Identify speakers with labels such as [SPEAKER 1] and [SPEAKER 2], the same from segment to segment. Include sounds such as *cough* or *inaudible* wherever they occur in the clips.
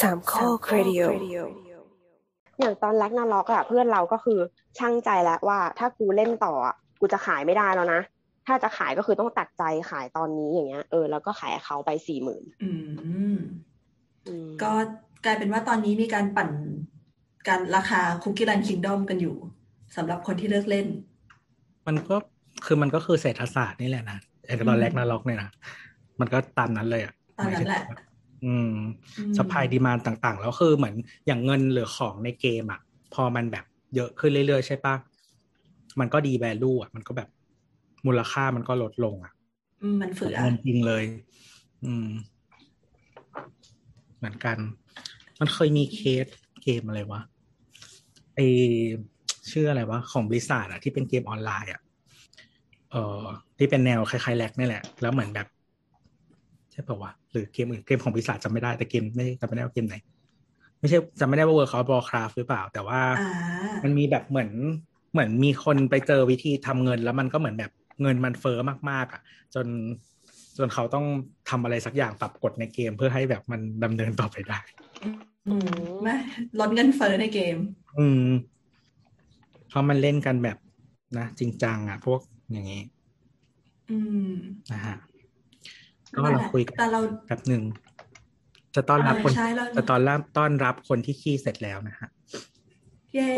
[SPEAKER 1] สามข้อครดิโอ
[SPEAKER 2] อย่างตอนแลกนาล็อกอะเพื่อนเราก็คือช่างใจแล้วว่า ถ้ากูเล่นต่ออะกูจะขายไม่ได้แล้วนะ ถ้าจะขายก็คือต้องตัดใจขายตอนนี้อย่างเงี้ยเออแล้วก็ขายเขาไปสี่หมื่น
[SPEAKER 3] อืม ก็กลายเป็นว่าตอนนี้มีการปั่นการราคาคุกกี้รันคิงดอมกันอยู่สำหรับคนที่เลิกเล่น
[SPEAKER 4] มันก็คือมันก็คือเศรษฐศาสตร์นี่แหละนะไอ้ตอนแรกนาล็อกเนี่ยนะมันก็ตามนั้นเลยอ่ะ
[SPEAKER 3] ตามนั้นแหละ
[SPEAKER 4] มายถึงว่าอืม
[SPEAKER 3] อืม
[SPEAKER 4] สปายดีมานต่างๆ แล้วคือเหมือนอย่างเงินหรือของในเกมอ่ะ พอมันแบบเยอะขึ้นเรื่อยๆ ใช่ปะมันก็ดีแวลูอ่ะ มันก็แบบมูลค่ามันก็ลดลงอ่ะ
[SPEAKER 3] อืมมันเฟือ
[SPEAKER 4] เงินจริงเลย อืม เหมือนกัน มันเคยมีเคสเกมอะไรวะไอชื่ออะไรวะ ของบริษัทอ่ะที่เป็นเกมออนไลน์อ่ะเออที่เป็นแนวคล้ายๆแลกนี่แหละ แล้วเหมือนแบบ ใช่ป่าวะหรือเกมอื่นเกมของปีศาจจำไม่ได้แต่เกมไม่จำไม่ได้ว่าเกมไหน ไม่ใช่จำไม่ได้ว่า World of Warcraft หรือเปล่า แต่ว่า
[SPEAKER 3] อ่า
[SPEAKER 4] มันมีแบบเหมือน เหมือนมีคนไปเจอวิธีทำเงิน แล้วมันก็เหมือนแบบเงินมันเฟ้อมากๆ อ่ะ จนจนเขาต้องทำอะไรสักอย่างปรับกฎในเกมเพื่อให้แบบมันดำเนินต่อไปได้
[SPEAKER 3] อืมไม่ลดเงินเฟ้อในเกม
[SPEAKER 4] อืมเพราะมันเล่นกันแบบนะจริงจังอ่ะ พวกอย่างนี้
[SPEAKER 3] อืม
[SPEAKER 4] นะฮะก็เราคุยกัน
[SPEAKER 3] แต่เรา
[SPEAKER 4] แป๊บหนึ่งจะต้อนรับคน
[SPEAKER 3] ใช่แล้ว
[SPEAKER 4] แต่ตอนรับต้อนรับคนที่ขี้เสร็จแล้วนะฮะ
[SPEAKER 3] เย้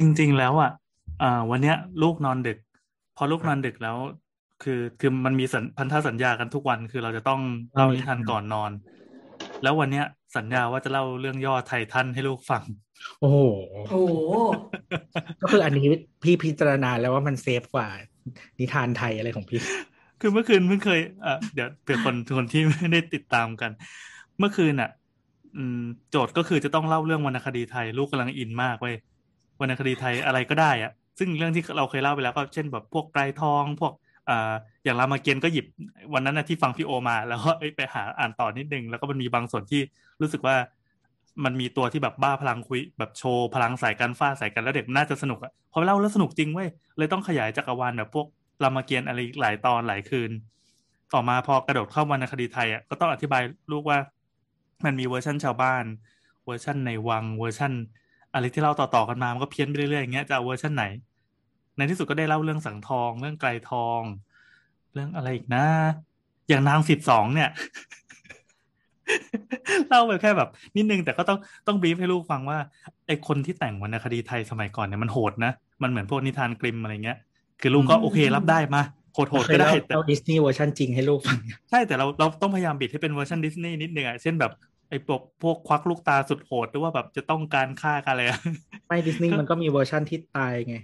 [SPEAKER 5] จริงๆแล้วอ่ะเอ่อวันเนี้ยลูกนอนดึก พอลูกนอนดึกแล้ว คือคือมันมีสัญพันธสัญญากันทุกวัน คือเราจะต้องเล่านิทานก่อนนอน แล้ววันเนี้ยสัญญาว่าจะเล่าเรื่องย่อไททันให้ลูกฟัง
[SPEAKER 4] โอ้โห
[SPEAKER 3] โอ้โห
[SPEAKER 4] ก็คืออันนี้พี่พิจารณาแล้วว่ามันเซฟกว่า นิทานไทยอะไรของพี่
[SPEAKER 5] คือเมื่อคืนเพิ่งเคยเอ่อเดี๋ยวเผื่อคนคนที่ไม่ได้ติดตามกัน เมื่อคืนอ่ะ อืม โจทย์ก็คือจะต้องเล่าเรื่องวรรณคดีไทย ลูกกำลังอินมากเว้ยวรรณคดีไทยอะไรก็ได้อ่ะ ซึ่งเรื่องที่เราเคยเล่าไปแล้วก็เช่นแบบพวกไตรทอง พวกเอ่ออย่างรามเกียรติ์ก็หยิบวันนั้นนะที่ฟังพี่โอมา แล้วก็เอ้ยไปหาอ่านต่อนิดนึง แล้วก็มันมีบางส่วนที่รู้สึกว่ามันมีตัวที่แบบบ้าพลังคุย แบบโชว์พลังสายการฟาดสายกันแล้วเด็กน่าจะสนุกอ่ะพอเล่าแล้วสนุกจริงเว้ย เลยต้องขยายจักรวาลแบบพวกรามเกียรติ์อะไรอีกหลายตอนหลายคืน ต่อมาพอกระโดดเข้าวรรณคดีไทยอ่ะก็ต้องอธิบายลูกว่า มันมีเวอร์ชันชาวบ้าน เวอร์ชันในวังเวอร์ชันอะไรที่เราต่อๆกันมามันก็เพี้ยนไปเรื่อยๆอย่างเงี้ยจะเอาเวอร์ชันไหน ในที่สุดก็ได้เล่าเรื่องสังทอง เรื่องไกลทอง เรื่องอะไรอีกนะ อย่างนางสิบสองเนี่ย *laughs* เล่าไปแค่แบบ นิดนึงแต่ก็ต้องต้องบรีฟให้ลูกฟังว่าไอคนที่แต่งวรรณคดีไทยสมัยก่อนเนี่ยมันโหดนะ มันเหมือนพวกนิทานกริมอะไรเงี้ย คือลูกก็โอเครับได้มาโหดๆก็ได้
[SPEAKER 4] เคย
[SPEAKER 5] แต่
[SPEAKER 4] เล่าดิสนีย์เวอร์ชันจริงให้ลูกฟัง
[SPEAKER 5] ใช่แต่เราเราต้องพยายามบิดให้เป็นเวอร์ชันดิสนีย์นิดนึงอ่ะเช่นแบบไอ้พวกพวกควักลูกตาสุดโหดหรือว่าแบบจะต้องการฆ่ากันอะไร *laughs* อะ
[SPEAKER 4] ไม่ดิสนีย์มันก็มีเวอร์ชันที่ตายไง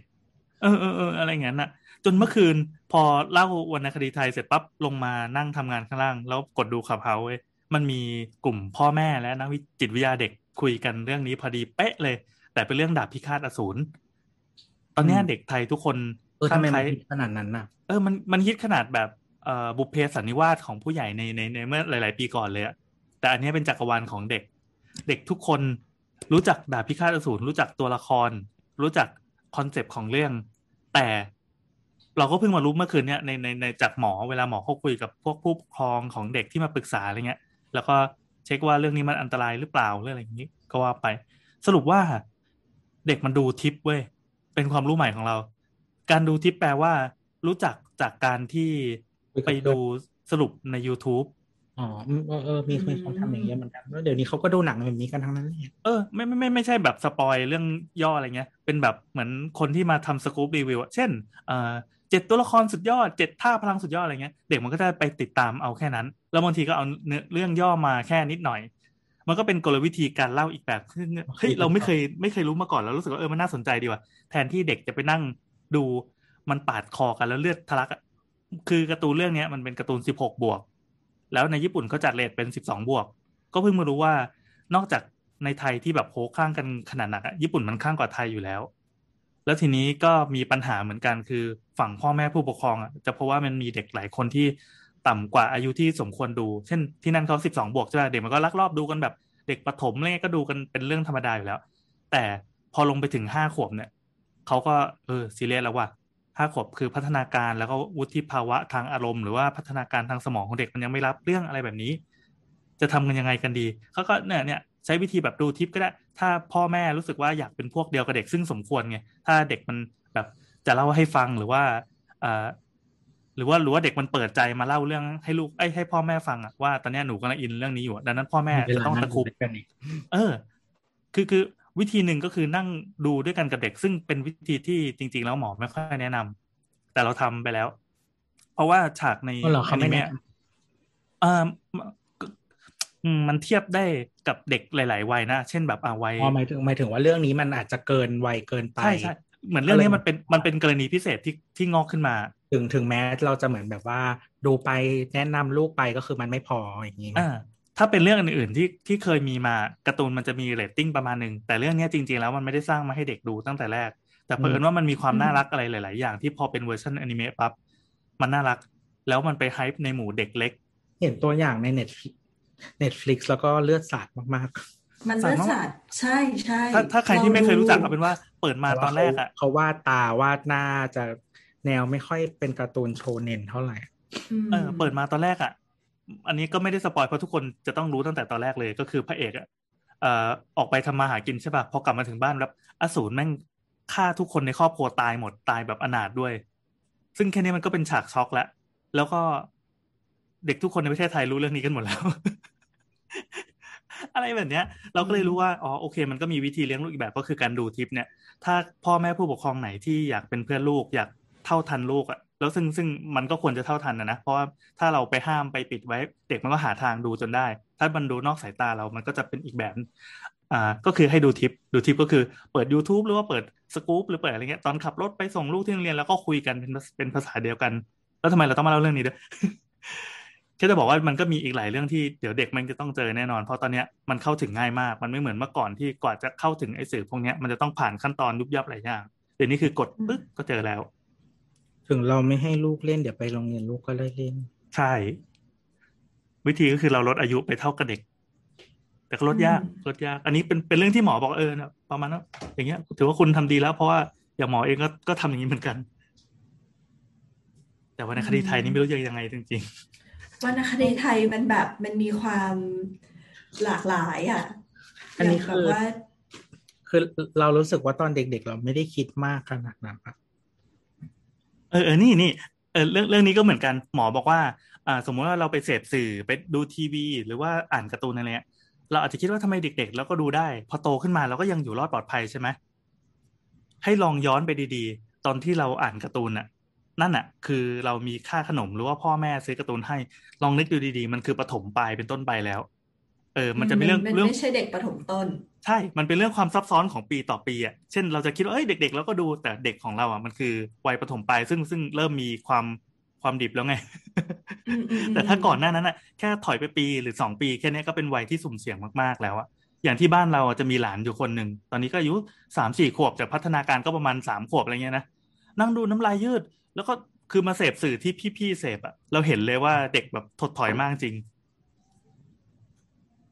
[SPEAKER 5] เออเออเอออะไรอย่างนั้นน่ะ จนเมื่อคืนพอเล่าวรรณคดีไทยเสร็จปั๊บลงมานั่งทำงานข้างล่าง แล้วกดดูขับเฮาเว้ยมันมีกลุ่มพ่อแม่และนักวิจิตวิทยาเด็กคุยกันเรื่องนี้พอดีเป๊ะเลย แต่เป็นเรื่องดาบพิฆาตอสูรตอนเนี้ย
[SPEAKER 4] อืม
[SPEAKER 5] เด็กไทยทุกคน
[SPEAKER 4] เออทำไมมั
[SPEAKER 5] ค
[SPEAKER 4] น
[SPEAKER 5] ล้าย
[SPEAKER 4] ฮิตขนาดนั้นน่ะ
[SPEAKER 5] เออ มัน มันฮิตขนาดแบบเอ่อบุพเพสันนิวาสของผู้ใหญ่ใน ใน ในเมื่อหลาย ๆ ปีก่อนเลยอะแต่อันเนี้ยเป็นจักรวาลของเด็ก เด็กทุกคนรู้จักดาบพิฆาตอสูรรู้จักตัวละคร รู้จักคอนเซปต์ของเรื่อง แต่เราก็เพิ่งมารู้เมื่อคืนเนี้ยในในในจากหมอเวลาหมอเขาคุยกับพวกผู้ปกครองของเด็กที่มาปรึกษาอะไรเงี้ย แล้วก็เช็คว่าเรื่องนี้มันอันตรายหรือเปล่าเรื่องอะไรอย่างนี้ก็ว่าไป สรุปว่าเด็กมันดูทิปเว้ย เป็นความรู้ใหม่ของเรา การดูทิปแปลว่า รู้จักจากการที่ไปดูสรุปใน YouTube
[SPEAKER 4] อ๋ออืมเออเออมีคนเขาทำอย่างเงี้ยเหมือนกันแล้วเดี๋ยวนี้เขาก็ดูหนังแบบนี้กันทั้งนั้นเลย
[SPEAKER 5] เออไม่ไม่ไม่ไม่ใช่แบบสปอยเรื่องย่ออะไรเงี้ย เป็นแบบเหมือนคนที่มาทำสกู๊ปรีวิวอะเช่นเอ่อเจ็ดตัวละครสุดยอดเจ็ดท่าพลังสุดยอดอะไรเงี้ย เด็กมันก็จะไปติดตามเอาแค่นั้น แล้วบางทีก็เอาเนื้อเรื่องย่อมาแค่นิดหน่อย มันก็เป็นกลวิธีการเล่าอีกแบบซึ่งเฮ้ยเราไม่เคยไม่เคยรู้มาก่อนแล้วรู้สึกว่าเออมันน่าสนใจดีว่ะแทนที่เด็กจะไปนั่งดูมันปาดคอกันแล้วเลือดทะลักอะคือการ์ตูนเรื่องเนี้ยมันเป็นการ์ตูนสิบหกบวก แล้วในญี่ปุ่นเขาจัดเรทเป็นสิบสองบวก ก็เพิ่งมารู้ว่านอกจากในไทยที่แบบโหข้างกันขนาดหนักอะญี่ปุ่นมันข้างกว่าไทยอยู่แล้ว แล้วทีนี้ก็มีปัญหาเหมือนกันคือฝั่งพ่อแม่ผู้ปกครองอะจะเพราะว่ามันมีเด็กหลายคนที่ต่ำกว่าอายุที่สมควรดู เช่นที่นั่นเขาสิบสองบวกใช่ไหมเด็กมันก็ลักลอบดูกันแบบเด็กประถมอะไรเงี้ยก็ดูกันเป็นเรื่องธรรมดาอยู่แล้ว แต่พอลงไปถึงห้าขวบเนี่ยเขาก็เออซีเรียสแล้วว่ะห้าขวบคือพัฒนาการแล้วก็วุฒิภาวะทางอารมณ์หรือว่าพัฒนาการทางสมองของเด็กมันยังไม่รับเรื่องอะไรแบบนี้ จะทำกันยังไงกันดีเขาก็เนี่ยเนี่ยใช้วิธีแบบดูทิปก็ได้ ถ้าพ่อแม่รู้สึกว่าอยากเป็นพวกเดียวกับเด็กซึ่งสมควรไงถ้าเด็กมันแบบจะเล่าให้ฟังหรือว่าเอ่อหรือว่าหรือว่าเด็กมันเปิดใจมาเล่าเรื่องให้ลูกไอ้ยให้พ่อแม่ฟังอะว่าตอนเนี้ยหนูกำลังอินเรื่องนี้อยู่อะดังนั้นพ่อแม่
[SPEAKER 4] เว
[SPEAKER 5] จะ
[SPEAKER 4] ลา
[SPEAKER 5] ต้อง
[SPEAKER 4] นั่
[SPEAKER 5] ตะคุบ
[SPEAKER 4] ดูด้วยกันอีก
[SPEAKER 5] เออ คือคือวิธีหนึ่งก็คือนั่งดูด้วยกันกับเด็ก ซึ่งเป็นวิธีที่จริง ๆ แล้วหมอไม่ค่อยแนะนำแต่เราทำไปแล้ว เพราะว่าฉากใน
[SPEAKER 4] เพราะเราเขาไม่
[SPEAKER 5] อนิ
[SPEAKER 4] แน่
[SPEAKER 5] เมะ เอ่อมก็อืมมันเทียบได้กับเด็กหลาย ๆ วัยนะ เช่นแบบอ่าวัย
[SPEAKER 4] อ๋อหมายถึงหมายถึงว่าเรื่องนี้มันอาจจะเกินวัยเกินไป
[SPEAKER 5] ใช่ใช่เหมือนเรื่องนี้
[SPEAKER 4] ก็เลย
[SPEAKER 5] มันเป็นมันเป็นกรณีพิเศษที่ที่งอกขึ้นมา
[SPEAKER 4] ถึงถึงแม้เราจะเหมือนแบบว่า ดูไปแนะนำลูกไปก็คือมันไม่พออย่างนี้ไง
[SPEAKER 5] อ่า ถ้าเป็นเรื่องอื่น ๆ ที่ที่เคยมีมาการ์ตูนมันจะมีเรตติ้งประมาณหนึ่งแต่เรื่องเนี้ยจริง ๆ แล้วมันไม่ได้สร้างมาให้เด็กดูตั้งแต่แรก แต่เผอิญว่ามันมีความน่ารักอะไรหลาย ๆ อย่างที่พอเป็นเวอร์ชันอนิเมะปั๊บมันน่ารัก แล้วมันไปไฮป์ในหมู่เด็กเล็ก
[SPEAKER 4] เห็นตัวอย่างในเน็ตเน็ตฟลิกแล้วก็เลือดสาดมาก
[SPEAKER 3] มันเลือดสาดใช่ใช่
[SPEAKER 5] ถ้าถ้าใครที่ไม่เคยรู้จักเอาเป็น
[SPEAKER 3] ว่า
[SPEAKER 5] ว่าเปิด
[SPEAKER 4] ๆ
[SPEAKER 5] มาตอนแรกอะ
[SPEAKER 4] เขาวาดตาวาดหน้าจะแนวไม่ค่อยเป็นการ์ตูนโชเน็นเท่าไหร่
[SPEAKER 5] เออเปิดมาตอนแรกอ่ะ อันนี้ก็ไม่ได้สปอยเพราะทุกคนจะต้องรู้ตั้งแต่ตอนแรกเลยก็คือพระเอกอ่ะเอ่อออกไปทำมาหากินใช่ป่ะพอกลับมาถึงบ้านแล้วอสูรแม่งฆ่าทุกคนในครอบครัวตายหมดตายแบบอนาถด้วย ซึ่งแค่นี้มันก็เป็นฉากช็อกแล้ว แล้วก็เด็กทุกคนในประเทศไทยรู้เรื่องนี้กันหมดแล้ว *laughs* อะไรแบบเนี้ย เราก็เลยรู้ว่าอ๋อโอเค มันก็มีวิธีเลี้ยงลูกอีกแบบก็คือการดูทิปเนี่ย ถ้าพ่อแม่ผู้ปกครองไหนที่อยากเป็นเพื่อนลูก อยากเท่าทันลูกอะแล้วซึ่งซึ่งมันก็ควรจะเท่าทันนะนะเพราะว่าถ้าเราไปห้ามไปปิดไว้ เด็กมันก็หาทางดูจนได้ ถ้ามันดูนอกสายตาเรามันก็จะเป็นอีกแบบอ่าก็คือให้ดูทิปดูทิปก็คือเปิด YouTube หรือว่าเปิดสกู๊ปหรือเปิดอะไรเงี้ยตอนขับรถไปส่งลูกที่โรงเรียนแล้วก็คุยกันเป็นภาษาเป็นภาษาเดียวกัน แล้วทำไมเราต้องมาเล่าเรื่องนี้ด้วย *laughs* แค่จะบอกว่ามันก็มีอีกหลายเรื่องที่เดี๋ยวเด็กมันจะต้องเจอแน่นอน เพราะตอนเนี้ยมันเข้าถึงง่ายมาก มันไม่เหมือนเมื่อก่อนที่กว่าจะเข้าถึงไอ้สื่อพวกเนี้ยมันจะต้องผ่านขั้นตอนยุบยับหลายอย่างเดี๋ยวนี้คือกดปึ๊กก็เจอแล้ว
[SPEAKER 4] ถึงเราไม่ให้ลูกเล่นเดี๋ยวไปโรงเรียนลูกก็ได้เล่น
[SPEAKER 5] ใช่ วิธีก็คือเราลดอายุไปเท่ากับเด็ก แต่ก็ลดยาก
[SPEAKER 3] อืม
[SPEAKER 5] ลดยาก อันนี้เป็นเป็นเรื่องที่หมอบอกเออนะประมาณนั้นอย่างเงี้ย ถือว่าคุณทำดีแล้วเพราะว่าอย่างหมอเองก็ก็ทำอย่างนี้เหมือนกัน แต่ว่าในคดีไทยนี่ไม่รู้จะยังไงจริง
[SPEAKER 3] วรรณคดีไทยมันแบบมันมีความหลากหลายอ่ะ
[SPEAKER 4] อันนี้
[SPEAKER 3] ย่าง
[SPEAKER 4] คือ
[SPEAKER 3] แบบว่า
[SPEAKER 4] คือเรารู้สึกว่าตอนเด็กๆ เราไม่ได้คิดมากขนาดนั้นอะ
[SPEAKER 5] เออเออนี่นี่เออเรื่องเรื่องนี้ก็เหมือนกันหมอบอกว่าอ่า สมมุติว่าเราไปเสพสื่อไปดูทีวี หรือว่าอ่านการ์ตูนอะไรเนี่ยเราอาจจะคิดว่าทำไมเด็กๆแล้วก็ดูได้ พอโตขึ้นมาเราก็ยังอยู่รอดปลอดภัยใช่ไหมให้ลองย้อนไปดีๆ ตอนที่เราอ่านการ์ตูนน่ะ นั่นน่ะ คือเรามีค่าขนมหรือว่าพ่อแม่ซื้อการ์ตูนให้ ลองนึกดูดีๆ มันคือปฐมปลายเป็นต้นไปแล้ว เออ มันจะเป็นเรื่อง
[SPEAKER 3] มัน
[SPEAKER 5] เรื่อง
[SPEAKER 3] ไม่ใช่เด็กประถมต้น
[SPEAKER 5] ใช่ มันเป็นเรื่องความซับซ้อนของปีต่อปีอ่ะ เช่น เราจะคิดว่า เอ้ย เด็กๆ แล้วก็ดู แต่เด็กของเราอ่ะ มันคือวัยประถมปลาย ซึ่งซึ่งเริ่มมีความความดิบแล้วไง
[SPEAKER 3] อืมอืมอืม
[SPEAKER 5] แต่ถ้าก่อนหน้านั้นอ่ะ แค่ถอยไปปีหรือสองปี แค่เนี้ยก็เป็นวัยที่สุ่มเสี่ยงมากๆ แล้วอ่ะ อย่างที่บ้านเราอ่ะจะมีหลานอยู่คนหนึ่ง ตอนนี้ก็อายุสามสี่ขวบ แต่พัฒนาการก็ประมาณสามขวบอะไรเงี้ยนะ นั่งดูน้ำลายยืด แล้วก็คือมาเสพสื่อที่พี่ๆ เสพอ่ะ เราเห็นเลยว่าเด็กแบบถดถอยมากจริง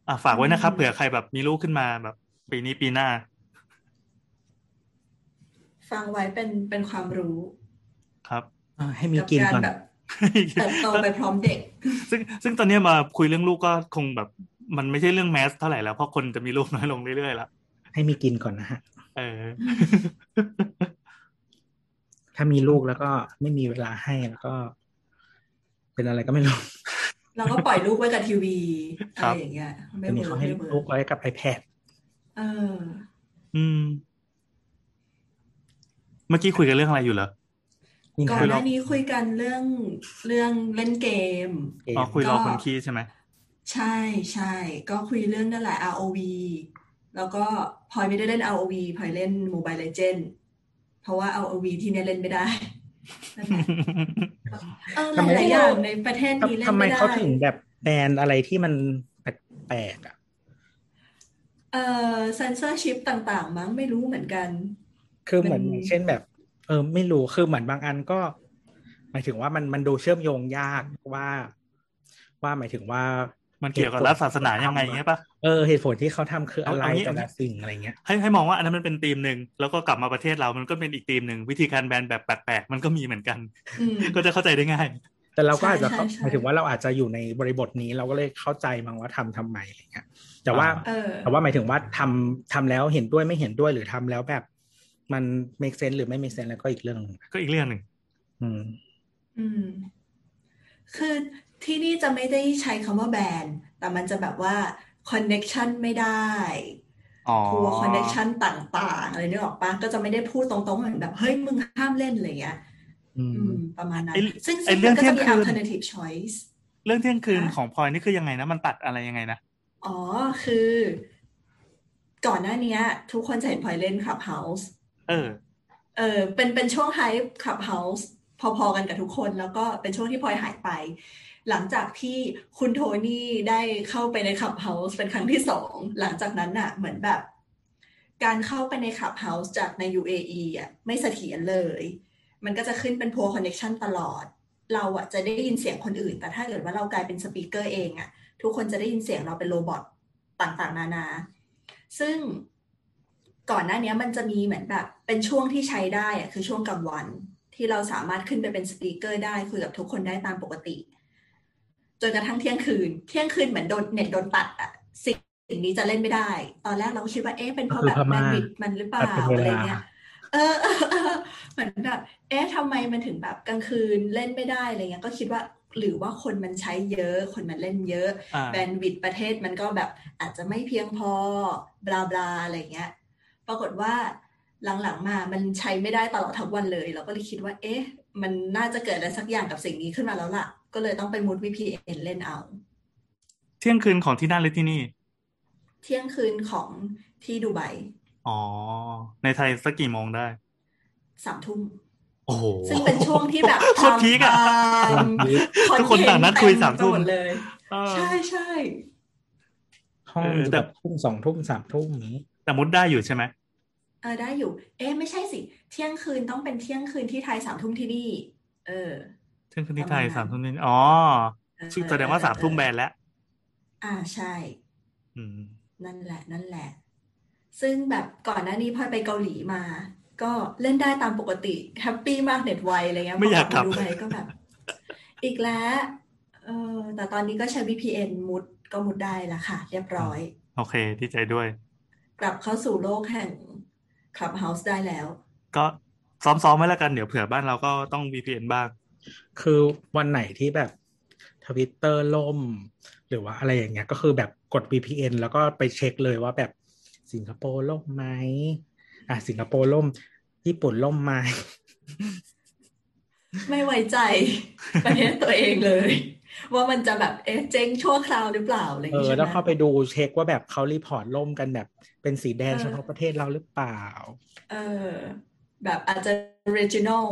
[SPEAKER 5] อ่ะฝากไว้นะครับ
[SPEAKER 3] อืม
[SPEAKER 5] เผื่อใครแบบมีลูกขึ้นมาแบบ ปีนี้ปีหน้า
[SPEAKER 3] ฟังไว้เป็นเป็นความรู้
[SPEAKER 5] ครับ
[SPEAKER 4] อ่าให้มี
[SPEAKER 3] กั
[SPEAKER 4] กิน
[SPEAKER 3] การ
[SPEAKER 4] ก่อน
[SPEAKER 3] แบบเติบโตไปพร้อมเด็ก
[SPEAKER 5] ซึ่งซึ่งตอนเนี้ยมาคุยเรื่องลูกก็คงแบบ มันไม่ใช่เรื่องแมสเท่าไหร่แล้วเพราะคนจะมีลูกน้อยลงเรื่อยๆแล้ว
[SPEAKER 4] ให้มีกินก่อนนะฮะ
[SPEAKER 5] เออ
[SPEAKER 4] ถ้ามีลูกแล้วก็ไม่มีเวลาให้แล้วก็ เป็นอะไรก็ไม่รู้
[SPEAKER 3] เราก็ปล่อยลูกไว้กับทีวีอะ
[SPEAKER 5] ครั
[SPEAKER 3] ไร
[SPEAKER 5] บ
[SPEAKER 3] อย่างเงี้ย
[SPEAKER 4] เดี๋
[SPEAKER 3] ไม่
[SPEAKER 4] ยว
[SPEAKER 3] เวิ
[SPEAKER 4] นี้
[SPEAKER 3] ร์กไม่
[SPEAKER 4] เขาให้
[SPEAKER 3] เวิ
[SPEAKER 4] ลู
[SPEAKER 3] ร์
[SPEAKER 4] ก
[SPEAKER 3] ก
[SPEAKER 4] ไว้กับ iPad
[SPEAKER 3] เออ
[SPEAKER 5] อืม เมื่อกี้คุยกันเรื่องอะไรอยู่เหรอ
[SPEAKER 4] นี่
[SPEAKER 3] ก่อน
[SPEAKER 4] นะ
[SPEAKER 3] หน้านี้คุยกันเรื่องเรื่องเล่นเกม
[SPEAKER 4] เกม
[SPEAKER 5] อ๋อคุยรอ
[SPEAKER 3] ก็
[SPEAKER 5] คนคีย์ใช่ไหม *laughs*
[SPEAKER 3] ใช่ใช่ก็คุยเรื่องนั่นแหละ ROV แล้วก็พลอยไม่ได้เล่น ROV พลอยเล่น Mobile Legend เพราะว่า ROV ที่เนี่ยเล่นไม่ได้นั่นแหละเออหลายๆอย่างในประเทศนี้เล่น
[SPEAKER 4] ทำไม
[SPEAKER 3] ไม่ได้
[SPEAKER 4] เขาถึงแบบแบนอะไรที่มันแปลกๆอ่ะ
[SPEAKER 3] เอ่อเซนเซอร์ชิปต่าง ๆ มั้งไม่รู้เหมือนกัน
[SPEAKER 4] คือเหมือน
[SPEAKER 3] มัน
[SPEAKER 4] อย่างเช่นแบบ เออไม่รู้คือเหมือนบางอันก็หมายถึงว่ามันมันดูเชื่อมโยงยากว่า ว่าหมายถึงว่า
[SPEAKER 5] มันเกี่ยวกับรัฐศาสนายังไงเงี้ยปะ
[SPEAKER 4] เออเหตุผลที่เขาทำคืออะไร
[SPEAKER 5] เอาเอางี้
[SPEAKER 4] แต่ละสิ่งอะไรเงี้ย
[SPEAKER 5] ให้ให้มองว่าอันนั้นมันเป็นธีมหนึ่งแล้วก็กลับมาประเทศเรามันก็เป็นอีกธีมหนึ่งวิธีการแบนแบบแปลกๆมันก็มีเหมือนกัน *laughs*
[SPEAKER 3] อืม
[SPEAKER 5] ก็จะเข้าใจได้ง่าย
[SPEAKER 4] แต่เราก็อาจจะ
[SPEAKER 3] ใช่ใช่ใช่
[SPEAKER 4] หมายถึงว่าเราอาจจะอยู่ในบริบทนี้เราก็เลยเข้าใจมั้งว่าทำทำไมอะไรเงี้ยแต่ว่า
[SPEAKER 3] เออ
[SPEAKER 4] แต่ว่าหมายถึงว่าทำทำแล้วเห็นด้วยไม่เห็นด้วยหรือทำแล้วแบบ มัน make sense หรือไม่ make sense แล้วก็อีกเรื่องหนึ่ง
[SPEAKER 5] ก็อีกเรื่องหนึ่ง
[SPEAKER 4] อืม
[SPEAKER 3] อืม คือที่นี่จะไม่ได้ใช้คำว่าแบน แต่มันจะแบบว่า connection ไม่ได้
[SPEAKER 5] อ๋อ
[SPEAKER 3] กลัว connection ต่างๆ อะไรนึกออกปะก็จะไม่ได้พูดตรงๆเหมือนแบบเฮ้ยมึงห้ามเล่นอะไรอย่างเงี้ย
[SPEAKER 4] อื
[SPEAKER 3] อื
[SPEAKER 4] ม
[SPEAKER 3] ม ประมาณนั้น
[SPEAKER 5] ไอ้
[SPEAKER 3] ซึ่ง
[SPEAKER 5] ไอ้เรื่อง
[SPEAKER 3] มันก็จะมี
[SPEAKER 5] เที่ยงคืน
[SPEAKER 3] alternative choice
[SPEAKER 5] เรื่องเที่ยงคืน
[SPEAKER 3] ฮะ
[SPEAKER 5] ของพลอยนี่คือยังไงนะ มันตัดอะไรยังไงนะ
[SPEAKER 3] อ๋อ คือ ก่อนหน้าเนี้ย ทุกคนจะเห็นพลอยเล่น Clubhouse
[SPEAKER 5] เออ
[SPEAKER 3] เออเป็นเป็นช่วงไฮป์คลับเฮาส์พอๆกันกับทุกคนแล้วก็เป็นช่วงที่พลอยหายไป หลังจากที่คุณโทนี่ได้เข้าไปในคลับเฮาส์เป็นครั้งที่สองหลังจากนั้นน่ะ เหมือนแบบ การเข้าไปในคลับเฮาส์จากใน UAE อ่ะไม่เสถียรเลย มันก็จะขึ้นเป็น poor connection ตลอด เราอ่ะจะได้ยินเสียงคนอื่น แต่ถ้าเกิดว่าเรากลายเป็นสปีกเกอร์เองอ่ะ ทุกคนจะได้ยินเสียงเราเป็นโรบอทต่างๆ นานา ซึ่งก่อนหน้าเนี้ยมันจะมีเหมือนแบบ เป็นช่วงที่ใช้ได้อะคือช่วงกลางวัน ที่เราสามารถขึ้นไปเป็นสปีกเกอร์ได้คุยกับทุกคนได้ตามปกติ จนกระทั่งเที่ยงคืน เที่ยงคืนเหมือนโดนเน็ตโดนตัดอะสิ่งสิ่งนี้จะเล่นไม่ได้ ตอนแรกเราก็คิดว่าเอ๊ะเป็นเพราะแบบ
[SPEAKER 4] คือพ
[SPEAKER 3] แบ
[SPEAKER 4] ม่า
[SPEAKER 3] นด์วิดต์มันหรือเปล่า
[SPEAKER 4] ตัดเป็นเว
[SPEAKER 3] อะไร
[SPEAKER 4] ลา
[SPEAKER 3] เงี้ย เออ *laughs* เออเออเหมือนแบบเอ๊ะทำไมมันถึงแบบกลางคืนเล่นไม่ได้อะไรเงี้ยก็คิดว่าหรือว่าคนมันใช้เยอะ คนมันเล่นเยอะ
[SPEAKER 5] อ่า
[SPEAKER 3] แบนด์วิดต์ประเทศมันก็แบบอาจจะไม่เพียงพอ บลาบลาอะไรเงี้ย ปรากฏว่าหลังๆมา มันใช้ไม่ได้ตลอดทั้งวันเลย เราก็เลยคิดว่า เอ๊ะ มันน่าจะเกิดอะไรสักอย่างกับสิ่งนี้ขึ้นมาแล้วล่ะ ก็เลยต้องไปมุด VPN เล่นเอา
[SPEAKER 5] เที่ยงคืนของที่นั่นหรือที่นี่
[SPEAKER 3] เที่ยงคืนของที่ดูไบ
[SPEAKER 5] อ๋อ ในไทยสักกี่โมงได้
[SPEAKER 3] สามทุ่ม
[SPEAKER 5] โอ้โห
[SPEAKER 3] ซึ่งเป็นช่วงที่แบบ
[SPEAKER 5] โคตรพีคอะ
[SPEAKER 3] ทำ
[SPEAKER 5] ทุกคนต่างนัดคุยสามทุ่ม
[SPEAKER 3] เต็ไปหดเลย
[SPEAKER 5] เออ
[SPEAKER 3] ใช่ใช่
[SPEAKER 4] ห้อง
[SPEAKER 5] เออ
[SPEAKER 4] จะ
[SPEAKER 5] แต่
[SPEAKER 4] แบบทุ่มสองทุ่มสามทุ่มอย่างนี้
[SPEAKER 5] แต่มุดได้อยู่ใช่ไหม
[SPEAKER 3] เออได้อยู่ เอ๊ะไม่ใช่สิ เที่ยงคืนต้องเป็นเที่ยงคืนที่ไทยสามทุ่มที่นี่ เออ
[SPEAKER 5] เที่ยงคืนที่ไทย
[SPEAKER 3] ประมาณนั้น
[SPEAKER 5] สามทุ่มนี่อ๋อ
[SPEAKER 3] เออ
[SPEAKER 5] ซึ่งแสดงว่าสามทุ่มแบนแล้ว
[SPEAKER 3] อ่าใช่
[SPEAKER 5] อืม
[SPEAKER 3] นั่นแหละ นั่นแหละ ซึ่งแบบก่อนหน้านี้พลอยไปเกาหลีมา ก็เล่นได้ตามปกติแฮปปี้มากเน็ตไวอะไรเงี้ย
[SPEAKER 5] ไม่อยากกลับ
[SPEAKER 3] พดูไปก็แบบ อีกแล้วเออแต่ตอนนี้ก็ใช้ VPN มุดก็มุดได้ละค่ะ เรียบร้อย
[SPEAKER 5] โอเคดีใจด้วย
[SPEAKER 3] กลับเข้าสู่โลกแห่ง Clubhouse ได้แล้ว
[SPEAKER 5] ก็ซ้อมๆไว้แล้วกันเดี๋ยวเผื่อบ้านเราก็ต้อง VPN บ้าง
[SPEAKER 4] คือวันไหนที่แบบทวิตเตอร์ล่ม หรือว่าอะไรอย่างเงี้ย ก็คือแบบกด VPN แล้วก็ไปเช็คเลยว่าแบบสิงคโปร์ล่มไหมอ่ะสิงคโปร์ล่ม ญี่ปุ่นล่ม
[SPEAKER 3] *laughs*
[SPEAKER 4] ไหม
[SPEAKER 3] ไม่ไว้ใจ *laughs* ประเทศตัวเองเลย ว่ามันจะแบบเอ๊ะเจ๊งชั่วคราวหรือเปล่าอะไรอย่าง
[SPEAKER 4] เอ
[SPEAKER 3] งี้
[SPEAKER 4] อ
[SPEAKER 3] ใช่
[SPEAKER 4] แล้ว
[SPEAKER 3] ไหม
[SPEAKER 4] เข้าไปดูเช็คว่าแบบเขารีพอร์ตล่มกันแบบเป็นสีแดง
[SPEAKER 3] เออ
[SPEAKER 4] เฉพาะประเทศเราหรือเปล่า
[SPEAKER 3] เออ แบบอาจจะ original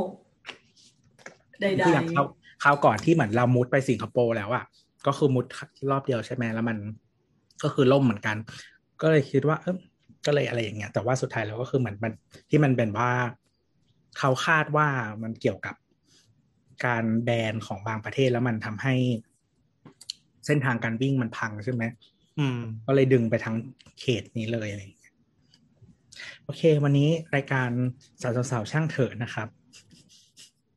[SPEAKER 3] ใด
[SPEAKER 4] ที่หลังเขาเขาวก่อนที่เหมือนเรามุดไปสิงคโปร์แล้วอะก็คือมุดรอบเดียวใช่ไหมแล้วมันก็คือล่มเหมือนกัน ก็เลยคิดว่าเออก็เลยอะไรอย่างเงี้ย แต่ว่าสุดท้ายแล้วก็คือเหมือนมันที่มันเป็นว่าเขาคาดว่ามันเกี่ยวกับการแบนของบางประเทศแล้วมันทำให้ เส้นทางการวิ่งมันพังใช่ไหม
[SPEAKER 5] อืม
[SPEAKER 4] ก็เลยดึงไปทั้งเขตนี้เลยอะไรอย่างเงี้ยโอเค วันนี้รายการสาวสาวๆช่างเถอะนะครับ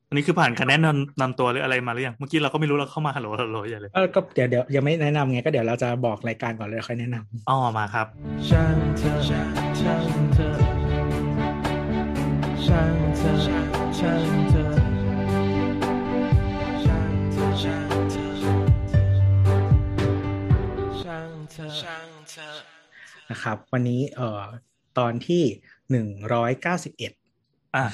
[SPEAKER 5] อันนี้คือผ่านการแนะนำนำตัวหรืออะไรมาหรือยังเมื่อกี้เราก็ไม่รู้เราเข้ามาฮัลโหลฮัลโหลอย่างเลย
[SPEAKER 4] เออก็เดี๋ยวเดี๋ยวยังไม่แนะนำไงก็เดี๋ยวเราจะบอกรายการก่อนเลยค่อยแนะน
[SPEAKER 5] อ๋อมาครับ
[SPEAKER 6] ช่างเธอช่างเธอช่างเธอช่างเธอช่างเธอช่างเธอช่างเธอช่างเธอ
[SPEAKER 4] ำนะครับ วันนี้เอ่อตอนที่หนึ่งร้อยเก้าสิบเอ็ด
[SPEAKER 5] อ่ะ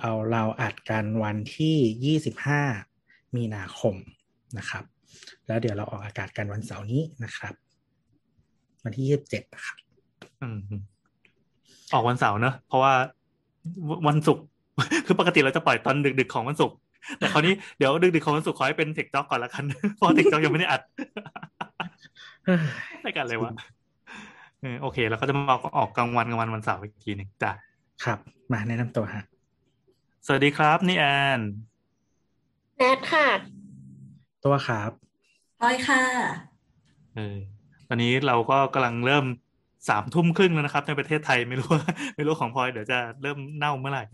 [SPEAKER 4] เอาเราอัดกันวันที่ยี่สิบห้ามีนาคมนะครับ แล้วเดี๋ยวเราออกอากาศกันวันเสาร์นี้นะครับ วันที่ยี่สิบเจ็ดครับ
[SPEAKER 5] อืมออกวันเสาร์เนอะเพราะว่าวันวันศุกร์ *laughs* คือปกติเราจะปล่อยตอนดึกๆของวันศุกร์แต่คราวนี้เดี๋ยวดึกๆของวันศุกร์ขอให้เป็นเทคจ็อกก่อนละกัน *laughs* เพราะเทคจ็อกยังไม่ได้อัด รายการอะไรวะเออโอเค แล้วก็จะมาออกออกกลางวันกลางวันวันเสาร์อีกทีหนึ่งจ้ะ
[SPEAKER 4] ครับ มาแนะนำตัวฮะ
[SPEAKER 5] สวัสดีครับ นี่แอน
[SPEAKER 2] แนทค่ะ
[SPEAKER 4] ตัวครับ
[SPEAKER 3] ๆพลอยค่ะ
[SPEAKER 5] เออตอนนี้เราก็กำลังเริ่มสามทุ่มครึ่งแล้วนะครับ ในประเทศไทยไม่รู้ว่า *laughs* ไม่รู้ของพลอยเดี๋ยวจะเริ่มเน่าเมื่อไหร่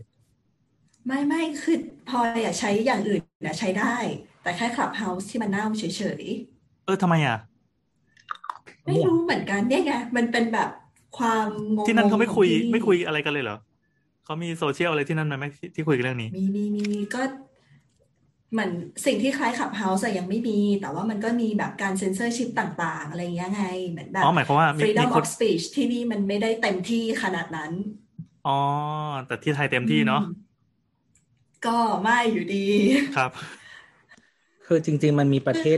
[SPEAKER 3] ไม่ไม่คือพลอยอะใช้อย่างอื่นนะใช้ได้ แต่แค่ Clubhouse ที่มันเน่าเฉย
[SPEAKER 5] เออทำไมอ่ะ
[SPEAKER 3] ๆ ไม่รู้เหมือนกันเนี่ยไง มันเป็นแบบความงงๆ
[SPEAKER 5] ที่นั่นเขาไม่คุย
[SPEAKER 3] ของที่
[SPEAKER 5] ไม่คุยอะไรกันเลยเหรอเขามีโซเชียลอะไรที่นั่นไหมไหมที่ที่คุยกันเรื่องนี้
[SPEAKER 3] มีมีมีก็เหมือนสิ่งที่คล้าย Clubhouse อะยังไม่มี แต่ว่ามันก็มีแบบการเซ็นเซอร์ชิปต่างๆ อะไรอย่างเงี้ยไงเหมือนแบบ
[SPEAKER 5] อ๋อหมายความว่ามีมี
[SPEAKER 3] freedom
[SPEAKER 5] คน
[SPEAKER 3] of speech ที่นี่มันไม่ได้เต็มที่ขนาดนั้น
[SPEAKER 5] อ๋อแต่ที่ไทยเต็มที่เนาะ
[SPEAKER 3] อืมก็ไม่อยู่ดี
[SPEAKER 5] ครับ
[SPEAKER 4] คือจริง ๆ มันมีประเทศ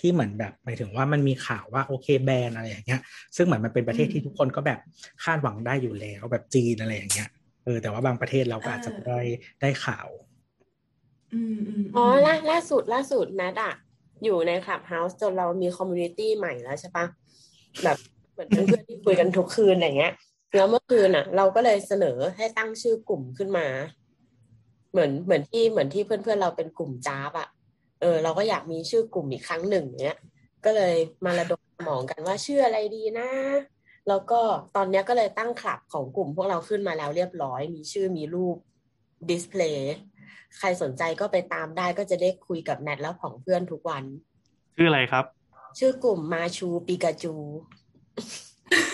[SPEAKER 4] ที่เหมือนแบบหมายถึงว่ามันมีข่าวว่าโอเคแบนอะไรอย่างเงี้ย ซึ่งเหมือนมันเป็นประเทศที่ทุกคนก็แบบคาดหวังได้อยู่แล้วแบบจีนอะไรอย่างเงี้ยเออแต่ว่าบางประเทศเราก็อาจจะไม่ได้ได้ข่าว
[SPEAKER 3] อืมอืม
[SPEAKER 7] อ๋อล่าล่าสุดล่าสุดแมทอะอยู่ในคลับเฮาส์จนเรามีคอมมูนิตี้ใหม่แล้วใช่ปะแบบเหมือนเป็นเพื่อนที่คุยกันทุกคืนอะไรเงี้ยแล้วเมื่อคืนอะเราก็เลยเสนอให้ตั้งชื่อกลุ่มขึ้นมา เหมือนเหมือนที่เหมือนที่เพื่อนเพื่อนๆเราเป็นกลุ่มจ้าบอะเออ เราก็อยากมีชื่อกลุ่มอีกครั้งหนึ่งเนี้ย ก็เลยมาระดมสมองกันว่าชื่ออะไรดีนะ แล้วก็ตอนเนี้ยก็เลยตั้งคลับของกลุ่มพวกเราขึ้นมาแล้วเรียบร้อย มีชื่อมีรูปดิสเพลย์ใครสนใจก็ไปตามได้ก็จะได้คุยกับแนทแล้วของเพื่อนทุกวัน
[SPEAKER 5] ชื่ออะไรครับ *laughs*
[SPEAKER 7] ชื่อกลุ่มมาชูปิกาจู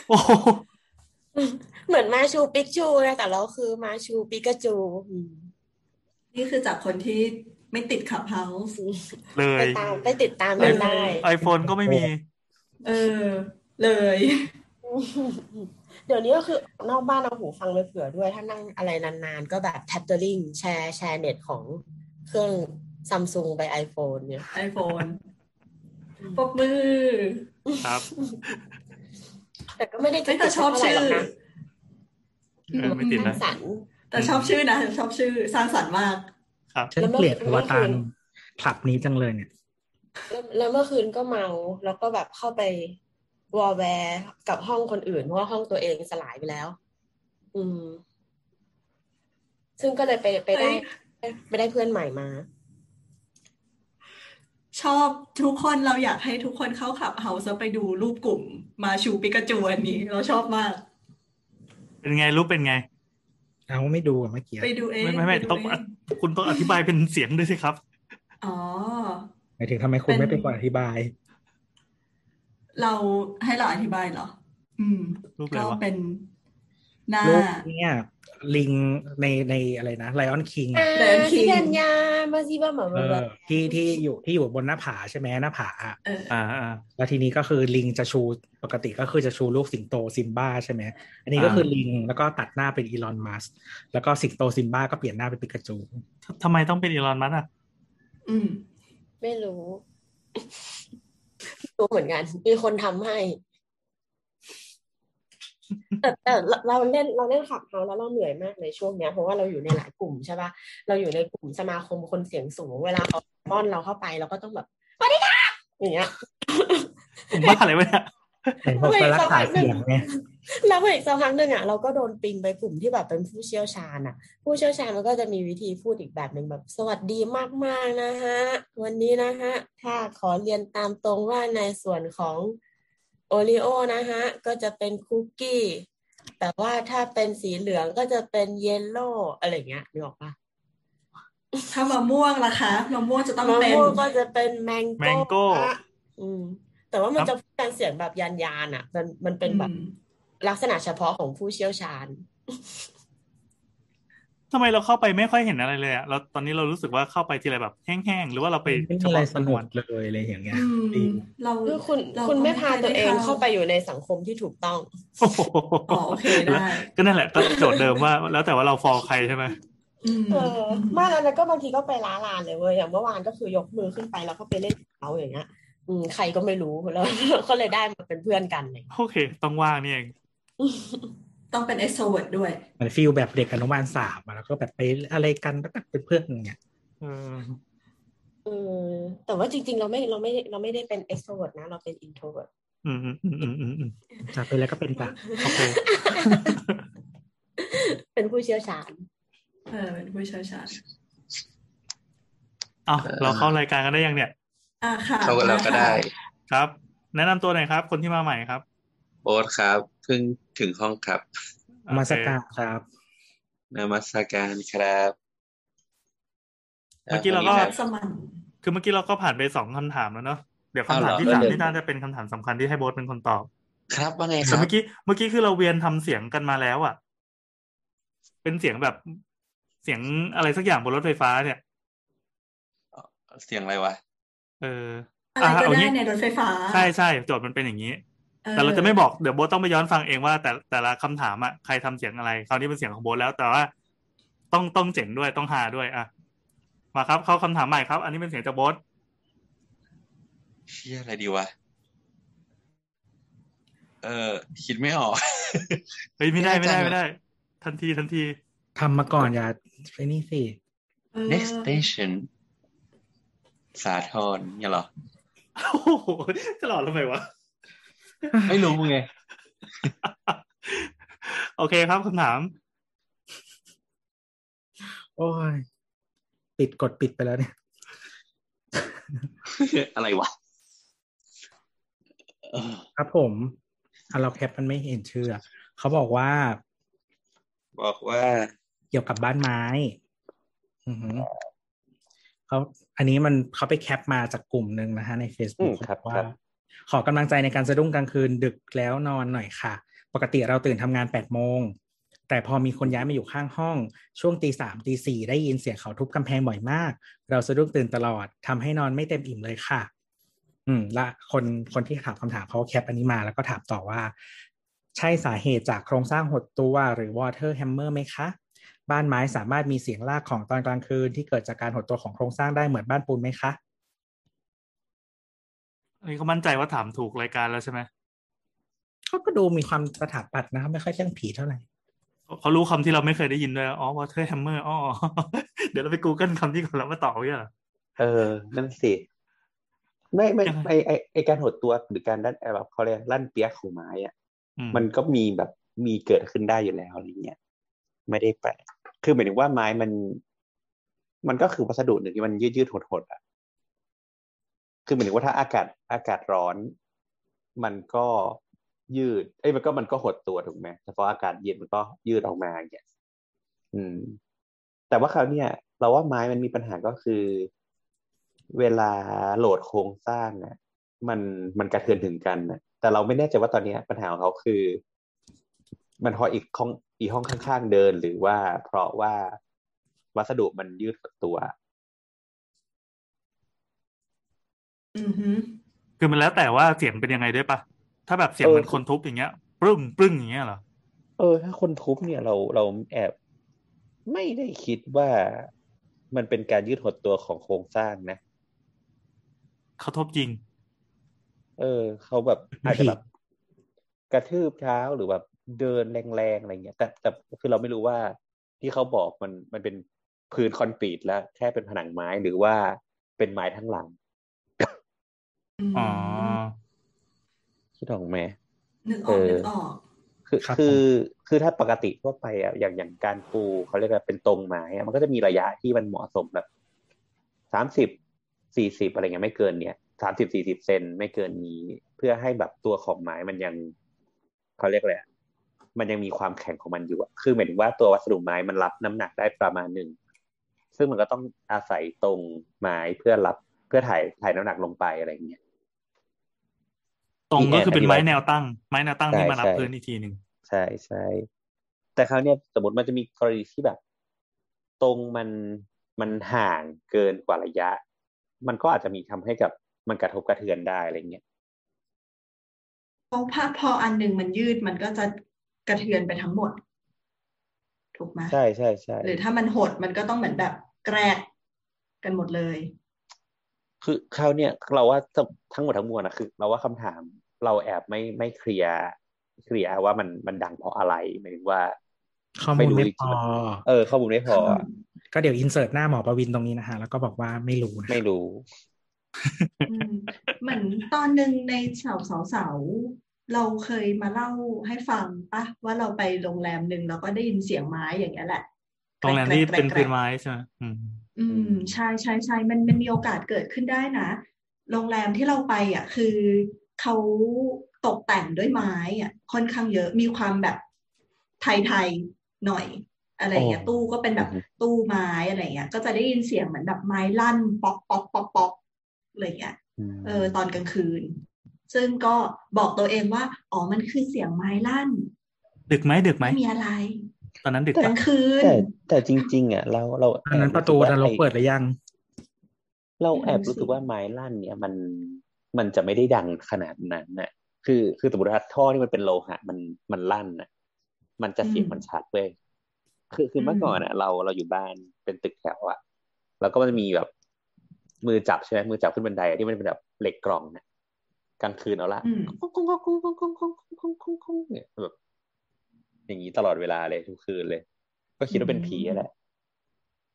[SPEAKER 5] โอ้โห
[SPEAKER 7] เหมือนมาชูปิกชูนะแต่เราคือมาชูปิกาจูอืม
[SPEAKER 3] นี่คือจากคนที่ไม่ติดขับเฮาส์
[SPEAKER 5] เล
[SPEAKER 7] ไป
[SPEAKER 5] ย
[SPEAKER 7] ตามไปติดตามกันได้
[SPEAKER 5] iPhone ก็ไม่มี
[SPEAKER 3] เออ เลย
[SPEAKER 7] เดี๋ยวนี้ก็คือนอกบ้านเอาหูฟังไปเผื่อด้วย ถ้านั่งอะไรนานๆ ก็แบบแท็บเตอร์ลิงแชร์แชร์เน็ตของเครื่องซัมซุงไป iPhone เนี่ย
[SPEAKER 3] iPhone ปรบมือ
[SPEAKER 5] ครับ
[SPEAKER 7] แต่ก็ไม่ได้
[SPEAKER 3] เฮ้ยแต่ชอบชื่อ
[SPEAKER 7] เท่าไหร่หรกนะ
[SPEAKER 5] เออไม่ติด
[SPEAKER 7] ส
[SPEAKER 5] นะ
[SPEAKER 7] ร้างสรรค์
[SPEAKER 3] แต่ชอบชื่อนะชอบชื่อสร้างสรรค์มาก
[SPEAKER 5] ครับ
[SPEAKER 4] ฉันเกลียดอวตารคลับนี้จังเลยเนี่ย
[SPEAKER 7] แล้วแล้วเมื่อคืนก็เมาแล้วก็แบบเข้าไปวอลแวร์กับห้องคนอื่น เพราะว่าห้องตัวเองสลายไปแล้ว อืม ซึ่งก็เลยไปไปได้ไปได้เพื่อนใหม่มา
[SPEAKER 3] ชอบทุกคนเราอยากให้ทุกคนเข้าขับเฮาส์ไปดูรูปกลุ่มมาชูปิกาจูอันนี้ เราชอบมาก
[SPEAKER 5] เป็นไงรู้เป็นไง
[SPEAKER 4] เอาไม่ดูอะเมื่อกี้
[SPEAKER 3] ไปดูเอง
[SPEAKER 5] ไม่ไม่ไม่
[SPEAKER 3] ปดู
[SPEAKER 5] ต้อง
[SPEAKER 3] เอง
[SPEAKER 5] คุณต้องอธิบายเป็นเสียงด้วยสิครับ
[SPEAKER 3] อ๋อ
[SPEAKER 4] หมายถึงทำไมคุณ
[SPEAKER 3] เป็น
[SPEAKER 4] ไม่เป็นคนอธิบาย
[SPEAKER 3] เราให้เราอธิบายเหรอ อืม
[SPEAKER 5] รูปอะไร
[SPEAKER 3] ก็
[SPEAKER 5] วะ
[SPEAKER 3] เป็นหน้า
[SPEAKER 4] รูปเนี่ยลิงในในอะไรนะไลออนคิง
[SPEAKER 7] อ่า
[SPEAKER 3] เดินทิ้ง
[SPEAKER 7] ที่กัญญามาซิบ้าหมอ
[SPEAKER 4] เอ
[SPEAKER 7] มา
[SPEAKER 4] อที่ที่อยู่ที่อยู่บนหน้าผาใช่ไหมหน้าผาอะ
[SPEAKER 3] เออ
[SPEAKER 5] อ่าอ่า
[SPEAKER 4] แล้วทีนี้ก็คือลิงจะชูปกติก็คือจะชูลูกสิงโตซิมบ้าใช่ไหมอันนี้ก็
[SPEAKER 5] อ่า
[SPEAKER 4] คือลิงแล้วก็ตัดหน้าเป็นอีลอนมัสก์แล้วก็สิงโตซิมบ้าก็เปลี่ยนหน้าเป็นปิกาจู
[SPEAKER 5] ทำไมต้องเป็นอีลอนมัสก์อ่ะ
[SPEAKER 3] อืม
[SPEAKER 7] ไม่รู้ *laughs* ไม่รู้เหมือนกัน มีคนทำให้ *laughs* แต่แต่เราเราเล่นเราเล่นขับเขาแล้วเราเหนื่อยมากในช่วงเนี้ยเพราะว่าเราอยู่ในหลายกลุ่มใช่ปะเราอยู่ในกลุ่มสมาคมคนเสียงสูง เวลาเขาป้อนเราเข้าไปเราก็ต้องแบบสวัสดีค่ะอย่างเงี้ย
[SPEAKER 5] ผมบ้าอะไรวะเนี่ย
[SPEAKER 4] แต่พวกก็รักษาเสียงไง
[SPEAKER 7] แล้วพออีกสักพักหนึ่งอ่ะเราก็โดนปิงไปกลุ่มที่แบบเป็นผู้เชี่ยวชาญอ่ะ ผู้เชี่ยวชาญมันก็จะมีวิธีพูดอีกแบบหนึ่งแบบ สวัสดีมากๆนะฮะ วันนี้นะฮะถ้าขอเรียนตามตรงว่าในส่วนของโอริโอนะฮะ ก็จะเป็นคุกกี้ แต่ว่าถ้าเป็นสีเหลืองก็จะเป็นเยลโล่อะไรอย่างเงี้ยนึกออกปะ
[SPEAKER 3] ถ้ามะม่วงล่ะคะมะม่วงจะต้อง
[SPEAKER 7] มะ
[SPEAKER 3] เป็น
[SPEAKER 7] ม่วงก็จะเป็นแมงโก้
[SPEAKER 5] mango
[SPEAKER 7] อืม แต่ว่ามัน
[SPEAKER 5] ครับ
[SPEAKER 7] จะพูดกันเสียงแบบยานยานๆอ่ะ มันมันเป็นแบบ
[SPEAKER 3] อืม
[SPEAKER 7] ลักษณะเฉพาะของผู้เชี่ยวชาญ
[SPEAKER 5] ทำไมเราเข้าไปไม่ค่อยเห็นอะไรเลยอ่ะเราตอนนี้เรารู้สึกว่าเข้าไปทีไรแบบแห้งๆ หรือว่าเราไป
[SPEAKER 4] ไม่มี
[SPEAKER 5] เฉ
[SPEAKER 4] อะไร
[SPEAKER 5] พาะ
[SPEAKER 4] สนุกเลยอะไรอย่างเงี้ย
[SPEAKER 3] อืม
[SPEAKER 4] ลิง
[SPEAKER 3] เรา
[SPEAKER 7] คือคุณ
[SPEAKER 3] เร
[SPEAKER 7] คุณไม่พา
[SPEAKER 3] ก็
[SPEAKER 7] ตัวเอง
[SPEAKER 3] ม่ด้
[SPEAKER 7] เข้าไปอยู่ในสังคมที่ถูกต้อง
[SPEAKER 5] โอ้โห
[SPEAKER 3] อ๋อโอเคได้
[SPEAKER 5] *laughs* ก็นั่นแหละก็โจทย์เดิมว่า แล้วแต่ว่าเราฟอลใครใช่ไหม
[SPEAKER 3] อืม
[SPEAKER 7] เออมากแล้วนะก็บางทีก็ไปล้าลานเลยเว้ยอย่างเมื่อวานก็คือยกมือขึ้นไปแล้วก็ไปเล่นกับเขาอย่างเงี้ยอืมใครก็ไม่รู้แล้ว ก็เลยได้มาเป็นเพื่อนกันเลย
[SPEAKER 5] โอเค ต้องว่างนี่เอง
[SPEAKER 3] ต้องเป็น extrovert ด้วย
[SPEAKER 4] เหมือนฟิลแบบเด็กอนุบาลสามอะแล้วก็แบบไปอะไรกันแล้วก็เป็นเพื่อนอย่างเงี้ย
[SPEAKER 5] เออ
[SPEAKER 7] เออแต่ว่าจริงๆ เราไม่เราไม่เราไม่ได้เป็น extrovert นะ เราเป็น introvert
[SPEAKER 5] อืมอืมอืมอืมอืมอืม
[SPEAKER 4] จากไปแล้วก็เป็นแบบ
[SPEAKER 5] โอเค
[SPEAKER 7] เป็นผู้เชี่ยวชาญ
[SPEAKER 3] เออเป็นผู้เชี่ยวชาญ
[SPEAKER 5] เอาเราเข้ารายการกันได้ยังเนี่ย
[SPEAKER 3] อ่ะค่ะ
[SPEAKER 8] เข้ากับเราก็ได้
[SPEAKER 5] ครับ แนะนำตัวหน่อยครับ คนที่มาใหม่ครับ
[SPEAKER 8] โบ๊ทครับเพิ่งถึงห้องครับ
[SPEAKER 4] นมาสการ
[SPEAKER 5] โอเ
[SPEAKER 4] ครับ
[SPEAKER 8] นมัสการครับ
[SPEAKER 5] เมื่อกี้เราก็
[SPEAKER 8] วันนี้ค
[SPEAKER 3] ค่ะ
[SPEAKER 8] บ
[SPEAKER 3] สมัน
[SPEAKER 5] ค คือเมื่อกี้เราก็ผ่านไปสองคำถามแล้วเนาะเดี๋ยวคำถาม
[SPEAKER 8] อ้าวเหรอ
[SPEAKER 5] ที่สาม
[SPEAKER 8] เออ
[SPEAKER 5] ที่น่าจะเป็นคำถามสำคัญที่ให้โบทเป็นคนตอบ
[SPEAKER 8] ครับว่าไงค
[SPEAKER 5] แต่
[SPEAKER 8] รับ
[SPEAKER 5] เมื่อกี้เมื่อกี้คือเราเวียนทำเสียงกันมาแล้วอ่ะ เป็นเสียงแบบเสียงอะไรสักอย่างบนรถไฟฟ้าเนี่ย
[SPEAKER 8] เสียงอะไรวะ
[SPEAKER 5] เออ
[SPEAKER 3] อะไรก็
[SPEAKER 5] เา
[SPEAKER 3] ได้
[SPEAKER 5] งี้
[SPEAKER 3] ในรถไฟฟ้า
[SPEAKER 5] ใช่ใช่โจทย์มันเป็นอย่างนี้
[SPEAKER 3] ออ
[SPEAKER 5] แต่เราจะไม่บอกเดี๋ยวโบทต้องไปย้อนฟังเองว่า แต่แต่ละคำถามอ่ะใครทำเสียงอะไรคราวนี้เป็นเสียงของโบทแล้วแต่ว่าต้องต้องเจ๋งด้วยต้องฮาด้วยอ่ะมาครับ เข้าคำถามใหม่ครับ อันนี้เป็นเสียงจากโบท
[SPEAKER 8] เชี่ยอะไรดีวะ เออคิดไม่
[SPEAKER 3] *laughs*
[SPEAKER 8] ออก
[SPEAKER 5] เฮ้ยไม่ได้
[SPEAKER 8] ไม่
[SPEAKER 5] ไม่ได้
[SPEAKER 8] ได้จัง
[SPEAKER 5] ไม่ได้ ทันทีทันที *laughs*
[SPEAKER 4] ทำมาก่อนอย่าไอ้นี่สิ
[SPEAKER 3] เออ
[SPEAKER 8] next station สาทรเนี่ยเหรอ
[SPEAKER 5] โอ้โหจะหลอดทำไมวะ *laughs*
[SPEAKER 8] ไม่รู้ไง
[SPEAKER 5] โอเคครับคำถาม
[SPEAKER 4] โอ้ย ปิดกดปิดไปแล้วเนี่ย
[SPEAKER 8] *laughs* อะไรวะเออ
[SPEAKER 4] ครับผมอ่ะเราแคปมันไม่เห็นชื่ออะเขาบอกว่า
[SPEAKER 8] บอกว่า
[SPEAKER 4] เกี่ยวกับบ้านไม้ อือหือเขาอันนี้มันเขาไปแคปมาจากกลุ่มหนึ่งนะฮะใน Facebook
[SPEAKER 9] อืมครับ
[SPEAKER 4] เขาอกว่า
[SPEAKER 9] ครับ
[SPEAKER 4] ขอกำลังใจในการสะดุ้งกลางคืนดึกแล้วนอนหน่อยค่ะ ปกติเราตื่นทำงานแปดโมง แต่พอมีคนย้ายมาอยู่ข้างห้อง ช่วงตีสามตีสี่ได้ยินเสียงเขาทุบกำแพงบ่อยมาก เราสะดุ้งตื่นตลอดทำให้นอนไม่เต็มอิ่มเลยค่ะ อืม และคนคนที่ถามคำถามเขาแคปอันนี้มาแล้วก็ถามต่อว่า ใช่สาเหตุจากโครงสร้างหดตัวหรือ water hammer ไหมคะ บ้านไม้สามารถมีเสียงลากของตอนกลางคืน ที่เกิดจากการหดตัวของโครงสร้างได้เหมือนบ้านปูนไหมคะ
[SPEAKER 5] อันนี้เขามั่นใจว่าถามถูกรายการแล้วใช่ไหม
[SPEAKER 4] เขาก็ดูมีความสถาปัตย์นะครับไม่ค่อยเรื่องผีเท่าไหร่
[SPEAKER 5] เขาเขารู้คำที่เราไม่เคยได้ยินด้วยอ๋อ water hammer อ๋อ *laughs* เดี๋ยวเราไป Google คำที่เขาแล้วมาต่อเนียเหรอ
[SPEAKER 9] เออ นั่นสิ ไม่ไม่
[SPEAKER 5] ยังไง
[SPEAKER 9] ไอไอไอการหดตัวหรือการลั่นแบบเขาเรียกลั่นเปียกของไม้อะ
[SPEAKER 5] อืม
[SPEAKER 9] มันก็มีแบบมีเกิดขึ้นได้อยู่แล้วอะไรเงี้ยไม่ได้แปลกคือหมายถึงว่าไม้มัน มันก็คือวัสดุหนึ่งที่มันยืดยืดหดหดๆอะคือหมายถึงว่าถ้าอากาศอากาศร้อน มันก็ยืด เอ้ยมันก็มันก็หดตัวถูกไหมแต่พออากาศเย็นมันก็ยืดออกมาอย่างเงี้ยอืม แต่ว่าคราวเนี้ยเราว่าไม้มันมีปัญหาก็คือ เวลาโหลดโครงสร้างน่ะ มันมันกระเทือนถึงกันน่ะ แต่เราไม่แน่ใจว่าตอนเนี้ยปัญหาของเขาคือ มันเพราะอีกห้องอีกห้องข้างๆเดิน หรือว่าเพราะว่าวัสดุมันยืดหดตัว
[SPEAKER 3] อือหือ
[SPEAKER 5] คือมันแล้วแต่ว่าเสียงเป็นยังไงด้วยปะถ้าแบบเสียง
[SPEAKER 9] เออ
[SPEAKER 5] เหมือนคนทุบอย่างเงี้ยปรึ้งปรึ้งอย่างเงี้ยเหรอ
[SPEAKER 9] เออ ถ้าคนทุบเนี่ยเราเราแอบไม่ได้คิดว่ามันเป็นการยืดหดตัวของโครงสร้างนะ
[SPEAKER 5] เขาทุบจริง
[SPEAKER 9] เออเขาแบบอาจจะแบบกระทืบเท้าหรือแบบเดินแรงๆอะไรเงี้ยแต่แต่คือเราไม่รู้ว่าที่เขาบอกมันมันเป็นพื้นคอนกรีตแล้ว แค่เป็นผนังไม้หรือว่าเป็นไม้ทั้งหลัง
[SPEAKER 3] ม
[SPEAKER 5] อ๋อ
[SPEAKER 9] คิดออกไหม
[SPEAKER 3] นึกออก
[SPEAKER 9] เออ
[SPEAKER 3] นึกออก
[SPEAKER 9] คือ
[SPEAKER 4] ครับ
[SPEAKER 9] คือคือถ้าปกติทั่วไปอ่ะอย่างอย่างการปูเขาเรียกว่าเป็นตรงไม้อะมันก็จะมีระยะที่มันเหมาะสมแบบสามสิบสี่สิบอะไรเงี้ยไม่เกินเนี้ยสามสิบสี่สิบเซนไม่เกินนี้ เพื่อให้แบบตัวของไม้มันยังเขาเรียกอะไรอะมันยังมีความแข็งของมันอยู่อะคือหมายถึงว่าตัววัสดุไม้มันรับน้ำหนักได้ประมาณหนึ่งซึ่งมันก็ต้องอาศัยตรงไม้เพื่อรับเพื่อถ่ายถ่ายน้ำหนักลงไปอะไรเงี้ย
[SPEAKER 5] ตรงก็คือเป็นไม้
[SPEAKER 9] อีกอัน
[SPEAKER 5] แนวตั้ง ไม้แนวตั้งที่
[SPEAKER 9] ใช่
[SPEAKER 5] มารับ
[SPEAKER 9] ใช่
[SPEAKER 5] พื้นอีกทีหนึ่ง
[SPEAKER 9] ใช่ใช่ แต่คราวเนี้ยสมมติมันจะมีกรณีที่แบบ ตรงมันมันห่างเกินกว่าระยะ มันก็อาจจะมีทำให้กับมันกระทบกระเทือนได้อะไรเงี้ย
[SPEAKER 3] เพราะผ้าพออันหนึ่งมันยืดมันก็จะกระเทือนไปทั้งหมด ถูกไหม
[SPEAKER 9] ใช่ใช่ใช่
[SPEAKER 3] หรือถ้ามันหดมันก็ต้องเหมือนแบบแกรกกันหมดเลย
[SPEAKER 9] คือคราวเนี้ยเราว่าทั้งหมดทั้งมวลนะคือ เราว่าคำถามเราแอบไม่ไม่เคลียร์เคลียร์ว่ามันมันดังเพราะอะไรหมายถึงว่า
[SPEAKER 4] ข้อมูล
[SPEAKER 9] ไม่
[SPEAKER 4] ไม่
[SPEAKER 9] รู้
[SPEAKER 4] พอ
[SPEAKER 9] จริง เออข้อมูลไม่พอ
[SPEAKER 4] ก็เดี๋ยวอินเสิร์ตหน้าหมอประวินตรงนี้นะฮะ แล้วก็บอกว่าไม่รู้นะ
[SPEAKER 9] ไม่รู้
[SPEAKER 3] อืมเหมือนตอนหนึ่งในเสาเสาเสาเราเคยมาเล่าให้ฟังปะว่าเราไปโรงแรมหนึ่งแล้วก็ได้ยินเสียงไม้อย่างเงี้ยแหละ
[SPEAKER 5] โรงแรมที่เป็น
[SPEAKER 3] แกร
[SPEAKER 5] พื้
[SPEAKER 3] ก
[SPEAKER 5] น
[SPEAKER 3] ๆๆๆ
[SPEAKER 5] ไม้ใช่ไหมอืม
[SPEAKER 3] อืมใช่ใช่ใช่มันมันมีโอกาสเกิดขึ้นได้นะ โรงแรมที่เราไปอ่ะ คือเขาตกแต่งด้วยไม้อ่ะค่อนข้างเยอะมีความแบบไทยๆหน่อย อะไรอย่างเงี้ย
[SPEAKER 4] โอ้
[SPEAKER 3] ตู้ก็เป็นแบบ
[SPEAKER 9] อือฮึ
[SPEAKER 3] ตู้ไม้อะไรอย่างเงี้ยก็จะได้ยินเสียงเหมือนแบบไม้ลั่นป๊อกป๊อกป๊อกป๊อกอะไรอย่างเงี้ย
[SPEAKER 9] ม
[SPEAKER 3] เออตอนกลางคืน ซึ่งก็บอกตัวเองว่า อ๋อมันคือเสียงไม้ลั่น
[SPEAKER 5] ดึกไหมดึกไหม
[SPEAKER 3] ไม่มีอะไร
[SPEAKER 5] ตอนนั้นดึก
[SPEAKER 3] ก
[SPEAKER 5] ปะ
[SPEAKER 3] ลางคืน
[SPEAKER 9] แต่แต่จริง ๆ อ่ะ เราเราแบ
[SPEAKER 4] อันนั้นประตู
[SPEAKER 9] สึกว่
[SPEAKER 4] นรก
[SPEAKER 9] ไอ้
[SPEAKER 4] เปิดหรือยัง
[SPEAKER 9] เราแอบรู้สึกว่าไม้ลั่นเนี่ยมันมันจะไม่ได้ดังขนาดนั้นน่ะ คือคือสมมติว่าท่อนี่มันเป็นโลหะมันมันลั่นน่ะ มันจะเสียง
[SPEAKER 3] อืม
[SPEAKER 9] มันชัดเว้ยคือคือ
[SPEAKER 3] ม
[SPEAKER 9] เมื่อก่อนอ่ะ เราเราอยู่บ้านเป็นตึกแถวอ่ะ แล้วก็มันจะมีแบบ มือจับใช่ไหมมือจับขึ้นบันไดที่มันเป็นแบบเหล็กกล่องน่ะกลางคืนเอาละ
[SPEAKER 3] อืม
[SPEAKER 9] คงคงคงคงคงคงคงคงคงคงเนี่ยแบบอย่างนี้ตลอดเวลาเลยทุกคืนเลย ก็คิดว่าเป็นผีแหละ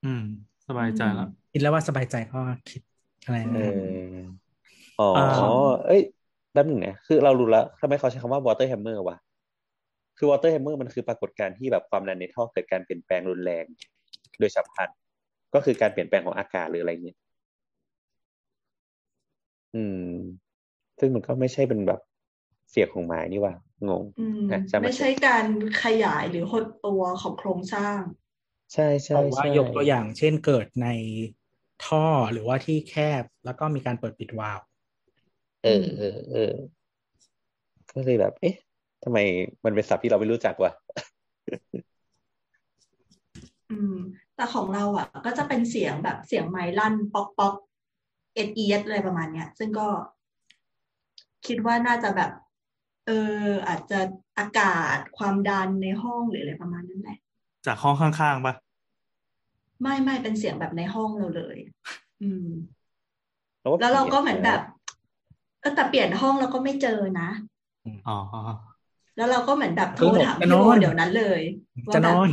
[SPEAKER 5] อืม สบายใจแล้ว
[SPEAKER 4] คิดแล้วว่าสบายใจก็คิดอะไร
[SPEAKER 9] เอ
[SPEAKER 4] นะ
[SPEAKER 9] อ อ๋อ
[SPEAKER 4] อ่า
[SPEAKER 9] เอ้ยแป๊บหนึ่งนะ คือเรารู้แล้วทำไมเขาใช้คำว่า water hammer วะ คือ water hammer มันคือปรากฏการณ์ที่แบบความดันในท่อเกิดการเปลี่ยนแปลงรุนแรง โดยฉับพลัน ก็คือการเปลี่ยนแปลงของอากาศหรืออะไรเงี้ย อืม ซึ่งมันก็ไม่ใช่เป็นแบบเสียงของไม้นี่ว่างง
[SPEAKER 3] อืม
[SPEAKER 9] อ่ะจำมา
[SPEAKER 3] ไม่ใช่การขยายหรือหดตัวของโครงสร้าง
[SPEAKER 9] ใช่ใช่
[SPEAKER 4] แต่ว่า
[SPEAKER 9] ใช่
[SPEAKER 4] ยกตัวอย่างเช่นเกิดในท่อหรือว่าที่แคบแล้วก็มีการเปิดปิดวาล์ว
[SPEAKER 9] เออเออเออ ก็เลยแบบ เอ๊ะทำไมมันเป็นศัพท์ที่เราไม่รู้จักวะ
[SPEAKER 3] อืม แต่ของเราอ่ะ ก็จะเป็นเสียงแบบเสียงไม้ลั่น ป๊อกป๊อกเอ็ดเอียดอะไรประมาณเนี้ย ซึ่งก็คิดว่าน่าจะแบบ เออ อาจจะอากาศความดันในห้องหรืออะไรประมาณนั้นแหละ
[SPEAKER 5] จากห้องข้างๆปะ
[SPEAKER 3] ไม่ไม่เป็นเสียงแบบในห้องเราเลย อืม
[SPEAKER 9] แล้วว่า
[SPEAKER 3] แล้วเรา
[SPEAKER 9] ผี
[SPEAKER 3] ก็เหมือนแบบ
[SPEAKER 9] ะ
[SPEAKER 3] เออแต่เปลี่ยนห้องเราก็ไม่เจอนะ
[SPEAKER 5] อ๋อ
[SPEAKER 3] แล้วเราก็เหมือนแบบโทรถาม
[SPEAKER 4] จะ
[SPEAKER 3] พี่
[SPEAKER 4] นอ
[SPEAKER 3] โอน เดี๋ยวนั้นเลยว่า
[SPEAKER 4] จะ
[SPEAKER 3] แบ
[SPEAKER 4] น
[SPEAKER 3] บ
[SPEAKER 4] อน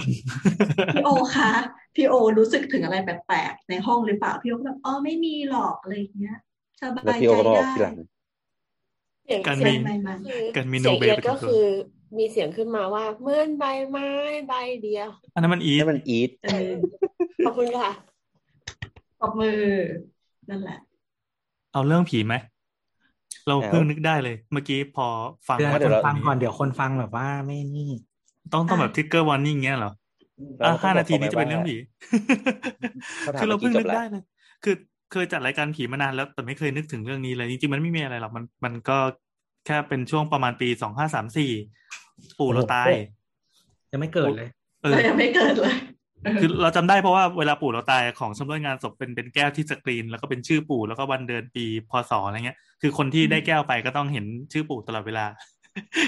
[SPEAKER 3] พี่โอคะพี่โอรู้สึกถึงอะไรแปลกๆในห้องหรือเปล่าพี่โอก็แบบอ๋อไม่มีหรอกอะไรอย่างเงี้ยสบาย
[SPEAKER 9] แล้ว
[SPEAKER 3] ใจ
[SPEAKER 9] พี่โอก็มาบ
[SPEAKER 3] ได้
[SPEAKER 9] อกทีหลัง
[SPEAKER 7] เสียง
[SPEAKER 5] การมี
[SPEAKER 7] เสียง
[SPEAKER 3] ไม่ไม่
[SPEAKER 7] คือ
[SPEAKER 5] การมี
[SPEAKER 7] เสียง
[SPEAKER 5] no
[SPEAKER 7] เอีย
[SPEAKER 5] bait
[SPEAKER 7] ดก็คือ มีเสียงขึ้นมาว่าเหมื่อนใบไม้ใบเดียว
[SPEAKER 5] อันนั้นมันอีท
[SPEAKER 9] ให้มันอีท
[SPEAKER 3] เออ
[SPEAKER 7] ขอบคุณค่ะ
[SPEAKER 3] ปรบมือนั่นแหละ
[SPEAKER 5] เอาเรื่องผีไหม เราเพิ่งนึกได้เลย เมื่อกี้พอฟัง
[SPEAKER 4] เดี๋ยว
[SPEAKER 5] ว่า
[SPEAKER 4] คน
[SPEAKER 5] ค
[SPEAKER 4] ฟัง
[SPEAKER 5] น
[SPEAKER 4] ก่อนเดี๋ยวคนฟังแบบว่าไม่นี่
[SPEAKER 5] ต้องต้องแบบทิกเกอร์วอร์นิ่งเงี้ยเหรอ
[SPEAKER 9] เร
[SPEAKER 5] อ่ะ
[SPEAKER 9] ก็
[SPEAKER 5] ห้า
[SPEAKER 9] ต้
[SPEAKER 5] นาทีนี้จะเป็นเรื่องผี
[SPEAKER 9] เขาถาม
[SPEAKER 5] คือเราเพิ่งนึก
[SPEAKER 9] มื่อ
[SPEAKER 5] ได้เลย คือเคยจัดรายการผีมานานแล้ว แต่ไม่เคยนึกถึงเรื่องนี้เลย จริงๆ มันไม่มีอะไรหรอก มันมันก็แค่เป็นช่วงประมาณปีสองห้าสามสี่ปู่เราตาย
[SPEAKER 4] ยังไม่เกิดเลย
[SPEAKER 5] เออ
[SPEAKER 3] เรายังไม่เกิดเลย
[SPEAKER 5] คือเราจำได้เพราะว่าเวลาปู่เราตายของชำร่วยงานศพเป็นเป็นแก้วที่สกรีน แล้วก็เป็นชื่อปู่แล้วก็วันเดือนปีพศอะไรเงี้ย คือคนที่ได้แก้วไปก็ต้องเห็นชื่อปู่ตลอดเวลา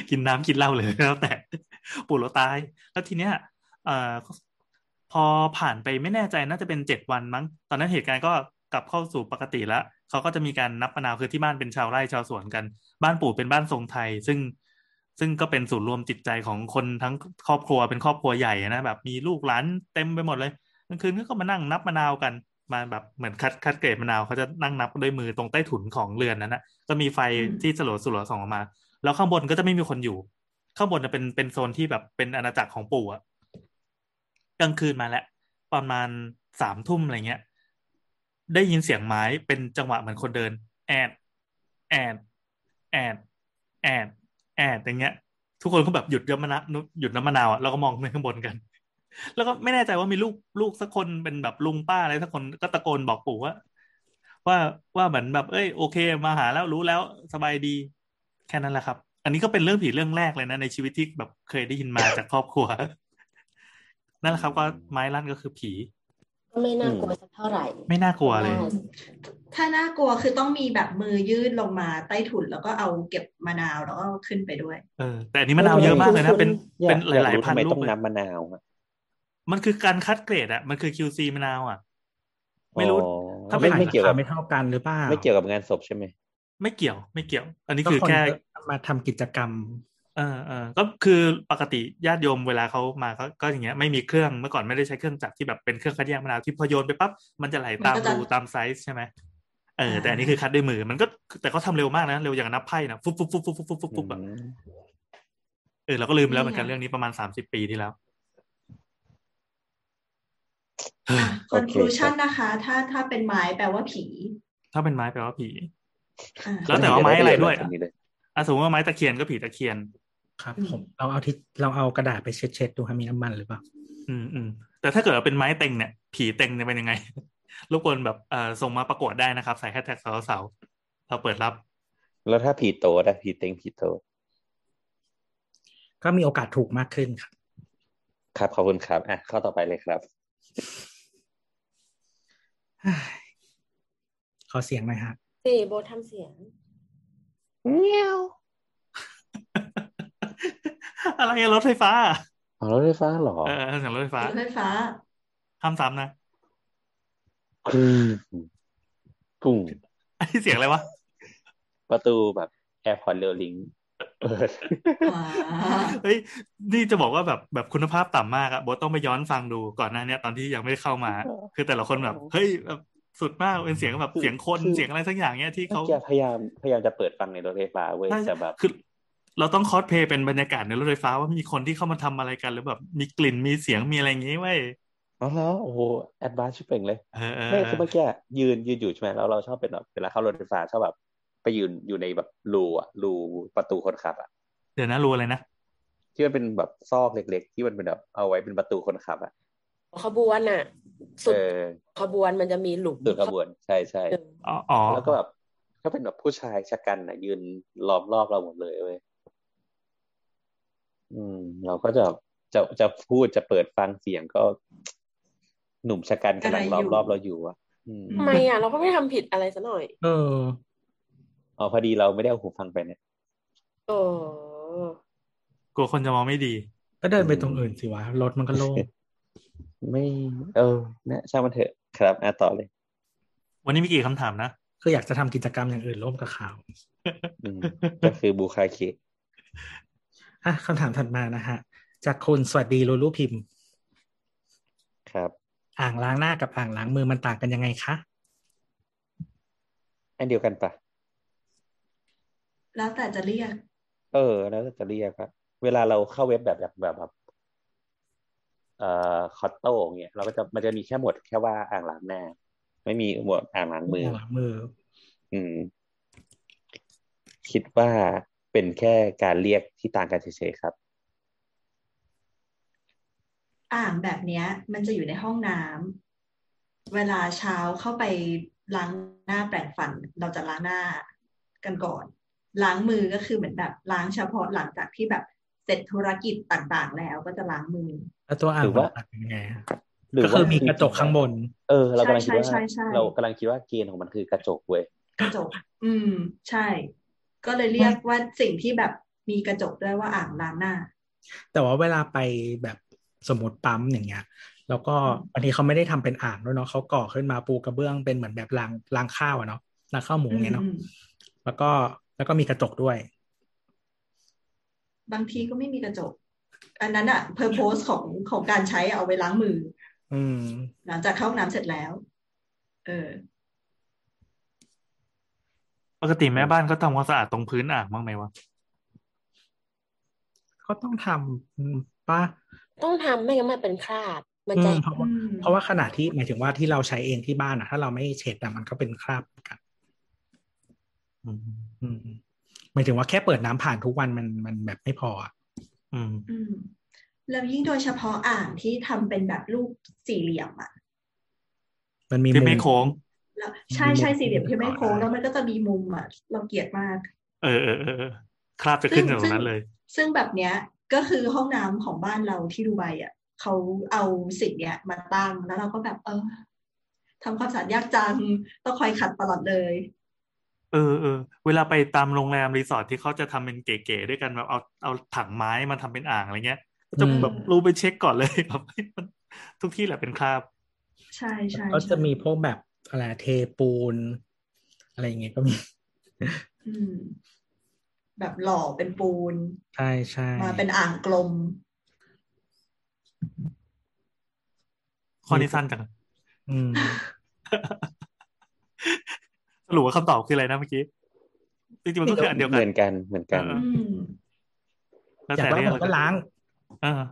[SPEAKER 5] *laughs* กินน้ำกินเหล้าเลยแล้วแต่ *laughs* ปู่เราตาย แล้วทีเนี้ยเอ่อพอผ่านไปไม่แน่ใจน่าจะเป็นเจ็ดวันมั้ง ตอนนั้นเหตุการณ์ก็กลับเข้าสู่ปกติแล้วเขาก็จะมีการนับมะนาวคือที่บ้านเป็นชาวไร่ชาวสวนกัน บ้านปู่เป็นบ้านทรงไทย ซึ่งซึ่งก็เป็นศูนย์รวมจิตใจของคนทั้งครอบครัวเป็นครอบครัวใหญ่นะแบบมีลูกหลานเต็มไปหมดเลยกลางคืนก็มานั่งนับมะนาวกันมาแบบเหมือนคัดคัดเกรดมะนาวเขาจะนั่งนับด้วยมือตรงใต้ถุนของเรือนนั้นนะก็มีไฟที่สลัวสลัวๆส่องออกมา แล้วข้างบนก็จะไม่มีคนอยู่ ข้างบนน่ะเป็นเป็นโซนที่แบบเป็นอาณาจักรของปู่อะกลางคืนมาแล้วประมาณสามทุ่มอะไรเงี้ย ได้ยินเสียงไม้เป็นจังหวะเหมือนคนเดิน แอด แอด แอด แอด แอดอย่างเงี้ย ทุกคนก็แบบหยุดน้ำมะนาวหยุดน้ำมะนาวอะแล้วก็มองไปข้างบนกัน *laughs* แล้วก็ไม่แน่ใจว่ามีลูกลูกสักคนเป็นแบบลุงป้าอะไรสักคนก็ตะโกนบอกปู่ว่า ว่าว่าเหมือนแบบ เอ้ยโอเค มาหาแล้วรู้แล้วสบายดี แค่นั้นแหละครับ อันนี้ก็เป็นเรื่องผีเรื่องแรกเลยนะในชีวิตที่แบบเคยได้ยินมาจากครอบครัว *laughs* นั่นแหละครับก็ไม้ลั่นก็คือผี
[SPEAKER 7] ก็ไม่น่ากลัวสักเท่าไหร่
[SPEAKER 5] ไม่น่ากลัวเลย
[SPEAKER 7] ได้
[SPEAKER 3] ถ้าน่ากลัวคือต้องมีแบบมือยื่นลงมาใต้ถุนแล้วก็เอาเก็บมะนาวแล้วก็ขึ้นไปด้วย
[SPEAKER 5] เออแต่อันนี้มะนาวเยอะมากเลยนะเป็น
[SPEAKER 9] อ
[SPEAKER 5] เป็น
[SPEAKER 9] ก
[SPEAKER 5] ห
[SPEAKER 9] อก
[SPEAKER 5] ลาย
[SPEAKER 9] รู้
[SPEAKER 5] ๆพัน
[SPEAKER 9] ทำไม
[SPEAKER 5] ลูก
[SPEAKER 9] ต้อง
[SPEAKER 5] เลย
[SPEAKER 9] น้ำมะนาวอะ
[SPEAKER 5] มันคือการคัดเกรดอะมันคือ QC มะนาวอะไม่รู้
[SPEAKER 9] อ๋อ
[SPEAKER 5] ถ้าเป็
[SPEAKER 4] ไม่ไม่
[SPEAKER 5] น
[SPEAKER 9] ไม่
[SPEAKER 4] เกี่
[SPEAKER 9] เกี่
[SPEAKER 4] ย
[SPEAKER 9] ยว วกับ
[SPEAKER 4] ไม่เท่ากันหรือเปล่า
[SPEAKER 9] ไม่เกี่ยวกับงานศพใช่ไหม
[SPEAKER 5] ไม่เกี่ยวไม่เกี่ยว อันนี้
[SPEAKER 4] ก็
[SPEAKER 5] คือ
[SPEAKER 4] คน
[SPEAKER 5] แค่
[SPEAKER 4] ก็มาทำกิจกรรม
[SPEAKER 5] เออเออก็คือปกติญาติโยมเวลาเขามาก็ก็อย่างเงี้ยไม่มีเครื่องเมื่อก่อนไม่ได้ใช้เครื่องจักรที่แบบเป็นเครื่องคัดแยกมะนาวที่พอโยนไปปั๊บมันจะไหลตาม
[SPEAKER 3] มันก็จะ
[SPEAKER 5] รูตามไซส์ใช่ไหมเออ
[SPEAKER 3] อ่า
[SPEAKER 5] แต่อันนี้คือคัดด้วยมือมันก็แต่เขาทำเร็วมากนะเร็วอย่างนับไพ่นะฟุบฟุบฟุบฟุบฟุบฟุบฟุบฟุบอะ
[SPEAKER 9] อืม
[SPEAKER 5] เออเราก็ลืมแล้วเหมือนกันเรื่องนี้ประมาณสามสิบปีที่แล้ว
[SPEAKER 3] อ่ะ conclusion นะคะ ถ้าถ้าเป็นไม้แปลว่าผี
[SPEAKER 5] ถ้าเป็นไม้แปลว่าผี
[SPEAKER 3] อ่า
[SPEAKER 5] แล้วแต่ว่าไม้อะไรด้วย
[SPEAKER 9] คนนี้เลย
[SPEAKER 5] อ่ะสมมติว่าไม้ตะเคียนก็ผีตะเคียน
[SPEAKER 4] ครับ
[SPEAKER 3] อืม
[SPEAKER 4] ผมเราเอาที่เราเอากระดาษไปเช็ดเช็ดๆดูฮะมีน้ำมันหรือเปล่า
[SPEAKER 5] อืมอืมแต่ถ้าเกิดว่าเป็นไม้เต็งเนี่ย ผีเต็งจะเป็นยังไง *laughs* รบกวนแบบเอ่อส่งมาประกวดได้นะครับ ใส่แฮชแท็กสาวสาวๆเราเปิดรับ *laughs*
[SPEAKER 9] แล้วถ้าผีโตได้ผีเต็งผีโต
[SPEAKER 4] ก็มีโอกาสถูกมากขึ้นครับ
[SPEAKER 9] ครับขอบคุณครับอ่ะข้อต่อไปเลยครับ
[SPEAKER 4] ขอเสียงหน่อยฮะ
[SPEAKER 7] สิโบททำเสียง
[SPEAKER 5] อะไรอะรถไฟฟ้าอะ
[SPEAKER 9] อ๋อรถไฟฟ้าเหรอ
[SPEAKER 5] เออเออเสียงรถไฟฟ้าร
[SPEAKER 3] ถไฟฟ้า
[SPEAKER 5] ห้ามซ้ำนะ *laughs*
[SPEAKER 9] อืมกุ้ง
[SPEAKER 5] ไอ้เสียงอะไรวะ
[SPEAKER 9] ประตูแบบแอร์พอร์ตเรลลิงเปิด
[SPEAKER 3] อ่า
[SPEAKER 5] เฮ้ยนี่จะบอกว่าแบบแบบคุณภาพต่ำมากอะโบทต้องไปย้อนฟังดูก่อนหน้าเนี้ยตอนที่ยังไม่ได้เข้ามา คือแต่ละคนแบบเฮ้ยแบบสุดมากเป็นเสียงแบบเสียงคนเสียงอะไรสักอย่างเนี้ยที่เขา
[SPEAKER 9] จะพยายามพยายามจะเปิดฟังในรถไฟฟ้าเว้ย
[SPEAKER 5] ใช่
[SPEAKER 9] แต่แบบ
[SPEAKER 5] คือเราต้องคอสเพลย์เป็นบรรยากาศในรถไฟฟ้าว่ามีคนที่เข้ามาทำอะไรกันหรือแบบมีกลิ่นมีเสียงมีอะไรอย่างงี้ไว้ย
[SPEAKER 9] อ๋อเหรอโอ้โหแอดวานซ์ชิบเป่งเลย
[SPEAKER 5] เออเออ
[SPEAKER 9] ไม่คือเมื่อกี้ยืนยืนอยู่ใช่ไหมแล้วเราชอบเป็นแบบเวลาเข้ารถไฟฟ้าชอบแบบไปยืนอยู่ในแบบรูอะรูประตูคนขับอะ
[SPEAKER 5] เดี๋ยวนะรู้อะไรนะ
[SPEAKER 9] ที่มันเป็นแบบซอกเล็ก ๆ ที่มันเป็นแบบเอาไว้เป็นประตูคนขับอะ
[SPEAKER 7] ขบวนอ่ะ สุด
[SPEAKER 9] เออ
[SPEAKER 7] ขบวนมันจะมีหลุม
[SPEAKER 9] สุดขบวนใช่ใช่
[SPEAKER 7] หนึ่ง
[SPEAKER 5] อ๋ออ๋อ
[SPEAKER 9] แล้วก็แบบก็เป็นแบบผู้ชายชะกันอะยืนล้อมรอบเราหมดเลยเว้ยอืม เราก็จะจะจะพูดจะเปิดฟังเสียงก็ หนุ่มชะกันกำลังล้อมรอบเราอยู่อะอืม
[SPEAKER 7] ทำไมอ่ะ เราก็ไม่ทำผิดอะไรซะหน่อย
[SPEAKER 4] เออ
[SPEAKER 9] อ๋อพอดีเราไม่ได้เอาหูฟังไปเนี่ย
[SPEAKER 7] โอ้
[SPEAKER 5] กลัวคนจะมองไม่ดี
[SPEAKER 4] ก็เดินไปตรงอื่นสิวะ รถมันก็โล่ *laughs* ง
[SPEAKER 9] ไม่เออนะช่างมันเถอะครับอ่ะต่อเลย
[SPEAKER 5] วันนี้มีกี่คำถามนะ
[SPEAKER 4] คืออยากจะทำกิจกรรมอย่างอื่นร่วมกับเขา
[SPEAKER 9] อื
[SPEAKER 4] *laughs*
[SPEAKER 9] ม ก็คือบูคาเค
[SPEAKER 4] อ่ะคำถามถัดมานะฮะ จากคุณสวัสดีลูลูพิมพ์
[SPEAKER 9] ครับ
[SPEAKER 4] อ่างล้างหน้ากับอ่างล้างมือมันต่างกันยังไงคะ
[SPEAKER 9] อันเดียวกันปะ
[SPEAKER 3] แล้วแต่จะเรียก
[SPEAKER 9] เออ แล้วจะเรียกปะเวลาเราเข้าเว็บแบบแบบแบบแบบเอ่อคอตโต้อย่างเงี้ยเราก็จะมันจะมีแค่หมวดแค่ว่าอ่างล้างหน้า ไม่มีหมวดอ่างล้างมือ
[SPEAKER 4] อ่างล้างมือ
[SPEAKER 9] อืม คิดว่าเป็นแค่การเรียกที่ต่างกันเฉยๆครับ
[SPEAKER 3] อ่างแบบเนี้ย มันจะอยู่ในห้องน้ำเวลาเช้าเข้าไปล้างหน้าแปรงฟัน เราจะล้างหน้ากันก่อน ล้างมือก็คือเหมือนแบบล้างเฉพาะหลังจากที่แบบเสร็จธุรกิจต่างๆ แล้วก็จะล้างมือ
[SPEAKER 4] แล้วตัวอ่าง
[SPEAKER 9] หรือว่ามั
[SPEAKER 4] นต่างกันยังไงฮะ
[SPEAKER 9] หรือ
[SPEAKER 4] ก็
[SPEAKER 9] ว่า
[SPEAKER 4] คือมีกระจกข้างบน
[SPEAKER 9] เออเรากำลังคิดว่า
[SPEAKER 3] ใช่ใช่ใช่
[SPEAKER 9] เรากำลังคิดว่าเกณฑ์ของมันคือกระจกเว้ย
[SPEAKER 3] กระจก อืม ใช่ ก็เลยเรียกว่าสิ่งที่แบบมีกระจกด้วยว่าอ่างล้างหน้า
[SPEAKER 4] แต่ว่าเวลาไปแบบสมมติปั๊มอย่างเงี้ย แล้วก็บางทีเขาไม่ได้ทำเป็นอ่างด้วยเนาะเขาก่อขึ้นมาปูกระเบื้องเป็นเหมือนแบบรางรางข้าวอะเนาะรางข้าวหมูอย่างเงี้ยเนาะ
[SPEAKER 3] อืม
[SPEAKER 4] แล้วก็แล้วก็มีกระจกด้วย
[SPEAKER 3] บางทีก็ไม่มีกระจก อันนั้นอะเพอร์โพสของของการใช้เอาไว้ล้างมือ
[SPEAKER 4] อืม
[SPEAKER 3] หลังจากเข้าห้องน้ำเสร็จแล้ว เออ
[SPEAKER 5] ปกติแม่บ้านก็ทำความสะอาดตรงพื้นอ่างบ้างไหมวะ
[SPEAKER 4] ก็ต้องทำป่ะ
[SPEAKER 7] ต้องทำไม่งั้นมันเป็นคราบ มันจะ
[SPEAKER 4] อืม
[SPEAKER 3] อืม
[SPEAKER 4] เพราะว่าเพราะว่าขนาดที่หมายถึงว่าที่เราใช้เองที่บ้านอะถ้าเราไม่เช็ดอะมันก็เป็นคราบเหมือนกัน
[SPEAKER 5] อืม
[SPEAKER 4] อืมหมายถึงว่าแค่เปิดน้ำผ่านทุกวันมันมันแบบไม่พออะ
[SPEAKER 5] อืม
[SPEAKER 3] อืม แล้วยิ่งโดยเฉพาะอ่างที่ทำเป็นแบบรูปสี่เหลี่ยมอะ
[SPEAKER 4] มันมี
[SPEAKER 5] ที่
[SPEAKER 4] มุ
[SPEAKER 5] ไม่
[SPEAKER 4] ม
[SPEAKER 5] โค้ง
[SPEAKER 3] แล้วใช่
[SPEAKER 4] มีมุม
[SPEAKER 3] ใช่สี่เหลี่ยมที่ไม่โค้ง
[SPEAKER 4] ก่อนนะ
[SPEAKER 3] แล้วมันก็จะมีมุมอะเราเกลียดมาก
[SPEAKER 5] เออเออเออเออคราบจะขึ้นจากตรงนั้นเลย
[SPEAKER 3] ซึ่งแบบเนี้ยก็คือห้องน้ำของบ้านเราที่ดูไบอ่ะเขาเอาสิ่งเนี้ยมาตั้งแล้วเราก็แบบเออทำความสะอาดยากจังต้องคอยขัดตลอดเลย
[SPEAKER 5] เออเออเวลาไปตามโรงแรมรีสอร์ทที่เขาจะทำเป็นเก๋ๆด้วยกันแบบเอาเอาถังไม้มาทำเป็นอ่างอะไรเงี้ยก็จะ
[SPEAKER 4] อืม
[SPEAKER 5] แบบรู้ไปเช็คก่อนเลย *laughs* แบบมันทุกที่แหละเป็นคราบ
[SPEAKER 3] ใช่ใช่
[SPEAKER 4] ก็จะ
[SPEAKER 3] ใช่
[SPEAKER 4] มีพวกแบบอะไรเทปูน อะไรอย่างเงี้ยก็มี
[SPEAKER 3] อืม แบบหล่อเป็นปูน
[SPEAKER 4] ใช่ใช่
[SPEAKER 3] มาเป็นอ่างกลม
[SPEAKER 5] ข้อนี้สั้นจัง
[SPEAKER 4] อืม
[SPEAKER 5] สรุปว่าคำตอบคืออะไรนะเมื่อกี้จริงๆมันก็คืออันเดียวกัน
[SPEAKER 9] เหมือนกันเหมือนกัน
[SPEAKER 5] เอ
[SPEAKER 3] อืม
[SPEAKER 5] แล้ว
[SPEAKER 4] อย่าง
[SPEAKER 5] แต่
[SPEAKER 4] ว่า
[SPEAKER 5] เรื่อง
[SPEAKER 4] มันก็ล้าง
[SPEAKER 5] เออ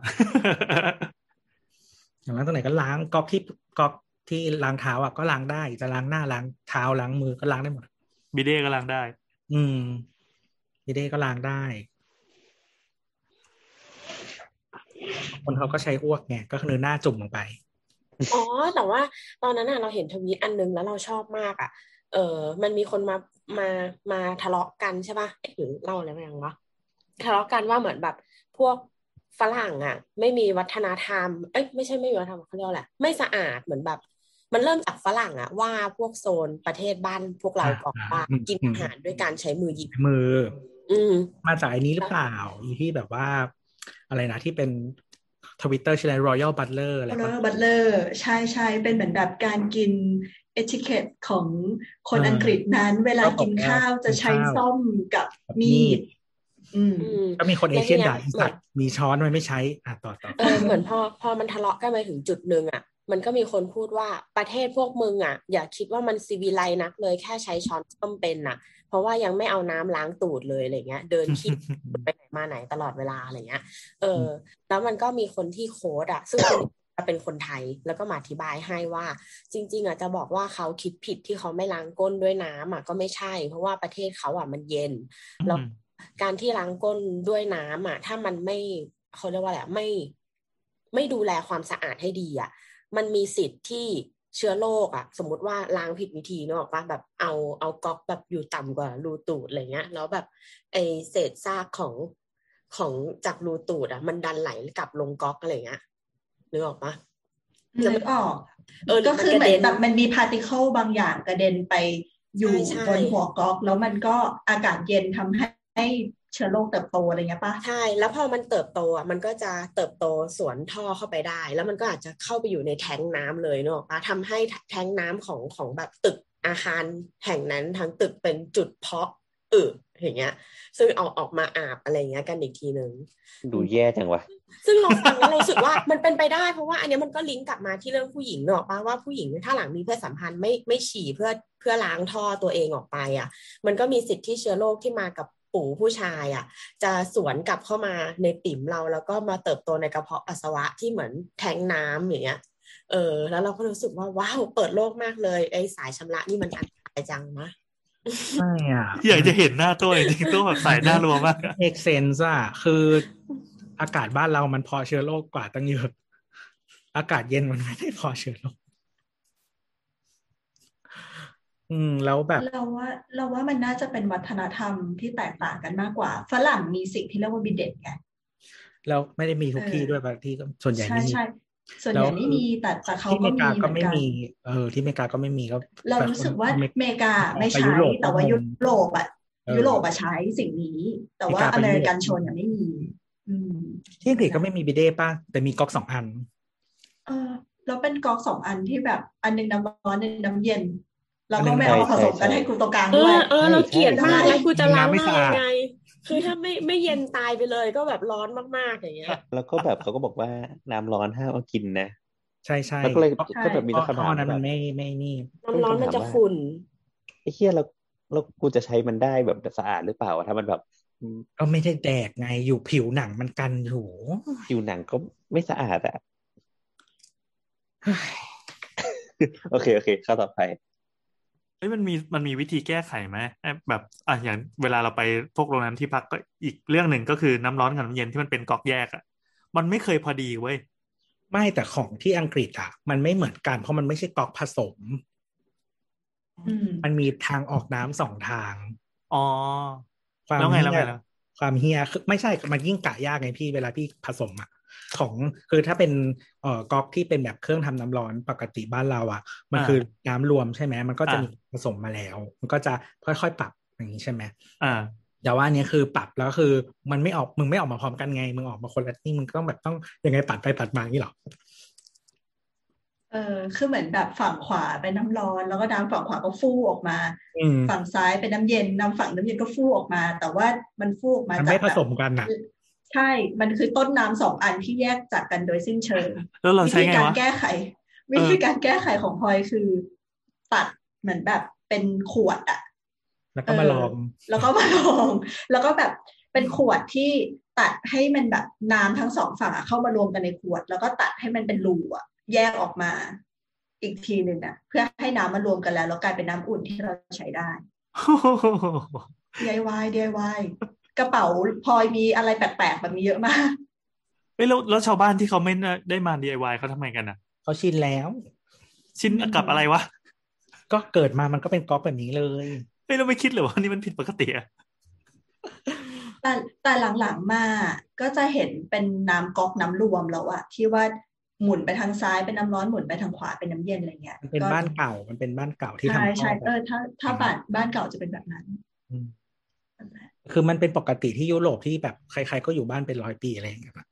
[SPEAKER 4] อย่างนั้นตรงไหนก็ล้างก๊อกที่ก๊อกที่ล้างเท้าอ่ะก็ล้างได้จะล้างหน้าล้างเท้าล้างมือก็ล้างได้หมด
[SPEAKER 5] บิเด้ก็ล้างได้
[SPEAKER 4] อืมพี่เด้ก็ล้างได้ คนเขาก็ใช้อ้วกไงก็คือหน้าจุ่มลงไป
[SPEAKER 7] อ๋อ แต่ว่าตอนนั้นน่ะเราเห็นทวีตอันนึงแล้วเราชอบมากอ่ะ เออ มันมีคนมามามาทะเลาะกันใช่ป่ะเอ๊ะหรือเล่าอะไรไปยังวะทะเลาะกันว่าเหมือนแบบพวกฝรั่งอ่ะ ไม่มีวัฒนธรรม เอ้ยไม่ใช่ไม่มีวัฒนธรรมเขาเรียกว่าแหละไรไม่สะอาดเหมือนแบบ มันเริ่มจากฝรั่งอ่ะ ว่าพวกโซนประเทศบ้านพวกเราก่อนว่า
[SPEAKER 4] อ่าอืม
[SPEAKER 7] กินอาหารด้วยการใช้มือหยิบ
[SPEAKER 4] มือ
[SPEAKER 7] อืม
[SPEAKER 4] มาจากไอ้นี้หรือเปล่าอีที่แบบว่า อะไรนะที่เป็นทวิตเตอร์ชื่ออะไร Royal Butler อะไร
[SPEAKER 3] เลอ
[SPEAKER 4] ปะ
[SPEAKER 3] ร์บัตเลอร์ใช่ใช่เป็นเหมือนแบบการกินเอทิเคตของคน
[SPEAKER 4] เอออั
[SPEAKER 3] อังกฤษนั้น เวลากินข้าว
[SPEAKER 4] ข้าว
[SPEAKER 3] จะใช้
[SPEAKER 4] ข้าว
[SPEAKER 3] ส้อมกับ
[SPEAKER 4] กับมี
[SPEAKER 3] มี
[SPEAKER 4] ด
[SPEAKER 3] ด อืม
[SPEAKER 7] อืม
[SPEAKER 4] ก็มีคนเอ
[SPEAKER 7] แล้ว
[SPEAKER 4] เชียน
[SPEAKER 7] เนี่ย
[SPEAKER 4] ด่าอีสัตว์มีช้อนมันไม่ใช้ อ่ะต่อต่อ
[SPEAKER 7] เออเหมือนพอพอมันทะเลาะกันไปถึงจุดหนึ่งอ่ะ มันก็มีคนพูดว่าประเทศพวกมึงอ่ะ อย่าคิดว่ามันซีวิไลนักเลยแค่ใช้ช้อนส้อมเป็นน่ะ เพราะว่ายังไม่เอาน้ำล้างตูดเลยอะไรเงี้ย เดินขี้ ไปไหนมาไหนตลอดเวลาอะไรเงี้ย เออ แล้วมันก็มีคนที่โค้ดอ่ะ ซึ่งคนนี้เป็นคนไทยแล้วก็มาอธิบายให้ว่า จริง ๆอ่ะจะบอกว่าเขาคิดผิดที่เขาไม่ล้างก้นด้วยน้ำอ่ะก็ไม่ใช่ เพราะว่าประเทศเขาอ่ะมันเย็น แล้ว
[SPEAKER 5] อืม
[SPEAKER 7] การที่ล้างก้นด้วยน้ำอ่ะ ถ้ามันไม่เขาเรียกว่าอะไรอะไม่ ไม่ดูแลความสะอาดให้ดีอ่ะ มันมีสิทธิ์ที่เชื้อโรคอ่ะ สมมติว่าล้างผิดวิธีเนกอะป่ะแบบเอาเอาก๊อกแบบอยู่ต่ำกว่ารูตูดอะไรเงี้ย แล้วแบบไอเศษซากของของจากรูตูดอ่ะ มันดันไหลกลับลงก๊อกอะไรเงี้ยนึกออกปะ
[SPEAKER 3] นึกออก
[SPEAKER 7] เออ
[SPEAKER 3] ก็คือเหมือน
[SPEAKER 7] น
[SPEAKER 3] แบบมันมีพาร์ติเคิลบางอย่างกระเด็นไปอยู่
[SPEAKER 7] ใช่ใช่
[SPEAKER 3] บนหัวก๊อก แล้วมันก็อากาศเย็นทำให้เชื้อโรคเติบโตอะไรเงี้ยปะ
[SPEAKER 7] ใช่ แล้วพอมันเติบโตอ่ะ มันก็จะเติบโตสวนท่อเข้าไปได้ แล้วมันก็อาจจะเข้าไปอยู่ในแทงน้ำเลยเนกอะปะทำให้แทงน้ำของของแบบตึกอาคารแห่งนั้นทั้งตึกเป็นจุดเพาะอึอย่างเงี้ย ซึ่งเอาออกมาอาบอะไรเงี้ยกันอีกทีหนึ่ง
[SPEAKER 9] ดูแย่จังวะ
[SPEAKER 7] ซึ่งเราฟังแล้วเรารู้สึกว่ามันเป็นไปได้เพราะว่าอันเนี้ยมันก็ลิงก์กลับมาที่เรื่องผู้หญิงเนกอะปะว่าผู้หญิงถ้าหลังมีเพศสัมพันธ์ไม่ไม่ฉี่เพื่อเพื่อล้างท่อตัวเองออกไปอ่ะ มันก็มีสิทธิ์ที่เชื้อโรคที่มากับปู่ผู้ชายอ่ะ จะสวนกลับเข้ามาในติ่มเราแล้วก็มาเติบโตในกระเพาะปัสสาวะที่เหมือนแทงน้ำอย่างเงี้ย เออ แล้วเราก็รู้สึกว่าว้าวเปิดโลกมากเลยไอ้สายชำระนี่มันอันตรายจังนะ
[SPEAKER 4] ไม่อ่ะ
[SPEAKER 5] อยากจะเห็นหน้าตัวจริงๆตัวแบบสายหน้ารัวมากอะ
[SPEAKER 4] make sense อะคืออากาศบ้านเรามันพอเชื้อโรคกว่าตั้งเยอะ อากาศเย็นมันไม่ได้พอเชื้อโรคอืม แล้วแบบ
[SPEAKER 3] เราว่าเราว่ามันน่าจะเป็นวัฒนธรรมที่แตกต่างกันมากกว่า ฝรั่งมีสิ่งที่เรียกว่าบิเด็ตไง
[SPEAKER 4] แล้วไม่ได้มีทุกที่
[SPEAKER 3] เออ
[SPEAKER 4] ด้วยบางที่ก็ส่วนใหญ่
[SPEAKER 3] ใช่
[SPEAKER 4] ไม่มี
[SPEAKER 3] ใช่ส่วนใหญ่ไม่มีแต่แต่เขา
[SPEAKER 4] ที่อเม
[SPEAKER 3] ก็
[SPEAKER 4] ริ
[SPEAKER 3] มีเห
[SPEAKER 4] กาก็
[SPEAKER 3] มือน
[SPEAKER 4] ไม่
[SPEAKER 3] กัน
[SPEAKER 4] มี เออ ที่อเมริกาก็ไม่มีก็
[SPEAKER 3] เรา
[SPEAKER 4] แต่คน
[SPEAKER 3] รู้สึกว่า
[SPEAKER 4] อเมริ
[SPEAKER 3] อเมริกาไม่
[SPEAKER 4] ไป
[SPEAKER 3] ใช้
[SPEAKER 4] ยุโรป
[SPEAKER 3] แต่ว่า
[SPEAKER 4] ก็ง
[SPEAKER 3] ยุ
[SPEAKER 4] ง
[SPEAKER 3] โรปอ่ะ
[SPEAKER 4] เออ
[SPEAKER 3] ยุโรปอะใช้สิ่งนี้ แต่ว่า
[SPEAKER 4] อ
[SPEAKER 3] อ
[SPEAKER 4] เม
[SPEAKER 3] เม
[SPEAKER 4] ริ
[SPEAKER 3] ริกั
[SPEAKER 4] กา
[SPEAKER 3] น
[SPEAKER 4] ไปยุ
[SPEAKER 3] ช
[SPEAKER 4] โรป
[SPEAKER 3] นยังไม่มี อืม
[SPEAKER 4] ที่อังกฤษก็ไม่มีบิเด้ป่ะแต่มีก๊อกสองอัน
[SPEAKER 3] เออแล้วเป็นก๊อกสองอันที่แบบอันหนึงน้ำร้อนอันหนึงน้ำเย็น แล้ว
[SPEAKER 4] อันหนึ่
[SPEAKER 3] ก็
[SPEAKER 4] ง
[SPEAKER 3] ไม่เอา
[SPEAKER 9] ใช่
[SPEAKER 3] มาผสมกัน
[SPEAKER 9] ใช่
[SPEAKER 3] ให้กูตรงกลาง
[SPEAKER 7] เอ
[SPEAKER 3] ด้วย
[SPEAKER 7] อเออ
[SPEAKER 9] ใช่
[SPEAKER 7] เราเกลียดมาก
[SPEAKER 3] ใช่
[SPEAKER 7] แล้วกูจะล้าง
[SPEAKER 4] น้ำไม่
[SPEAKER 7] หน้า
[SPEAKER 4] สะอา
[SPEAKER 7] ยั
[SPEAKER 4] ด
[SPEAKER 7] งไง คือถ้าไม่ไม่เย็นตายไปเลยก็แบบร้อนมากๆอย่างเงี้ย
[SPEAKER 9] แล้วก็แบบเขาก็บอกว่าน้ำร้อนห้ามเอากินนะ
[SPEAKER 4] ใช่ใช่
[SPEAKER 9] แล้วก็เลย
[SPEAKER 4] เพราะ
[SPEAKER 9] ก็แบบมี
[SPEAKER 4] เพราะ
[SPEAKER 9] คำ
[SPEAKER 4] ท่อ
[SPEAKER 9] ถาม
[SPEAKER 4] นั้น
[SPEAKER 9] แบ
[SPEAKER 4] มั
[SPEAKER 9] บ
[SPEAKER 4] นไม่ไม่นี่
[SPEAKER 7] น้ำร้อนมันจะขุ่น
[SPEAKER 9] ไอ้เหี้ยเราเรากูจะใช้มันได้แบบสะอาดหรือเปล่าวะถ้ามันแบบ
[SPEAKER 4] ก็ไม่ได้แดกไงอยู่ผิวหนังมันกันอยู่
[SPEAKER 9] ผิวหนังก็ไม่สะอาดอะ *sighs* โอเคโอเคข้อต่อไป
[SPEAKER 5] เอ้ยมันมีมันมีวิธีแก้ไขไหมเอ้ยแบบอ่ะอย่างเวลาเราไปพวกโรงแรมที่พักก็อีกเรื่องหนึ่งก็คือน้ำร้อนกับน้ำเย็นที่มันเป็นก๊อกแยกอ่ะมันไม่เคยพอดีเว้ย
[SPEAKER 4] ไม่แต่ของที่อังกฤษอ่ะ มันไม่เหมือนกันเพราะมันไม่ใช่ก๊อกผสม
[SPEAKER 3] อืม
[SPEAKER 4] มันมีทางออกน้ำสองทาง
[SPEAKER 5] อ๋อ
[SPEAKER 4] ความ
[SPEAKER 5] แล้วไงแล้วไง
[SPEAKER 4] เหี้ย
[SPEAKER 5] แล้ว
[SPEAKER 4] ความเฮียคือไม่ใช่มันยิ่งกะยากไงพี่เวลาพี่ผสมอ่ะของคือถ้าเป็นเอ่อก๊อกที่เป็นแบบเครื่องทำน้ำร้อนปกติบ้านเราอ่ะ มัน
[SPEAKER 5] อ่า
[SPEAKER 4] คือน้ำรวมใช่ไหมมันก็จะ
[SPEAKER 5] อ่ามี
[SPEAKER 4] มีผสมมาแล้ว มันก็จะค่อยๆปรับอย่างนี้ใช่ไหม
[SPEAKER 5] อ่า
[SPEAKER 4] แต่ว่าอันเนี้ยคือปรับแล้วคือมันไม่ออกมึงไม่ออกมาพร้อมกันไง มึงออกมาคนละนี่มึงก็ต้องแบบต้องยังไงปัดไปปัดมาอย่างนี้เหรอ
[SPEAKER 3] เออคือเหมือนแบบฝั่งขวาเป็นน้ำร้อน แล้วก็น้ำฝั่งขวาก็ฟูออกมา
[SPEAKER 4] อืม
[SPEAKER 3] ฝั่งซ้ายเป็นน้ำเย็นน้ำฝั่งน้ำเย็นก็ฟูออกมา แต่ว่ามันฟูออกมา
[SPEAKER 4] มัน
[SPEAKER 3] จาก
[SPEAKER 4] ไม่ผ
[SPEAKER 3] แบบ
[SPEAKER 4] สมกันอ่ะ
[SPEAKER 3] ใช่ มันคือต้นน้ำสองอันที่แยกจากกันโดยสิ้นเชิง
[SPEAKER 5] แล้วเรา
[SPEAKER 3] วิ
[SPEAKER 5] ใช้
[SPEAKER 3] ธี
[SPEAKER 5] ไง
[SPEAKER 3] การ
[SPEAKER 5] วะ
[SPEAKER 3] แก้
[SPEAKER 5] *laughs*
[SPEAKER 3] ไข วิธีการแก้ไขของพลอยคือตัดเหมือนแบบเป็นขวดอะ
[SPEAKER 4] แล้วก็มาลอง
[SPEAKER 3] เแล้วก็มาลอง *laughs* แล้วก็แบบเป็นขวดที่ตัดให้มันแบบน้ำทั้งสองฝั่งอะเข้ามารวมกันในขวด แล้วก็ตัดให้มันเป็นรูอะแยกออกมา อีกทีหนึ่งอะเพื่อให้น้ำมารวมกันแล้ว แล้วกลายเป็นน้ำอุ่นที่เราใช้ได้ DIY DIY กระเป๋าพลอยมีอะไรแปลกๆแบบนี้เยอะมาก
[SPEAKER 5] ไป ฮ้ยแล้วแล้วชาวบ้านที่เขาไม่ได้มา DIY เขาทำไมกันอ่ะ
[SPEAKER 4] เขาชินแล้ว
[SPEAKER 5] ชิ้นกับอะไรวะ
[SPEAKER 4] ก็เกิดมามันก็เป็นก๊อกแบบนี้เลย
[SPEAKER 5] เฮ้ยเราไม่คิดเลยว่านี่มันผิดปกติอะ
[SPEAKER 3] แต่แต่หลังๆมาก็จะเห็นเป็นน้ำก๊อกน้ำรวมแล้วอะที่ว่าหมุนไปทางซ้ายเป็นน้ำร้อนหมุนไปทางขวาเป็นน้ำเย็นอะไรเงี้ย
[SPEAKER 4] มันเป็น
[SPEAKER 3] ก็
[SPEAKER 4] บ้านเก่ามันเป็นบ้านเก่าที่ทำ
[SPEAKER 3] ใช่ใช่
[SPEAKER 4] ท่อ
[SPEAKER 3] เอ
[SPEAKER 4] แบ
[SPEAKER 3] อบ ถ้าถ้าบ้านบ้านเก่าจะเป็นแบบนั้น
[SPEAKER 4] อืม
[SPEAKER 3] นั่นแหละ
[SPEAKER 4] คือมันเป็นปกติที่ยุโรปที่แบบใคร ๆ ก็อยู่บ้านเป็นร้อยปีอะไรอย่างเงี้ยปะ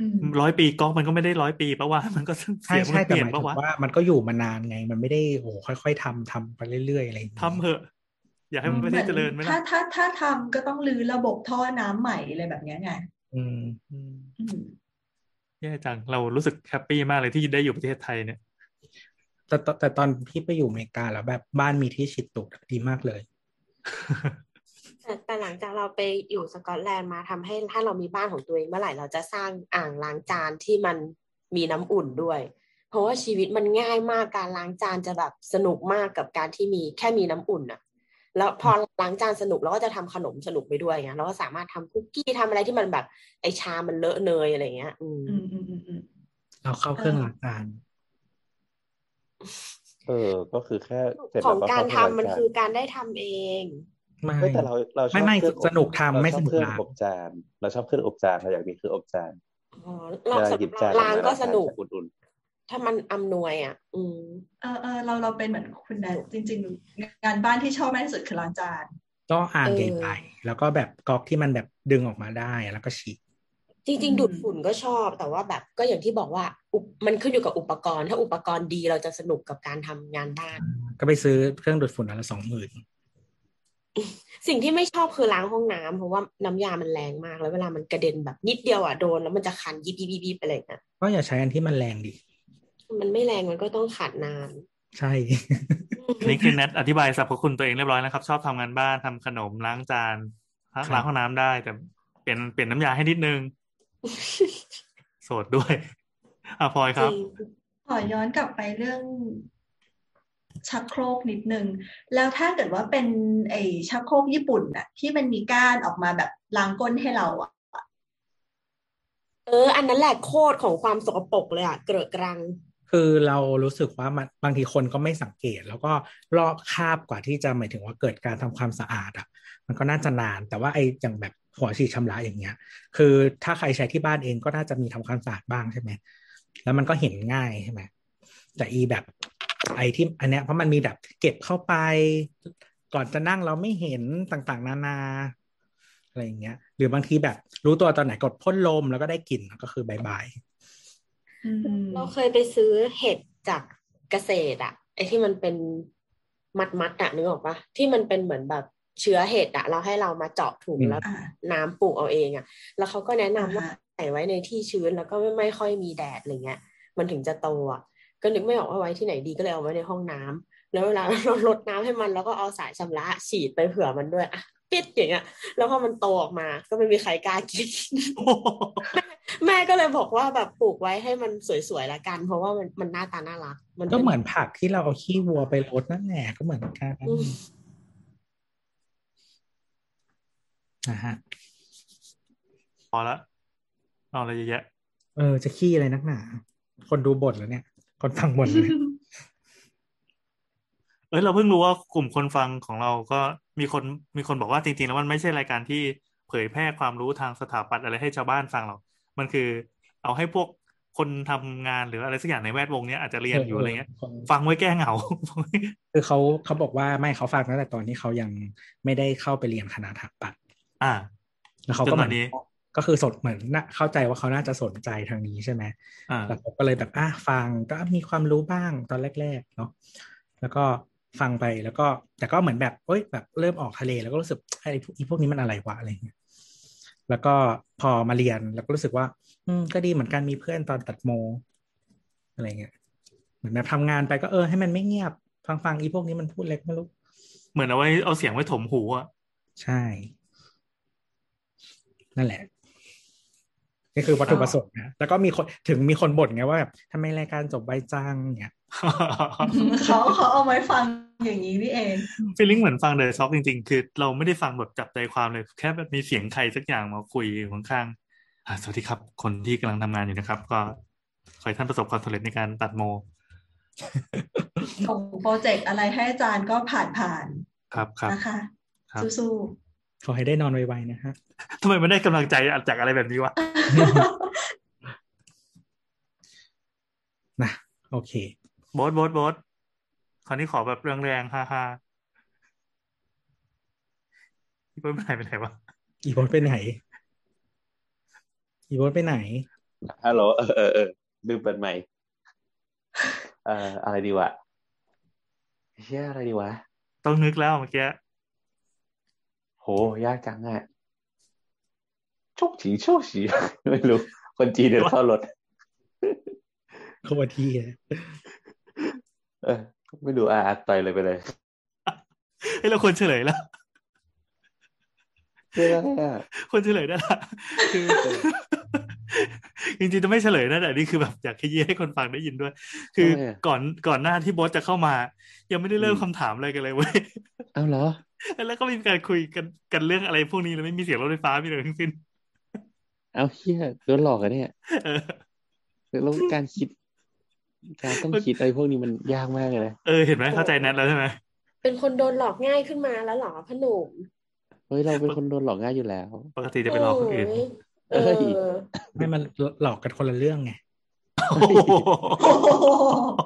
[SPEAKER 3] อืม
[SPEAKER 5] ร้อยปีก๊อกมันก็ไม่ได้ร้อยปีปะวะ *laughs* มันก็
[SPEAKER 4] ใช่
[SPEAKER 5] เสียงมั
[SPEAKER 4] ใช่
[SPEAKER 5] นเป
[SPEAKER 4] แต่ห
[SPEAKER 5] ลี่ยน
[SPEAKER 4] มาย
[SPEAKER 5] ปะ
[SPEAKER 4] ถึง
[SPEAKER 5] วะ
[SPEAKER 4] ว่ามันก็อยู่มานานไง มันไม่ได้โอ้โหค่อย ๆทำทำไปเรื่อยๆอะไรอย่างเงี้ย
[SPEAKER 5] ทำเถอะ อยากให้มันประเทศเจริญไหม
[SPEAKER 3] ถ้า
[SPEAKER 5] ล่ะ
[SPEAKER 3] ถ้าถ้าทำก็ต้องรื้อระบบท่อน้ำใหม่อะไรแบบเนี้ยไง
[SPEAKER 4] อืม
[SPEAKER 5] อืม
[SPEAKER 3] อืม
[SPEAKER 5] แย่จังเรารู้สึกแฮปปี้มากเลยที่ได้อยู่ประเทศไทยเนี่ย
[SPEAKER 4] แต่ตอนแต่ตอนพี่ไปอยู่อเมริกาแล้วแบบบ้านมีที่ฉีดตูดดีมากเลย
[SPEAKER 7] แต่แต่หลังจากเราไปอยู่สกอตแลนด์มาทำให้ถ้าเรามีบ้านของตัวเองเมื่อไหร่เราจะสร้างอ่างล้างจานที่มันมีน้ำอุ่นด้วย เพราะว่าชีวิตมันง่ายมากการล้างจานจะแบบสนุกมากกับการที่มีแค่มีน้ำอุ่นอะแล้วพอล้างจานสนุกเราก็จะทำขนมสนุกไปด้วยไงเราก็สามารถทำคุกกี้ทำอะไรที่มันแบบไอชามันเลอะเนยอะไรเงี้ย อืม
[SPEAKER 3] อืมอืมอืมอืม
[SPEAKER 4] เราเข้าเครื่องล้างจาน
[SPEAKER 9] เออ ก็คือแค่เสร็จ
[SPEAKER 7] ข
[SPEAKER 9] แล้
[SPEAKER 7] อ
[SPEAKER 9] ว
[SPEAKER 7] ง
[SPEAKER 9] ก็
[SPEAKER 7] การ
[SPEAKER 9] เข้
[SPEAKER 7] ทำ
[SPEAKER 9] ไป
[SPEAKER 7] มัน
[SPEAKER 9] จ
[SPEAKER 7] คือการได้ทำเอง
[SPEAKER 4] ไม่
[SPEAKER 9] เฮ้ยแต่เราเราชอบ
[SPEAKER 4] ไม่ไม่
[SPEAKER 9] เครื่องอบ
[SPEAKER 4] สนุกทำ
[SPEAKER 9] เรา
[SPEAKER 4] ไม่ส
[SPEAKER 9] ชอบ
[SPEAKER 4] นุก
[SPEAKER 9] เครื่อง
[SPEAKER 4] ล้าง
[SPEAKER 9] อบจานเราชอบเครื่องอบจานเราอยากมีเครื่องอบจาน
[SPEAKER 7] อ๋อเรา
[SPEAKER 9] เวลา
[SPEAKER 7] สำห
[SPEAKER 9] หยิ
[SPEAKER 7] รับบ เรา
[SPEAKER 9] จาน
[SPEAKER 7] ล้าง
[SPEAKER 9] ออกมา
[SPEAKER 7] ก็
[SPEAKER 9] แล้ว
[SPEAKER 7] ส
[SPEAKER 9] จาน
[SPEAKER 7] นุก
[SPEAKER 9] จะอุ่น
[SPEAKER 7] ถ้ามันอำนวยอ่ะ อืม
[SPEAKER 3] เออเออเราเราเป็นเหมือนคุณแนทจริง ๆ งานบ้านที่ชอบมากที่สุดคือล้างจาน
[SPEAKER 4] ก็อ่าง
[SPEAKER 7] เออ
[SPEAKER 4] ใหญ่ๆแล้วก็แบบก๊อกที่มันแบบดึงออกมาได้แล้วก็ฉีด
[SPEAKER 7] จริง
[SPEAKER 3] อืม
[SPEAKER 7] ๆ ดูดฝุ่นก็ชอบ แต่ว่าแบบก็อย่างที่บอกว่าอุปมันขึ้นอยู่กับอุปกรณ์ ถ้าอุปกรณ์ดีเราจะสนุกกับการทำงานบ้าน
[SPEAKER 4] ก็ไปซื้อเครื่องดูดฝุ่นอันละสองหมื่น
[SPEAKER 7] สิ่งที่ไม่ชอบคือล้างห้องน้ำเพราะว่าน้ำยามันแรงมากแล้วเวลามันกระเด็นแบบนิดเดียวอ่ะโดนแล้วมันจะคันยิบยิบยิบยิบอะไรอย่างเงี้ย
[SPEAKER 4] ก็อย่าใช้อันที่มันแรงดิ
[SPEAKER 7] มันไม่แรงมันก็ต้องขัดนาน
[SPEAKER 4] ใช่
[SPEAKER 5] อันนี้คือแนทอธิบายสรรพคุณตัวเองเรียบร้อยนะครับ ชอบทำงานบ้านทำขนมล้างจานล้าง
[SPEAKER 4] ครับ
[SPEAKER 5] ล้างห้องน้ำได้ แต่เปลี่ยนเปลี่ยนน้ำยาให้นิดนึง โสดด้วย *laughs* อ่ะพลอยครับ
[SPEAKER 7] จริง
[SPEAKER 3] ขอย้อนกลับไปเรื่อง ชักโครกนิดนึง แล้วถ้าเกิดว่าเป็นไอชักโครกญี่ปุ่นอะที่มันมีก้านออกมาแบบล้างก้นให้เราอะ
[SPEAKER 7] เออ อันนั้นแหละโคตรของความสกปรกเลยอ่ะเกลอะกรัง
[SPEAKER 4] คือเรารู้สึกว่ามันบางทีคนก็ไม่สังเกต แล้วก็ลอกคราบกว่าที่จะหมายถึงว่าเกิดการทำความสะอาดอ่ะ มันก็น่าจะนาน แต่ว่าไอ้อย่างแบบหัวฉีดชำระอย่างเงี้ย คือถ้าใครใช้ที่บ้านเองก็น่าจะมีทำความสะอาดบ้างใช่ไหมแล้วมันก็เห็นง่ายใช่ไหมแต่อีแบบไอ้ที่อันเนี้ยเพราะมันมีแบบเก็บเข้าไป ก่อนจะนั่งเราไม่เห็นต่างๆ นานาอะไรอย่างเงี้ย หรือบางทีแบบรู้ตัวตอนไหนกดพ่นลมแล้วก็ได้กลิ่นก็คือบายบาย
[SPEAKER 3] อืม
[SPEAKER 7] เราเคยไปซื้อเห็ดจากเกษตรอะไอที่มันเป็นมัดมัดๆอะนึกออกปะที่มันเป็นเหมือนแบบเชื้อเห็ดอะเราให้เรามาเจาะถุง
[SPEAKER 4] อืม
[SPEAKER 7] แล้ว
[SPEAKER 3] อ่า
[SPEAKER 7] น้ำปลูกเอาเองอะแล้วเขาก็แนะนำ
[SPEAKER 3] *laughs* อ่า
[SPEAKER 7] ว่า
[SPEAKER 3] ฮะ
[SPEAKER 7] ใส่ไว้ในที่ชื้นแล้วก็ไม่ไม่ค่อยมีแดดอะไรเงี้ย มันถึงจะโตอะก็นึกไม่ออกว่าไว้ที่ไหนดีก็เลยเอาไว้ในห้องน้ำแล้วเวลา เราลดน้ำให้มันแล้วก็เอาสายชำระฉีดไปเผื่อมันด้วยอะปิดอย่างเงี้ย แล้วพอมันโตออกมา ก็ไม่มีใครกล้ากิน *laughs* แม่ก็เลยบอกว่าแบบปลูกไว้ให้มันสวยๆละกัน เพราะว่ามันมันหน้าตาน่ารัก มันป็
[SPEAKER 4] ก็เหมือนผักที่เราเอาขี้วัวไปรดนั่นแหละก็เหมือนกัน
[SPEAKER 7] อืม
[SPEAKER 4] นะฮะ
[SPEAKER 5] พอละเอาอะไรเยอะแยะ
[SPEAKER 4] เออจะขี้อะไรนักหนา คนดูบทแล้วเนี่ย คนฟังบทแล้วเนี่ย
[SPEAKER 5] เอ้ยเราเพิ่งรู้ว่ากลุ่มคนฟังของเราก็มีคนมีคนบอกว่าจริงๆ แล้วมันไม่ใช่รายการที่เผยแพร่ความรู้ทางสถาปัตย์อะไรให้ชาวบ้านฟังหรอกมันคือ เอาให้พวกคนทำงานหรืออะไรสักอย่างในแวดวงเนี้ยอาจจะเรียนอยู่อะไรเงี้ย
[SPEAKER 4] คน
[SPEAKER 5] ฟังไว้แก้เหงา *laughs*
[SPEAKER 4] คือเขาเขาบอกว่าไม่เขาฟังตั้งแต่ตอนที่เขายังไม่ได้เข้าไปเรียนคณะสถาปัตย์
[SPEAKER 5] อ่า
[SPEAKER 4] แล้วเขาก็เหมือน
[SPEAKER 5] จนตอนนี้
[SPEAKER 4] ก็คือสนเหมือนน่ะเข้าใจว่าเขาน่าจะสนใจทางนี้ใช่ไหม
[SPEAKER 5] อ่า
[SPEAKER 4] แล้วเขาก็เลยแบบอ่ะฟังก็มีความรู้บ้างตอนแรก ๆ เนาะแล้วก็ฟังไปแล้วก็ แต่ก็เหมือนแบบเอ้ยแบบเริ่มออกทะเลแล้วก็รู้สึกไอ้พวกอีพวกนี้มันอะไรวะอะไรเงี้ยแล้วก็พอมาเรียนแล้วก็รู้สึกว่า อืมก็ดีเหมือนกันมีเพื่อนตอนตัดโม อะไรเงี้ยเหมือนแบบทำงานไปก็เออให้มันไม่เงียบ ฟังฟังอีพวกนี้มันพูดเล็กไม่รู้
[SPEAKER 5] เหมือนเอาไว้เอาเสียงไว้ถมหูอ่ะ *laughs*
[SPEAKER 4] ใช่ นั่นแหละนี่คือวัตถุประสงค์นะแล้วก็มีคนถึงมีคนบ่นไงว่าแบบทำไมรายการจบไวจังเนี่ย
[SPEAKER 3] เขาเขาเอาไว้ฟังอย่างนี้นี่เอง
[SPEAKER 5] ฟีลลิ่งเหมือนฟังเดอะช็อคจริงๆ คือเราไม่ได้ฟังแบบจับใจความเลย แค่แบบมีเสียงใครสักอย่างมาคุยอยู่ข้าง อ่าสวัสดีครับ คนที่กำลังทำงานอยู่นะครับ ก็ขอให้ท่านประสบความสำเร็จในการตัดโม
[SPEAKER 3] ส่งโปรเจกต์อะไรให้อาจารย์ก็ผ่านผ่าน
[SPEAKER 5] ครับครับ
[SPEAKER 3] ๆนะคะ
[SPEAKER 5] ครับ
[SPEAKER 3] สู้
[SPEAKER 4] ขอให้ได้นอนไวๆนะฮะ
[SPEAKER 5] ทำไมไม่ได้กำลังใจจากอะไรแบบนี้วะ *laughs*
[SPEAKER 3] ๆ
[SPEAKER 4] นะโอเค
[SPEAKER 5] โบทโบทโบทคราวนี้ขอแบบแรงๆฮ่าฮ่าพี่โบทไปไหนไปไหนวะ
[SPEAKER 4] อีโบสไปไหน อีโบสไปไหน
[SPEAKER 9] ฮัลโหลเออเออเออลืมเปิดใหม่เอ่ออะไรดีวะเชี่ยอะไรดีวะ
[SPEAKER 5] ต้องนึกแล้วเมื่อกี้
[SPEAKER 9] โห ยากจังอ่ะโชคฉีโชคฉี ไม่ *laughs* รู้ คนจีนเดินเข้ารถ
[SPEAKER 4] เข้ามาที่นะ
[SPEAKER 9] เออ ไม่รู้อ่ะอ่ะต่อยเลยไปเลย
[SPEAKER 5] เฮ้ยเราควรเฉลยแล้ว
[SPEAKER 9] เชี่ยอะไรอ่ะ
[SPEAKER 5] ควรเฉลยได้ละคือ จริงๆจะไม่เฉลยนะแต่นี่คือแบบอยากขยี้ให้คนฟังได้ยินด้วย คือ
[SPEAKER 9] ทำไมอะ
[SPEAKER 5] ก่อนก่อนหน้าที่โบทจะเข้ามา ยังไม่ได้เริ่มคำถามอะไรกันเลยเว้ย *laughs*
[SPEAKER 9] เอ้าเหรอ
[SPEAKER 5] แล้วก็ไมมีการคุยกันกันเรื่องอะไรพวกนี้เลยไม่มีเสียงรถไฟฟ้ามีอะไรทั้งสิ้น
[SPEAKER 9] เอาเฮียโดนหลอกอะเนี่ย
[SPEAKER 5] เออ
[SPEAKER 9] แล้วการคิด การต้อง
[SPEAKER 5] มัน
[SPEAKER 9] คิดอะไรพวกนี้มันยากมากเลยนะ
[SPEAKER 5] เออเห็นไหมเข้าใจแนทแล้วใช่ไหม
[SPEAKER 7] เป็นคนโดนหลอกง่ายขึ้นมาแล้วเหรอพอหนุ่ม
[SPEAKER 9] เฮ้ยเราเป็น
[SPEAKER 5] ปก
[SPEAKER 9] คนโดนหลอกง่ายอยู่แล้ว
[SPEAKER 5] ปกติจะไปหลอกคนอื่น
[SPEAKER 7] โยเอ
[SPEAKER 9] เอ้ย
[SPEAKER 7] อ
[SPEAKER 4] ไม่มันหลอกกันคนละเรื่องไง
[SPEAKER 5] โอ้ *laughs* โห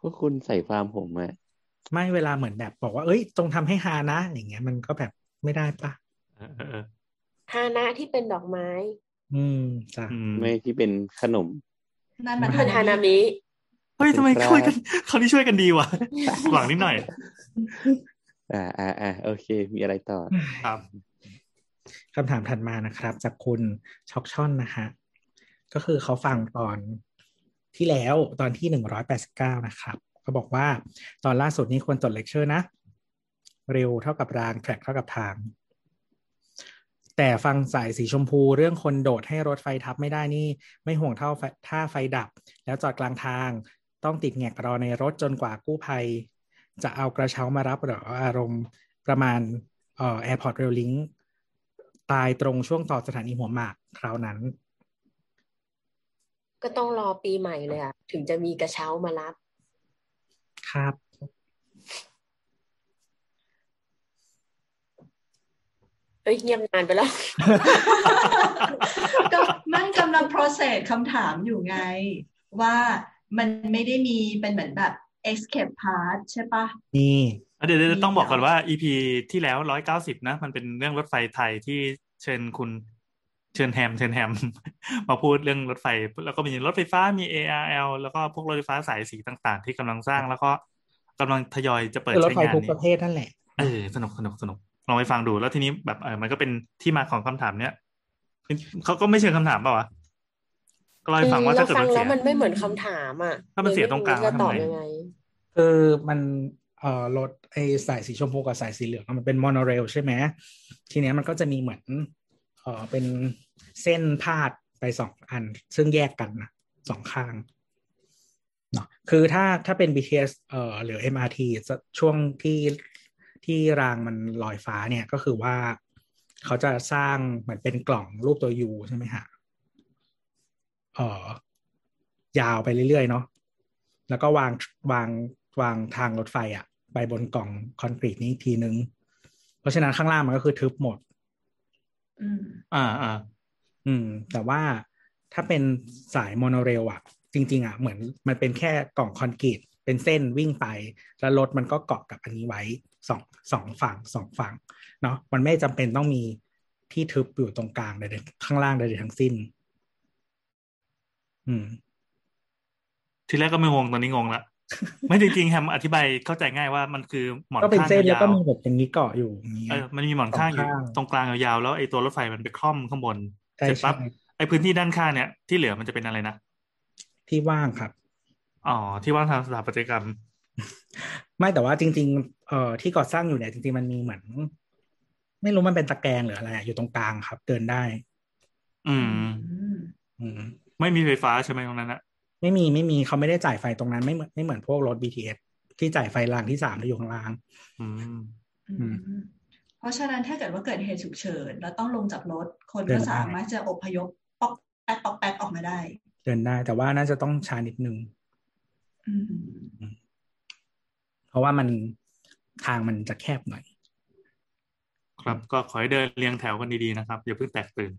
[SPEAKER 9] พวกคุณใส่ความผมอะ
[SPEAKER 4] ไม่เวลาเหมือนแบบบอกว่า เอ้ยจงทำให้ฮานะ อย่างเงี้ย มันก็แบบไม่ได้ปะ
[SPEAKER 5] เออเออเออ
[SPEAKER 7] ฮานะที่เป็นดอกไม้
[SPEAKER 4] อืมจ้ะ
[SPEAKER 5] อืม
[SPEAKER 9] ไม่ที่เป็นขนม
[SPEAKER 3] นั่นมัน
[SPEAKER 7] เป็นฮานามิ
[SPEAKER 5] เฮ้ยทำไม
[SPEAKER 9] เป็นแปร
[SPEAKER 5] ช่วยกัน *laughs* คราวนี้ช่วยกันดีว่ะ *laughs* หวังนิดหน่อย
[SPEAKER 9] อ่าอ่าอ่าโอเค มีอะไรต่อ
[SPEAKER 5] ครับ
[SPEAKER 4] คำถามถัดมานะครับ จากคุณช็อกช่อนนะฮะก็คือเขาฟังตอนที่แล้วตอนที่หนึ่งร้อยแปดสิบเก้านะครับเขาบอกว่าตอนล่าสุดนี้ควรจดเลคเชอร์นะ เร็วเท่ากับรางแทร็กเท่ากับทาง แต่ฟังสายสีชมพูเรื่องคนโดดให้รถไฟทับไม่ได้นี่ ไม่ห่วงเท่าไฟถ้าไฟดับ แล้วจอดกลางทาง ต้องติดแงกรอในรถจนกว่ากู้ภัย จะเอากระเช้ามารับเหรออารมณ์ประมาณเอ่อแอร์พอร์ตเรลลิงตายตรงช่วงต่อสถานีหัวหมากคราวนั้น
[SPEAKER 7] ก็ต้องรอปีใหม่เลยอ่ะ ถึงจะมีกระเช้ามารับ
[SPEAKER 4] ครับ
[SPEAKER 7] เอ้ยเงียบนานไปแล้ว
[SPEAKER 3] *laughs* ก็นั่นกำลัง process คำถามอยู่ไง ว่ามันไม่ได้มีเป็นเหมือนแบบ escape part ใช่ปะ
[SPEAKER 4] นี่
[SPEAKER 5] เดี๋ยวเดี๋ยวเดี๋ยวต้องบอกก่อน
[SPEAKER 3] มีเหรอ
[SPEAKER 5] ว่า EP ที่แล้วร้อยเก้าสิบนะ มันเป็นเรื่องรถไฟไทยที่เชิญคุณเชิญแฮมเชิญแฮม *laughs* มาพูดเรื่องรถไฟ แล้วก็มีรถไฟฟ้ามี ARL แล้วก็พวกรถไฟฟ้าสายสีต่างๆ ที่กำลังสร้างแล้วก็กำลังทยอยจะเปิด
[SPEAKER 4] คือรถ
[SPEAKER 5] ใช้
[SPEAKER 4] ไฟ
[SPEAKER 5] งาน
[SPEAKER 4] ทุก
[SPEAKER 5] นี้
[SPEAKER 4] ประเภทนั่นแหละ
[SPEAKER 5] เออสนุกสนุกสนุกลองไปฟังดูแล้วทีนี้แบบเออมันก็เป็นที่มาของคำถามเนี้ยเขาก็ไม่เชิงคำถามเปล่าวะก็เล่าให้ฟังว่า
[SPEAKER 7] เรา
[SPEAKER 5] ถ้าเกิด
[SPEAKER 7] ฟั
[SPEAKER 5] มั
[SPEAKER 7] ง
[SPEAKER 5] น
[SPEAKER 7] แล้วย
[SPEAKER 5] เสี
[SPEAKER 7] มันไม่เหมือนคำถามอ่ะ
[SPEAKER 5] ถ้ามันเสียตรงกลาง
[SPEAKER 7] เดี๋ยวไม่จะตอบ
[SPEAKER 5] แล้วทำไง
[SPEAKER 7] ยังไง
[SPEAKER 4] คือมันเอ่อรถไอสายสีชมพูกับสายสีเหลืองอะมันเป็นมอนเรลใช่ไหมทีเนี้ยมันก็จะมีเหมือนเอ่อเป็นเส้นพาดไปสองอัน ซึ่งแยกกันนะสองข้างเนาะคือถ้าถ้าเป็น BTS เอ่อหรือ MRT จะช่วงที่ที่รางมันลอยฟ้าเนี่ยก็คือว่าเขาจะสร้างเหมือนเป็นกล่องรูปตัว U ใช่ไหมฮะ เอ่อยาวไปเรื่อยๆเนาะแล้วก็วางวางวางทางรถไฟอะไปบนกล่องคอนกรีตนี้อีกทีนึง เพราะฉะนั้นข้างล่างมันก็คือทึบหมด
[SPEAKER 3] อืม
[SPEAKER 5] อ่าอ่า
[SPEAKER 4] อืม แต่ว่าถ้าเป็นสายโมโนเรลอะจริง ๆอะเหมือนมันเป็นแค่กล่องคอนกรีตเป็นเส้นวิ่งไป แล้วรถมันก็เกาะกับอันนี้ไว้สองสองฝั่งสองฝั่งเนาะมันไม่จำเป็นต้องมีที่ทึบอยู่ตรงกลางใดๆข้างล่างใดๆทั้งสิ้น อืม
[SPEAKER 5] ทีแรกก็ไม่งงตอนนี้งงละไม่จริงๆแฮมอธิบายเข้าใจง่ายว่ามันคือหมอน
[SPEAKER 4] ก็เป็น
[SPEAKER 5] ข้าง
[SPEAKER 4] เส้นแล้ว
[SPEAKER 5] ยา
[SPEAKER 4] ก็
[SPEAKER 5] ว
[SPEAKER 4] มีแบบเป็นนี้เกาะอยู่อย่างเงี้
[SPEAKER 5] เอย อมันมีหมอนข้างอยู่
[SPEAKER 4] สองข้าง
[SPEAKER 5] ตรงกลางยาวๆแล้วไอ้ตัวรถไฟมันไปคล่อมข้างบน
[SPEAKER 4] ใช่
[SPEAKER 5] เสร็จ
[SPEAKER 4] ใช่
[SPEAKER 5] ปั๊บไอ้พื้นที่ด้านข้างเนี่ยที่เหลือมันจะเป็นอะไรนะ
[SPEAKER 4] ที่ว่างครับ *laughs*
[SPEAKER 5] อ๋อที่ว่างทางสถาปัตยกรรม
[SPEAKER 4] ไม่แต่ว่าจริง ๆ เอ่อที่ก่อสร้างอยู่เนี่ยจริง ๆ มันมีเหมือน ไม่รู้มันเป็นตะแกรงหรืออะไรอะอยู่ตรงกลางครับ เดินได้
[SPEAKER 5] อื
[SPEAKER 3] อื
[SPEAKER 5] ม
[SPEAKER 3] ม
[SPEAKER 4] อืม
[SPEAKER 5] ไม่มีไฟฟ้าใช่ไหมตรงนั้นอะ
[SPEAKER 4] ไม่มีไม่มีเขาไม่ได้จ่ายไฟตรงนั้นไม่เหมือนไม่เหมือนพวกรถ BTS ที่จ่ายไฟรางที่สามที่อยู่ข้างล่าง
[SPEAKER 5] อืม
[SPEAKER 3] อืม เพราะฉะนั้นถ้าเกิดว่าเกิดเหตุฉุกเฉินแล้วต้องลงจากรถคน
[SPEAKER 4] เดิ
[SPEAKER 3] ก็
[SPEAKER 4] นได้
[SPEAKER 3] สามารถจะอพยพปอกแป๊กปอกแป๊กออกมาได้
[SPEAKER 4] เดินได้ แต่ว่าน่าจะต้องช้านิดนึง
[SPEAKER 3] อืม
[SPEAKER 4] เพราะว่ามันทางมันจะแคบหน่อย
[SPEAKER 5] ครับ ก็ขอให้เดินเรียงแถวกันดีๆนะครับอย่าเพิ่งแตกตื่น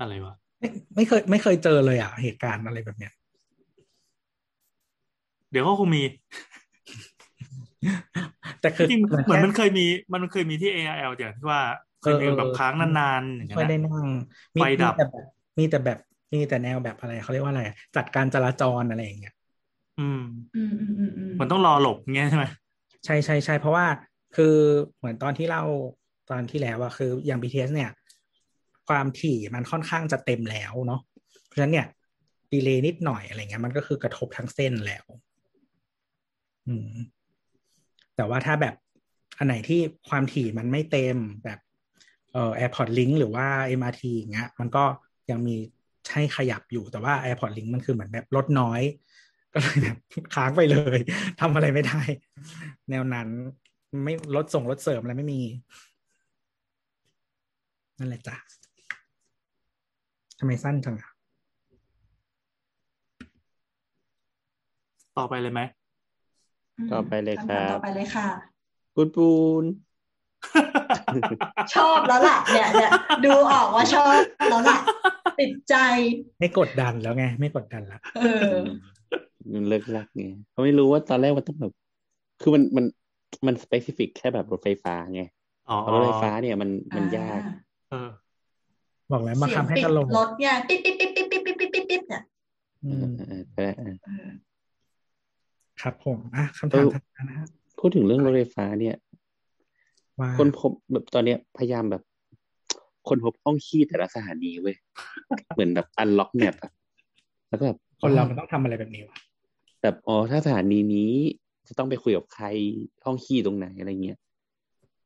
[SPEAKER 5] อะไรวะ
[SPEAKER 4] ไม่ไม่เคย ไม่เคยเจอเลยอ่ะ เหตุการณ์อะไรแบบเนี้ย
[SPEAKER 5] เดี๋ยวก็คงมี
[SPEAKER 4] แต่คือ
[SPEAKER 5] จริงๆเหมือน
[SPEAKER 4] แค่
[SPEAKER 5] มันเคยมี มันเคยมีที่ ARL อย่างที่ว่าเคยมี
[SPEAKER 4] เออ
[SPEAKER 5] แบบค้างนานๆอย่าง
[SPEAKER 4] ไม่ค่
[SPEAKER 5] นั้
[SPEAKER 4] อย
[SPEAKER 5] น
[SPEAKER 4] ได้
[SPEAKER 5] นะ
[SPEAKER 4] นั่ง
[SPEAKER 5] ไฟดับ
[SPEAKER 4] มีแต่แบบมีแต่แบบมีแต่แนวแบบอะไรเขาเรียกว่าอะไรอะจัดการจราจรอะไรอย่างเงี้ย
[SPEAKER 5] อืม
[SPEAKER 3] อืมอืมอืมอืม
[SPEAKER 5] เหมันต้องรอหลบเงี้ยใช่ไหม
[SPEAKER 4] ใช่ใช่ใช่เพราะว่าคือเหมือนตอนที่เล่าตอนที่แล้วอะคืออย่าง BTS เนี่ย ความถี่มันค่อนข้างจะเต็มแล้วเนาะเพราะฉะนั้นเนี่ยดีเลย์นิดหน่อยอะไรเงี้ยมันก็คือกระทบทั้งเส้นแล้ว อืม แต่ว่าถ้าแบบอันไหนที่ความถี่มันไม่เต็มแบบเอ่อ AirPort Link หรือว่า MRT อย่างเงี้ย มันก็ยังมีให้ขยับอยู่แต่ว่า AirPort Link มันคือเหมือนแบบลดน้อย ก็เลยแบบ *laughs* ค้างไปเลย *laughs* ทำอะไรไม่ได้ แนวนั้นไม่ลดส่งลดเสริมอะไรไม่มี นั่นแหละจ้ะทำไมสั้นจังอะ
[SPEAKER 5] ต่อไปเลยไหม *laughs*
[SPEAKER 3] ม
[SPEAKER 9] ต่อไปเลย
[SPEAKER 3] ำถาม
[SPEAKER 9] ครับ
[SPEAKER 3] ต่อไปเลยค่ะ
[SPEAKER 9] ปูนปูน
[SPEAKER 3] ชอบแล้วล่ะเนี่ยเนี่ยดูออกว่าชอบแล้วล่ะติดใจ
[SPEAKER 4] ไม่กดดันแล้วไง ไม่กดดันละ
[SPEAKER 3] เออ
[SPEAKER 9] มันเลิกลักไงเขาไม่รู้ว่าตอนแรกมันต้องแบบ คือมันมันมันสเปซิฟิกแค่แบบรถไฟฟ้าไง
[SPEAKER 5] อ๋อ
[SPEAKER 9] เพราะรถไฟฟ้าเนี่ยมันมันยาก
[SPEAKER 5] เออ
[SPEAKER 4] บอกแล้วมา
[SPEAKER 3] เสียง
[SPEAKER 4] คำให้
[SPEAKER 3] ปิด
[SPEAKER 4] ตลง
[SPEAKER 3] รถเนี่ยปิ๊บปิ๊บปิ๊บปิ๊บปิ๊บปิ๊บปิ๊บปิ๊บเนี่ย
[SPEAKER 4] อืม
[SPEAKER 9] เออแต่เออ
[SPEAKER 3] เออ
[SPEAKER 4] ครับผมอ่ะคำถามถัดมานะฮะ
[SPEAKER 9] พูดถึงเรื่องรถไฟฟ้าเนี่ย
[SPEAKER 4] ว่า
[SPEAKER 9] คนพบแบบตอนเนี้ยพยายามแบบ คนพบห้องขี้แต่ละสถานีเว้ย เหมือนแบบอันล็อกแมปอะแล้วก็แบบ
[SPEAKER 4] คนเรามันต้องทำอะไรแบบนี้วะ
[SPEAKER 9] แบบอ๋อถ้าสถานีนี้จะต้องไปคุยกับใครห้องขี้ตรงไหนอะไรเงี้ย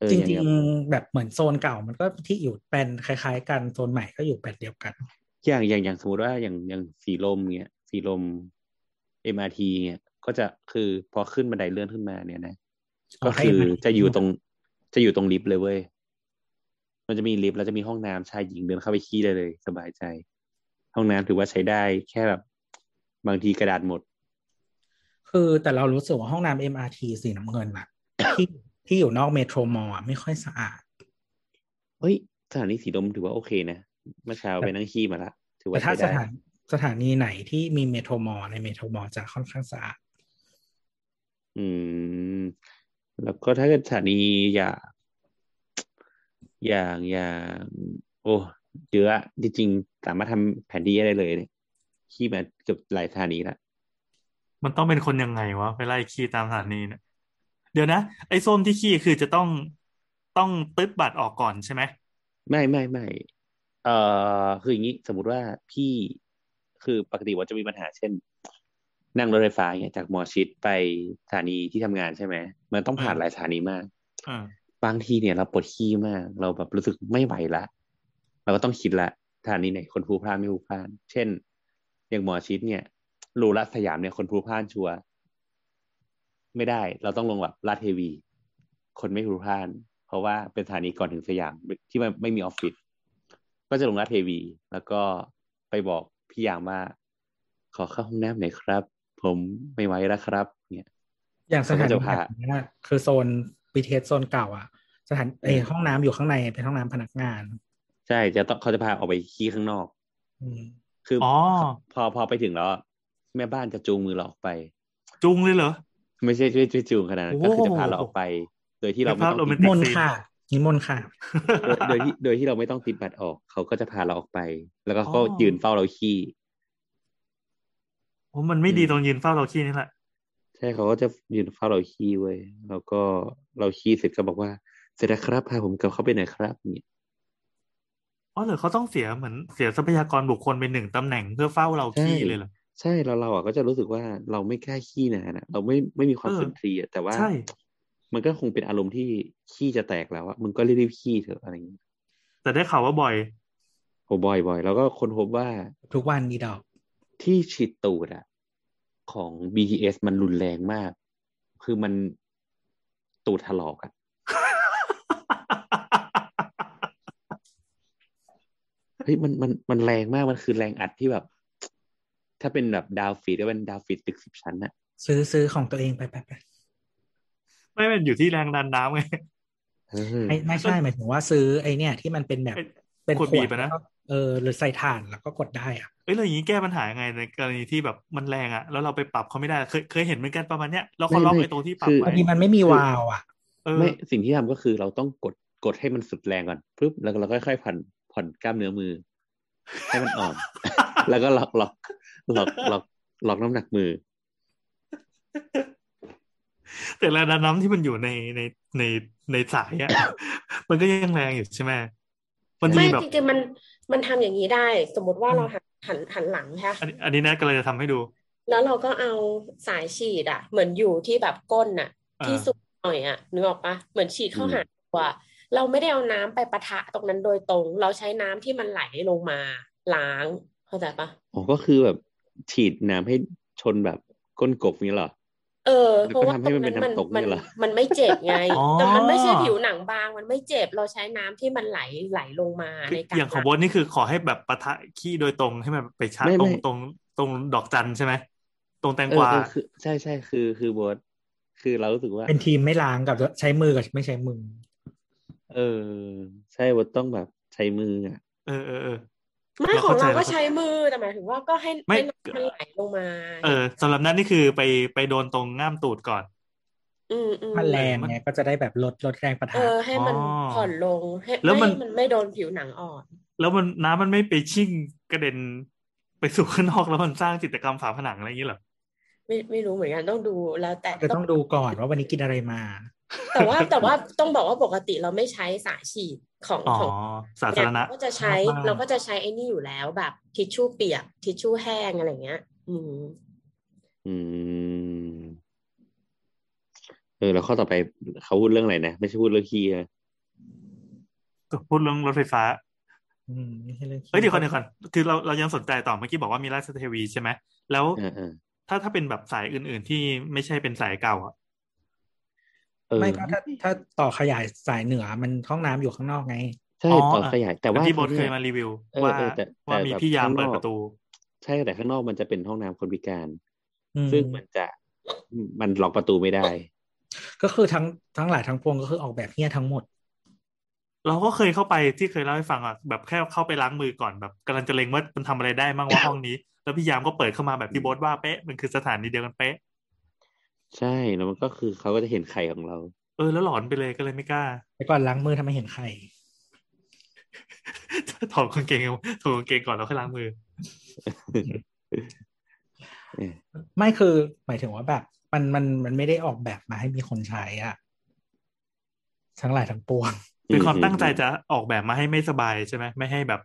[SPEAKER 9] เออ
[SPEAKER 4] จ
[SPEAKER 9] อย่าง
[SPEAKER 4] ริ
[SPEAKER 9] เงี้
[SPEAKER 4] ง
[SPEAKER 9] ย
[SPEAKER 4] ๆ แบบเหมือนโซนเก่ามันก็ที่อยู่แปลนคล้าย ๆ กันโซนใหม่ก็อยู่แปลนเดียวกัน
[SPEAKER 9] อย่างอย่างอย่างสมมติว่าอย่างอย่างสีลมเงี้ยสีลม MRT เงี้ยก็จะคือพอขึ้นบันไดเลื่อนขึ้นมาเนี่ยนะ
[SPEAKER 4] อ๋อ
[SPEAKER 9] ก็คือ
[SPEAKER 4] ให้ MRT
[SPEAKER 9] จะอยู่ตรง จะอยู่ตรงลิฟต์เลยเว้ย มันจะมีลิฟต์แล้วจะมีห้องน้ำชายหญิงเดินเข้าไปขี้ได้เลย สบายใจ ห้องน้ำถือว่าใช้ได้แค่แบบ บางทีกระดาษหมด
[SPEAKER 4] คือแต่เรารู้สึกว่าห้องน้ำ MRT สีน้ำเงินอะ ที่ที่อยู่นอกเมโทรมอลอะไม่ค่อยสะอาด
[SPEAKER 9] เฮ้ยสถานีสีลมถือว่าโอเคนะเมื่อเช้าไปนั่งขี้มาละถือ
[SPEAKER 4] แต่
[SPEAKER 9] ว่า
[SPEAKER 4] ถ้า
[SPEAKER 9] ใช้
[SPEAKER 4] ส
[SPEAKER 9] ได้
[SPEAKER 4] ถานสถานีไหนที่มีเมโทรมอลในเมโทรมอลจะค่อนข้างสะอาด
[SPEAKER 9] อืม แล้วก็ถ้าเกิดสถานีอย่า อย่างอย่าง โอ้เยอะอะจริงๆสามารถทำแผนที่ได้เลยเนี่ยขี้มาเกือบหลายสถานีละ
[SPEAKER 5] มันต้องเป็นคนยังไงวะไปไล่ขี้ตามสถานีเนี่ยเดี๋ยวนะ ไอ้ส้มที่ขี้คือจะต้องต้องตึ๊ดบัตรออกก่อนใช่ไหม
[SPEAKER 9] ไม่ไม่ไม่เอ่อคืออย่างนี้สมมติว่าพี่คือปกติว่าจะมีปัญหาเช่น นั่งรถไฟฟ้าเนี่ยจากหมอชิดไปสถานีที่ทำงานใช่ไหมมันต้องผ่านหลายสถานีมาก
[SPEAKER 5] เออบ
[SPEAKER 9] างทีเนี่ยเราปวดขี้มาก เราแบบรู้สึกไม่ไหวละ เราก็ต้องคิดละสถานีไหนคนพลุกพล่านไม่พลุกพล่าน เช่น อย่างหมอชิดเนี่ยรูรัดสยามเนี่ยคนพลุกพล่านชัวร์ไม่ได้ เราต้องลงแบบลาดเทวี คนไม่พลุกพล่าน เพราะว่าเป็นสถานีก่อนถึงสยามที่มันไม่มีออฟฟิศก็จะลงลาดเทวี แล้วก็ไปบอกพี่ยามว่า ขอเข้าห้องน้ำหน่อยครับ ผมไม่ไหวแล้วครับ เนี่ย
[SPEAKER 4] อย่างสถานี
[SPEAKER 9] เขาก็จะพา
[SPEAKER 4] แบบเนี้ยคือโซน BTS โซนเก่าอะสถานไอห้องน้ำอยู่ข้างในเป็นห้องน้ำพนักงาน
[SPEAKER 9] ใช่จะต้องเขาจะพาออกไปขี้ข้างนอก
[SPEAKER 4] อืม
[SPEAKER 9] คืออ
[SPEAKER 5] อ๋อ
[SPEAKER 9] พอพอไปถึงแล้ว แม่บ้านจะจูงมือเราออกไป
[SPEAKER 5] จุงเลยเหรอ
[SPEAKER 9] ไม่ใช่ช่วยจูงขนาดนั้นก็คือ
[SPEAKER 5] โอ้โห
[SPEAKER 9] จะพาเราออกไป โดยที่เราไม่ต้อง
[SPEAKER 5] เป็นภาพ
[SPEAKER 9] ติด
[SPEAKER 5] โรแมนติ
[SPEAKER 4] นิ
[SPEAKER 5] ก
[SPEAKER 4] มนต์ค่ะนิมนต์ค่ะ
[SPEAKER 9] โดยโดยที่โดยที่เราไม่ต้องติดบัตรออก เขาก็จะพาเราออกไป แล้วก็เขา
[SPEAKER 5] อ๋อ
[SPEAKER 9] ยืนเฝ้าเราขี้
[SPEAKER 5] *laughs* โอ้มันไม่ดีตรงยืนเฝ้าเราขี้นี่แหละ
[SPEAKER 9] ใช่เขาก็จะยืนเฝ้าเราขี้เว้ยแล้วก็เราขี้เสร็จก็บอกว่า เสร็จแล้วครับพาผมกลับเข้าไปหน่อยครับเนี่ย
[SPEAKER 5] อ๋อหรือเขาต้องเสียเหมือนเสียทรัพยากรบุคคลไปหนึ่งตำแหน่งเพื่อเฝ้าเราขี้เลยเหรอ
[SPEAKER 9] ใช่เราเราอ่ะก็จะรู้สึกว่าเราไม่กล้าขี้นานอะเราไม่ไม่มีความ
[SPEAKER 5] เออ
[SPEAKER 9] สุนทรีย์อะแต่ว่า
[SPEAKER 5] ใช่
[SPEAKER 9] มันก็คงเป็นอารมณ์ที่ขี้จะแตกแล้วอะมึงก็รีบๆขี้เถอะอะไรอย่างเงี้ย
[SPEAKER 5] แต่ได้ข่าวว่าบ่อย
[SPEAKER 9] โอ้บ่อยบ่อยแล้วก็ค้นพบว่า
[SPEAKER 4] ทุกวันมีดอก
[SPEAKER 9] ที่ฉีดตูดอะของ BTS มันรุนแรงมาก คือมันตูดถลอกอะ เฮ้ยมันมันมันแรงมากมันคือแรงอัดที่แบบ ถ้าเป็นแบบดาวฟีดก็เป็นดาวฟีดตึกสิบชั้นอะ
[SPEAKER 4] ซื้อซื้อของตัวเองไปไปไป
[SPEAKER 5] *laughs* ไม่เป็นอยู่ที่แรงดันน้ำไง
[SPEAKER 9] เออ
[SPEAKER 4] ไม่ไม่ใช่หมายถึงว่าซื้อไอเนี่ย ที่มันเป็นแบบ
[SPEAKER 5] ไอ้
[SPEAKER 4] เป็น
[SPEAKER 5] ขวดบีบอะนะ
[SPEAKER 4] แล้วก็เออหรือใส่ถ่านแล้วก็กดได้อะ
[SPEAKER 5] เอ้ยเราอย่างนี้แก้ปัญหายังไงในกรณีที่แบบมันแรงอะแล้วเราไปปรับเขาไม่ได้เคยเคยเห็นเหมือนกันประมาณเนี้ยแล้วเขาล็อกไอ้ตรงที่ปรับ
[SPEAKER 4] บา
[SPEAKER 5] ไว้
[SPEAKER 4] งทีมันไม่มีวาล์วอ่ะ
[SPEAKER 5] เออ
[SPEAKER 9] ไม่สิ่งที่ทำก็คือเราต้องกดกดให้มันสุดแรงก่อนปุ๊บแล้วก็เราก็ค่อยๆผ่อนผ่อนกล้ามเนื้อมือ ให้มันอ่อน แล้วก็ล็อกล็อกล็อกล็อกล็อกน้ำหนักมือ
[SPEAKER 5] *laughs* แต่แรงดันน้ำที่มันอยู่ในในในในสายอะ *laughs* มันก็ยังแรงอยู่ใช่ไหมมันจะ
[SPEAKER 7] ไม่
[SPEAKER 5] มีแบบ
[SPEAKER 7] จริงๆมันมันทำอย่างนี้ได้ สมมติว่าเราหันหันหันหลังใช่ปะ
[SPEAKER 5] อันนี้อันนี้แนทก็เลยจะทำให้ดู
[SPEAKER 7] แล้วเราก็เอาสายฉีดอะเหมือนอยู่ที่แบบก้นอะ
[SPEAKER 5] อ่า
[SPEAKER 7] ที่สุดหน่อยอะนึกออกปะเหมือนฉีดเข้า
[SPEAKER 9] อืม
[SPEAKER 7] หาตัวเราไม่ได้เอาน้ำไปปะทะตรงนั้นโดยตรง เราใช้น้ำที่มันไหลลงมาล้างเข้าใจปะ
[SPEAKER 9] อ๋อก็คือแบบฉีดน้ำให้ชนแบบก้นกบนี้เหรอ
[SPEAKER 7] เออ
[SPEAKER 9] แล้ว
[SPEAKER 7] เพ
[SPEAKER 9] ก็
[SPEAKER 7] ราะว่า
[SPEAKER 9] ทำให้
[SPEAKER 7] ตรง
[SPEAKER 9] มันเป็
[SPEAKER 7] นั้น นมัน
[SPEAKER 9] น้ำตกเนี่
[SPEAKER 7] มัน
[SPEAKER 9] ยเหรอ
[SPEAKER 7] มันไม่เจ็บไง
[SPEAKER 5] อ๋อ
[SPEAKER 7] แต่มันไม่ใช่ผิวหนังบางมันไม่เจ็บเราใช้น้ำที่มันไหลไหลลงมาในกา
[SPEAKER 5] อ
[SPEAKER 7] ร
[SPEAKER 5] ย่างของโบอสนี่คือขอให้แบบปะทะขี้โดยตรงให้มันไปชาต
[SPEAKER 9] ไม่
[SPEAKER 5] ร
[SPEAKER 9] ไม่
[SPEAKER 5] งตรงตรงดอกจันใช่ไหมตรงแตง
[SPEAKER 9] เออก
[SPEAKER 5] วา
[SPEAKER 9] เออคือใช่ใช่คือคือโบทคือเรารู้สึกว่า
[SPEAKER 4] เป็นทีมไม่ล้างกับใช้มือกับไม่ใช้มือ
[SPEAKER 9] เออ ใช่โบทต้องแบบใช้มืออ่ะ
[SPEAKER 5] เออเออเออ
[SPEAKER 7] ไม่
[SPEAKER 5] เรา
[SPEAKER 7] ของ
[SPEAKER 5] เข้าใจ
[SPEAKER 7] เราก็
[SPEAKER 5] เราเข้า
[SPEAKER 7] ใช้มือแต่หมายถึงว่าก็ให้
[SPEAKER 5] ไม่
[SPEAKER 7] ให้น้ำมันไหลลงมา
[SPEAKER 5] เออสำหรับนั้นนี่คือไปไปโดนตรงง่ามตูดก่อน
[SPEAKER 7] อืมอืม
[SPEAKER 4] มันแรง
[SPEAKER 5] มัน
[SPEAKER 4] ไงก็จะได้แบบลดลดแรงปะ
[SPEAKER 7] เอ
[SPEAKER 4] ทะ
[SPEAKER 7] อให้มัน
[SPEAKER 5] อ๋อ
[SPEAKER 7] ผ่อนลงให้
[SPEAKER 5] แล้วมัน
[SPEAKER 7] ไม่มันไม่โดนผิวหนังอ่อน
[SPEAKER 5] แล้วมันน้ำมันไม่ไปชิ่งกระเด็นไปสู่ข้างนอกแล้วมันสร้างจิตรกรรมฝาผนังอะไรอย่างนี้เหรอ
[SPEAKER 7] ไม่ไม่รู้เหมือนกันต้องดูแล้วแต่
[SPEAKER 4] จะต้องดูก่อนว่าวันนี้กินอะไรมา
[SPEAKER 7] แต่
[SPEAKER 5] *laughs*
[SPEAKER 7] ว่าแต่ว่าต้องบอกว่าปกติเราไม่ใช้สายฉีดของ
[SPEAKER 5] อ๋อ
[SPEAKER 7] ของ
[SPEAKER 5] สาธารณะ
[SPEAKER 7] เยก็จะใช้
[SPEAKER 4] มากๆ
[SPEAKER 7] เราก็จะใช้ไอ้นี่อยู่แล้วแบบทิชชู่เปียกทิชชู่แห้งอะไรเงี้ย อืม
[SPEAKER 9] อืม เออ แล้วข้อต่อไปเขาพูดเรื่องอะไรนะ ไม่ใช่พูดเรื่องขี้นะ
[SPEAKER 5] พูดเรื่องรถไฟฟ้า
[SPEAKER 4] อืมไม่ใช่เรื่องขี้
[SPEAKER 5] เอ้ยเดี๋ยวก่อนเดี๋ยวก่อนคือเราเรายังสนใจต่อเมื่อกี้บอกว่ามีราชเทวีใช่ไหมแล้ว
[SPEAKER 9] อ่าอ่า
[SPEAKER 5] ถ้าถ้าเป็นแบบสายอื่น ๆ ที่ไม่ใช่เป็นสายเก่าอ่ะ
[SPEAKER 9] เออ
[SPEAKER 4] ไม่ก็ถ้าถ้าต่อขยายสายเหนือมันห้องน้ำอยู่ข้างนอกไง
[SPEAKER 9] ใช่
[SPEAKER 5] อ๋อ
[SPEAKER 9] ต่อ
[SPEAKER 5] อ่ะ
[SPEAKER 9] ขยาย แต่ว่า
[SPEAKER 5] ที่โบท
[SPEAKER 9] นี่
[SPEAKER 5] เคยมารีวิว
[SPEAKER 9] เออ
[SPEAKER 5] ว่า
[SPEAKER 9] เออแต่แต่
[SPEAKER 5] ว่ามี
[SPEAKER 9] แบบ
[SPEAKER 5] พี่ยาม
[SPEAKER 9] ข้ง
[SPEAKER 5] เปิด
[SPEAKER 9] นอก
[SPEAKER 5] ประตู
[SPEAKER 9] ใช่แต่ข้างนอกมันจะเป็นห้องน้ำคนพิการ
[SPEAKER 4] อืม
[SPEAKER 9] ซึ่งมันจะมันล็อกประตูไม่ได้
[SPEAKER 4] ก็คือทั้งทั้งหลายทั้งปวงก็คือออกแบบเนี้ยทั้งหมด
[SPEAKER 5] เราก็เคยเข้าไปที่เคยเล่าให้ฟังอ่ะแบบแค่เข้าไปล้างมือก่อนแบบกำลังจะเล็งว่ามันทำอะไรได้มั่งว่าห้องนี้ แล้วพี่ยามก็เปิดเข้ามาแบบที่โบทว่าเป๊ะมันคือสถานีเดียวกันเป๊ะ
[SPEAKER 9] ใช่แล้วมันก็คือเขาก็จะเห็นไข่ของเรา
[SPEAKER 5] เออแล้วหลอนไปเลยก็เลยไม่กล้า
[SPEAKER 4] แต่ก่อนล้างมือทำไมเห็นไข่
[SPEAKER 5] *laughs* ถอดกางเกงเอาถอดกางเกงก่อนแล้วค่อยล้างมือ
[SPEAKER 4] ไม่คือหมายถึงว่าแบบ มันมันมันไม่ได้ออกแบบมาให้มีคนใช้อ่ะ ทั้งหลายทั้งปวง
[SPEAKER 5] เป็นความตั้งใจจะออกแบบมาให้ไม่สบายใช่ไหมไม่ให้แบบ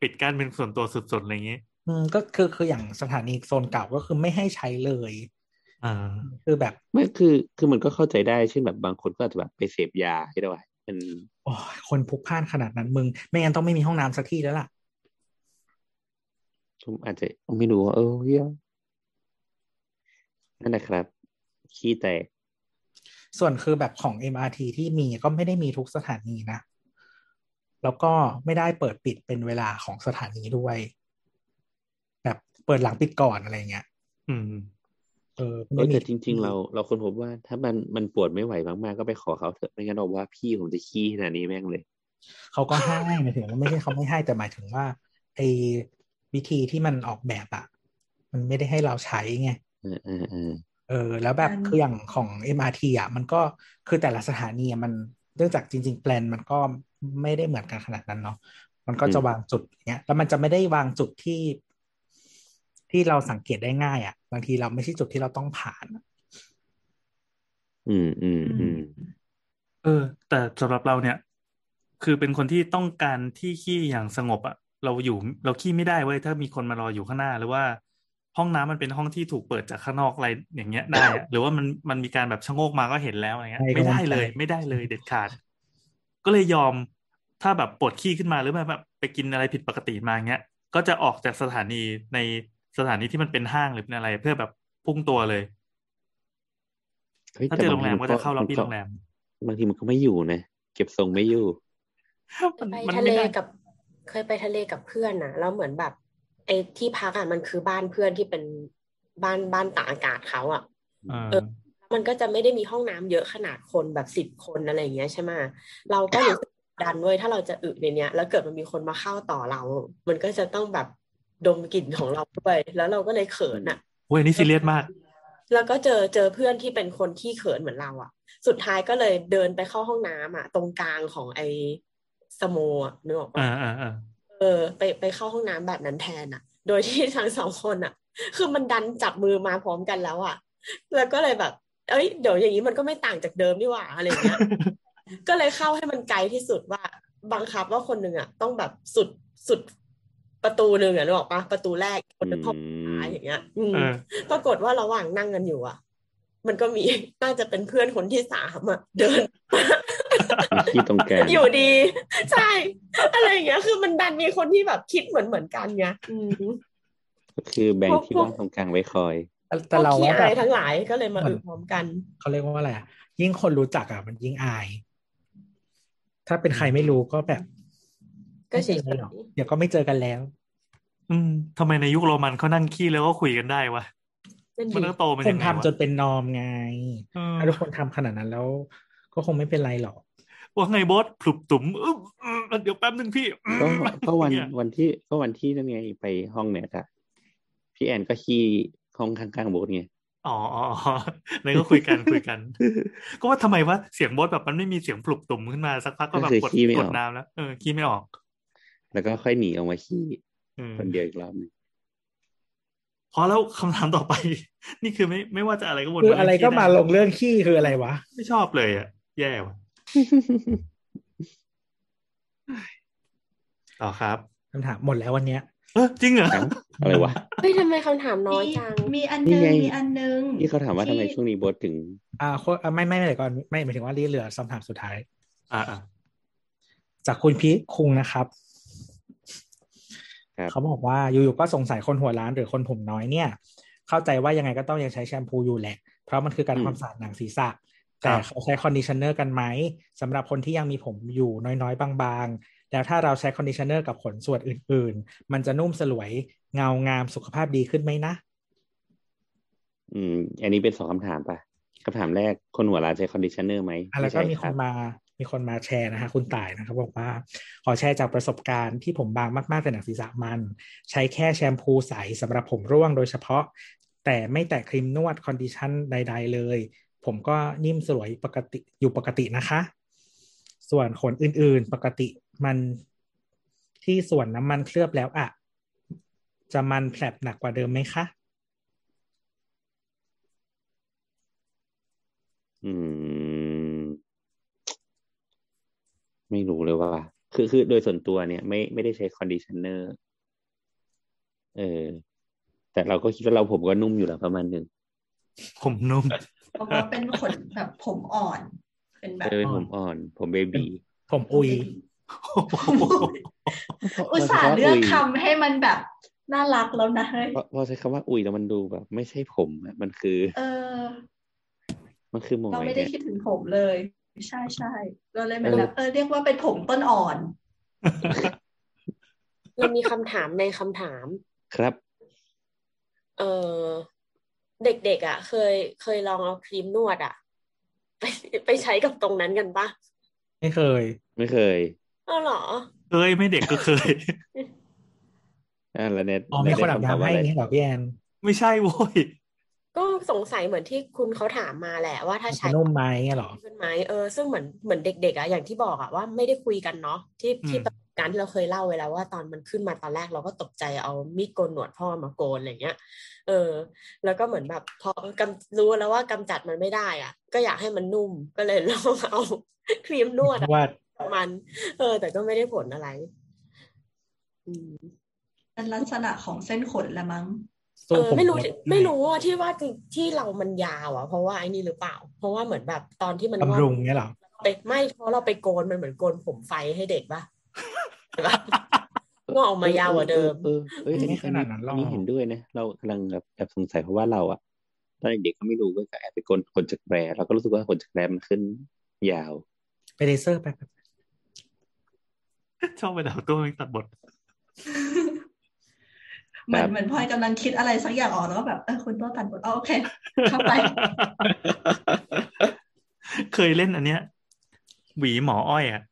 [SPEAKER 5] ปิดกั้นเป็นส่วนตัวสุดๆอะไรอย่างนี้
[SPEAKER 4] อืมก็คือคืออย่างสถานีโซนเก่าก็คือไม่ให้ใช้เลย
[SPEAKER 5] อ่า
[SPEAKER 4] คือแบบ
[SPEAKER 9] ไม่คือคือมันก็เข้าใจได้เช่นแบบบางคนก็อาจจะแบบไปเสพยาใช่ไหมเป็น
[SPEAKER 4] โอ้ยคนพลุกพล่านขนาดนั้นมึง ไม่งั้นต้องไม่มีห้องน้ำสักที่แล้วล่ะ
[SPEAKER 9] ผมอาจจะไม่รู้ว่าเออเหี้ยนั่นแหละครับ ขี้แตก
[SPEAKER 4] ส่วนคือแบบของ MRT ที่มีก็ไม่ได้มีทุกสถานีนะ แล้วก็ไม่ได้เปิดปิดเป็นเวลาของสถานีด้วย แบบเปิดหลังปิดก่อนอะไรเงี้ย
[SPEAKER 5] อืม
[SPEAKER 4] เออ
[SPEAKER 9] เอ
[SPEAKER 4] ไม่
[SPEAKER 9] อ
[SPEAKER 4] มี
[SPEAKER 9] แต่จริง ๆ เราเราคนพบว่าถ้ามันมันปวดไม่ไหวมากๆก็ไปขอเขาเถอะไม่งั้นบอกว่าพี่ผมจะขี้ขนาดนี้แม่งเลย
[SPEAKER 4] เขาก็ให้หมายถึงว่าไม่ใช่เขาไม่ให้แต่หมายถึงว่าไอ้วิธีที่มันออกแบบอะมันไม่ได้ให้เราใช้ไง
[SPEAKER 9] เออเออเออ
[SPEAKER 4] เออแล้วแบบ
[SPEAKER 3] อัน
[SPEAKER 4] คืออย่างของ MRT อ่ะมันก็คือแต่ละสถานีอะมันเนื่องจากจริง ๆ แปลนมันก็ไม่ได้เหมือนกันขนาดนั้นเนาะมันก็จะวางจุดอย่างเงี้ยแล้วมันจะไม่ได้วางจุดที่ ที่เราสังเกตได้ง่ายอ่ะ บางทีเราไม่ใช่จุดที่เราต้องผ่านอะ
[SPEAKER 9] อืมอืมอืม
[SPEAKER 5] เออ แต่สำหรับเราเนี่ย คือเป็นคนที่ต้องการที่ขี้อย่างสงบอะเราอยู่เราขี้ไม่ได้เว้ยถ้ามีคนมารออยู่ข้างหน้า หรือว่าห้องน้ำมันเป็นห้องที่ถูกเปิดจากข้างนอกอะไรอย่างเงี้ยได้อะห *coughs* รือว่ามันมันมีการแบบชะโงกมาก็เห็นแล้วอะไรเงี้ยไม่ได้เลย ไม่ได้เลยเด็ดขาด ก็เลยยอมถ้าแบบปวดขี้ขึ้นมาหรือไม่แบบไปกินอะไรผิดปกติมาเงี้ย ก็จะออกจากสถานีในสถานีที่มันเป็นห้างหรือเป็นอะไร เพื่อแบบพุ่งตัวเลย
[SPEAKER 9] เฮ้ย
[SPEAKER 5] ถ้าเจอบ
[SPEAKER 9] แต่า
[SPEAKER 5] โรง ง
[SPEAKER 9] ที
[SPEAKER 5] แรม
[SPEAKER 9] มั
[SPEAKER 5] ก็
[SPEAKER 9] นก็
[SPEAKER 5] จะเข้าล็อบบี้
[SPEAKER 9] มันก็
[SPEAKER 5] โรงแรม
[SPEAKER 9] บางทีมันก็ไม่อยู่นะเก็บทรงไม่อยู่
[SPEAKER 5] มัน
[SPEAKER 7] ไป
[SPEAKER 5] มัน
[SPEAKER 7] ทะ
[SPEAKER 5] ไม่
[SPEAKER 7] เล
[SPEAKER 5] ได้
[SPEAKER 7] กับ เคยไปทะเลกับเพื่อนนะแล้วเหมือนแบบไอ้ที่พักอ่ะมันคือบ้านเพื่อนที่เป็นบ้านบ้านตากอากาศเขาอ่ะ
[SPEAKER 5] อ่า
[SPEAKER 7] เออ มันก็จะไม่ได้มีห้องน้ำเยอะขนาดคนแบบสิบคนอะไรอย่างเงี้ยใช่ไหมเราก็รู้สึกดันเว้ยถ้าเราจะอึในเนี้ย แล้วเกิดมันมีคนมาเข้าต่อเรา มันก็จะต้องแบบดมกลิ่นของเราด้วยแล้วเราก็เลยเขินอ่ะ
[SPEAKER 5] เว้ยอันนี่ซีเรียสมาก
[SPEAKER 7] แล้วก็เจอเจอเพื่อนที่เป็นคนขี้เขินเหมือนเราอ่ะ สุดท้ายก็เลยเดินไปเข้าห้องน้ำอ่ะ ตรงกลางของไอ้สโมอ่ะนึกออกปะ
[SPEAKER 5] อ่าอ่าอ่า
[SPEAKER 7] เออไปไปเข้าห้องน้ำแบบนั้นแทนอ่ะ โดยที่ทั้งสองคนอ่ะ คือมันดันจับมือมาพร้อมกันแล้วอ่ะ แล้วก็เลยแบบ เอ้ยเดี๋ยวอย่างนี้มันก็ไม่ต่างจากเดิมนี่หว่าอะไรอย่างเงี้ *laughs* ย ก็เลยเข้าให้มันไกลที่สุดว่าบังคับว่าคนหนึ่งอ่ะ ต้องแบบสุดสุดประตูหนึ่งอ่ะนึกออกปะประตูแรกคนหนึ่งเข้า
[SPEAKER 9] อื
[SPEAKER 7] ตาม ยอย่างเงี้ย อืม
[SPEAKER 5] เออ
[SPEAKER 7] ปรากฏว่าระหว่างนั่งกันอยู่อ่ะ มันก็มี น่าจะเป็นเพื่อนคนที่สามอ่ะเดิน
[SPEAKER 9] มีที่ตรงกลาง
[SPEAKER 7] อยู่ดี ใช่ อะไรอย่างเงี้ย คือมันดันมีคนที่แบบคิดเหมือนเหมือนกันไงอืม
[SPEAKER 9] ก็คือแบ่งที่
[SPEAKER 7] พวก
[SPEAKER 9] ว่างตรงกลางไว้คอย
[SPEAKER 4] แต่เรา
[SPEAKER 7] พวกขี้
[SPEAKER 4] ว่าแบ
[SPEAKER 7] อาย
[SPEAKER 4] บ
[SPEAKER 7] ทั้งหลายก็เลยมาอึพร้อมกัน
[SPEAKER 4] เขาเรียกว่าอะไรอะยิ่งคนรู้จักอ่ะ มันยิ่งอาย ถ้าเป็นใครไม่รู้ก็แบบ
[SPEAKER 7] ก็เฉย
[SPEAKER 4] ไม่จอกันหรอกเดี๋ยวก็ไม่เจอกันแล้ว
[SPEAKER 5] อืมทำไมในยุคโรมันเขานั่งขี้แล้วก็คุยกันได้วะ
[SPEAKER 7] ๆนั่น
[SPEAKER 5] มัน
[SPEAKER 7] ดี
[SPEAKER 5] ต้องโตมัน
[SPEAKER 4] ค
[SPEAKER 5] ยั
[SPEAKER 4] น
[SPEAKER 5] งไง
[SPEAKER 4] ทำ
[SPEAKER 5] วะ
[SPEAKER 4] จนเป็นนอมไง
[SPEAKER 5] เออ
[SPEAKER 4] ถ้าทุกคนทำขนาดนั้นแล้ว ก็คงไม่เป็นไรหรอก
[SPEAKER 5] ว่าไงบอสผลุบตุ๋มอึ๊บอืมเดี๋ยวแป๊บนึงพี่อืม
[SPEAKER 9] ก็ก็วัน
[SPEAKER 5] เนี่ย
[SPEAKER 9] วันที่ก็วันที่นั่นไงไปห้องแนทอะพี่แอนก็ขี้ห้องข้างๆโบสไง
[SPEAKER 5] อ๋ออ๋ออ๋อนั่นก็คุยกันคุยกัน ก็ว่าทำไมวะเสียงบอสแบบมันไม่มีเสียงผลุบตุ๋มขึ้นมาสักพักก็แบบ
[SPEAKER 9] ก็คือก
[SPEAKER 5] ด
[SPEAKER 9] ขี้ไม่ออก
[SPEAKER 5] กดน้ำแล้วเออขี้ไม่ออก
[SPEAKER 9] แล้วก็ค่อยหนีออกมาขี้
[SPEAKER 5] เออ
[SPEAKER 9] คนเดียวอีกรอบหนึง
[SPEAKER 5] พอแล้วคำถามต่อไป นี่คือไม่ไม่ว่าจะอะไรก็วน
[SPEAKER 4] คือ
[SPEAKER 5] มา
[SPEAKER 4] อะไร
[SPEAKER 5] เง
[SPEAKER 4] ก็
[SPEAKER 5] ขี้ได้
[SPEAKER 4] มาลงเรื่องขี้คืออะไรวะ
[SPEAKER 5] ไม่ชอบเลยอ่ะ แย่ว่ะต่อครับ
[SPEAKER 4] คำถามหมดแล้ววันเนี้ย
[SPEAKER 5] เออจริงเหรอ
[SPEAKER 9] เอ้าอะไรวะ
[SPEAKER 7] เฮ้ยทำไมคำถามน้อย
[SPEAKER 3] มี
[SPEAKER 7] จัง
[SPEAKER 3] มีอันหนึง
[SPEAKER 9] นี่ไง
[SPEAKER 3] มีอันหนึง
[SPEAKER 9] นี่เขาถามว่าทำไมช่วงนี้โบสถึง
[SPEAKER 4] อ่าโคอ่าไม่ไม่ไม่เดี๋ยวก่อนไม่หมายถึงว่ารีเหลือคำถามสุดท้าย
[SPEAKER 5] อ่าอ่า
[SPEAKER 4] จากคุณพีคุงนะครับ
[SPEAKER 9] ครับ
[SPEAKER 4] เขาบอกว่าอยู่ๆก็สงสัยคนหัวล้านหรือคนผมน้อยเนี่ย เข้าใจว่ายังไงก็ต้องยังใช้แชมพูอยู่แหละ เพราะมันคือการ
[SPEAKER 9] อืม
[SPEAKER 4] ทำความสะอาดหนังศีรษะ แต่เขาใช้คอนดิชเนอร์กันไหมสำหรับคนที่ยังมีผมอยู่น้อยๆ บางๆ แล้วถ้าเราใช้คอนดิชเนอร์กับขนส่วนอื่นๆ มันจะนุ่มสลวยเงางามสุขภาพดีขึ้นไหมนะ
[SPEAKER 9] อืม อันนี้เป็นสองคำถามป่ะคำถามแรกคนหัวร้านใช้คอนดิชเนอร์ไหม
[SPEAKER 4] อ่ะแล้วก็
[SPEAKER 9] ไใช่
[SPEAKER 4] มีค
[SPEAKER 9] รั
[SPEAKER 4] น
[SPEAKER 9] บ
[SPEAKER 4] มามีคนมาแชร์นะคะคุณต่ายนะครับบอกว่าขอแชร์จากประสบการณ์ที่ผมบางมากๆแต่หนังศีรษะมัน ใช้แค่แชมพูใสสำหรับผมร่วงโดยเฉพาะ แต่ไม่แตะครีมนวดคอนดิชันใด ๆ เลย ผมก็นิ่มสวยปกติอยู่ปกตินะคะ ส่วนขนอื่นๆ ปกติมันที่ส่วนน้ำมันเคลือบแล้วอะจะมันแผลบหนักกว่าเดิมไหมคะ
[SPEAKER 9] อืม ไม่รู้เลยว่า คือคือโดยส่วนตัวเนี่ย ไม่ไม่ได้ใช้คอนดิชเนอร์ เออ แต่เราก็คิดว่าเราผมก็นุ่มอยู่แล้วประมาณหนึ่ง
[SPEAKER 5] ผมนุ่ม
[SPEAKER 3] เพราะว่าเป็นขนแบบผมอ่อน เป็นแบบ
[SPEAKER 9] เออผมอ่อน ผมเบบี
[SPEAKER 4] ผมอุย
[SPEAKER 3] อุตส่าห์
[SPEAKER 9] พะ
[SPEAKER 3] เลือก
[SPEAKER 9] ย
[SPEAKER 3] คำให้มันแบบน่ารักแล้วนะเฮ้ย
[SPEAKER 9] พอพอใช้คำว่าอุยแล้วมันดูแบบ ไม่ใช่ผมอะมันคือ
[SPEAKER 3] เออ
[SPEAKER 9] มันคือหมอ
[SPEAKER 3] เรา
[SPEAKER 9] ย
[SPEAKER 3] ไม่ได้
[SPEAKER 9] เนี่ย
[SPEAKER 3] คิดถึงผมเลย ใช่ใช่เราเลยเหมือน
[SPEAKER 9] เออ
[SPEAKER 3] แบบเออเรียกว่าเป็นผมต้นอ่อน
[SPEAKER 7] เรามีคำถามในคำถาม
[SPEAKER 9] ครับ
[SPEAKER 7] เออเด็กๆอ่ะ เคยเคยลองเอาครีมนวดอ่ะ *laughs* ไปไปใช้กับตรงนั้นกันปะ
[SPEAKER 4] ไม่เคย
[SPEAKER 9] ไม่เคย
[SPEAKER 7] เออเหรอ
[SPEAKER 5] เคยไม่เด็กก็เคย
[SPEAKER 9] อ่าแล้วเน็ต
[SPEAKER 4] อ๋อมีคนอาบ
[SPEAKER 9] ตอบ
[SPEAKER 4] น้ำ
[SPEAKER 9] ว่า
[SPEAKER 4] ให้
[SPEAKER 9] อะไร
[SPEAKER 4] เนี่ยเหรอพี่แอน
[SPEAKER 5] ไม่ใช่โว้ย *laughs*
[SPEAKER 7] ก็สงสัยเหมือนที่คุณเขาถามมาแหละว่าถ้า
[SPEAKER 4] มัน
[SPEAKER 7] ใช้
[SPEAKER 4] จะนุ่มไหมอะเหรอ
[SPEAKER 7] ขึ้นไหมเออซึ่งเหมือนเหมือนเด็กๆอะอย่างที่บอกอะว่าไม่ได้คุยกันเนาะที่ที่ประสบการณ์ที่เราเคยเล่าไว้แล้วว่าตอนมันขึ้นมาตอนแรกเราก็ตกใจเอามีดโกนหนวดพ่อมาโกนอะไรเงี้ย เออ แล้วก็เหมือนแบบพอกำรู้แล้วว่ากำจัดมันไม่ได้อะก็อยากให้มันนุ่มก็เลยลองเอา ครีมนวดอะ
[SPEAKER 4] ว่า
[SPEAKER 7] มัน เออ แต่ก็ไม่ได้ผลอะไร
[SPEAKER 3] เป็นลักษณะของเส้นขนละมั้ง
[SPEAKER 7] เอ
[SPEAKER 4] สู้
[SPEAKER 7] อ
[SPEAKER 4] ผม
[SPEAKER 7] ไม่รู้
[SPEAKER 4] ลด
[SPEAKER 7] ที่ไม่รู้ว่าที่ว่าที่ที่เรามันยาวอะเพราะว่าไอ้นี่หรือเปล่า เพราะว่าเหมือนแบบตอนที่มันงอก
[SPEAKER 4] บำรุงเนี่ยเหรอ
[SPEAKER 7] ไปไม่เพราะเราไปโกนมันเหมือนโกนผมไฟให้เด็กปะเห็นปะงอกออกมายาวกว่าเดิม
[SPEAKER 9] เออเออเออเอ้ย
[SPEAKER 4] ไม่
[SPEAKER 9] อันนี้
[SPEAKER 4] ขนาดนั้นหรอก
[SPEAKER 9] อันนี้เห็นด้วยนะเรากำลังแบบแอบสงสัยเพราะว่าเราอะตอนเด็กๆก็ไม่รู้เว้ยก็แอบไปกลขนจักรแร้เราก็รู้สึกว่าขนจักรแร้มันขึ้น ยาว
[SPEAKER 4] ไปเลเซอร์ไป
[SPEAKER 5] ชอบไปด่าตัวเองตัดบท
[SPEAKER 3] เหมือนเหมือนพลอยกำลังคิดอะไรสักอย่างออกแล้วก็แบบเออคุณโต้ตัดบทอ๋อโอเค เข้าไป
[SPEAKER 5] *laughs* เคยเล่นอันเนี้ย หวีหมออ้อยอ่ะ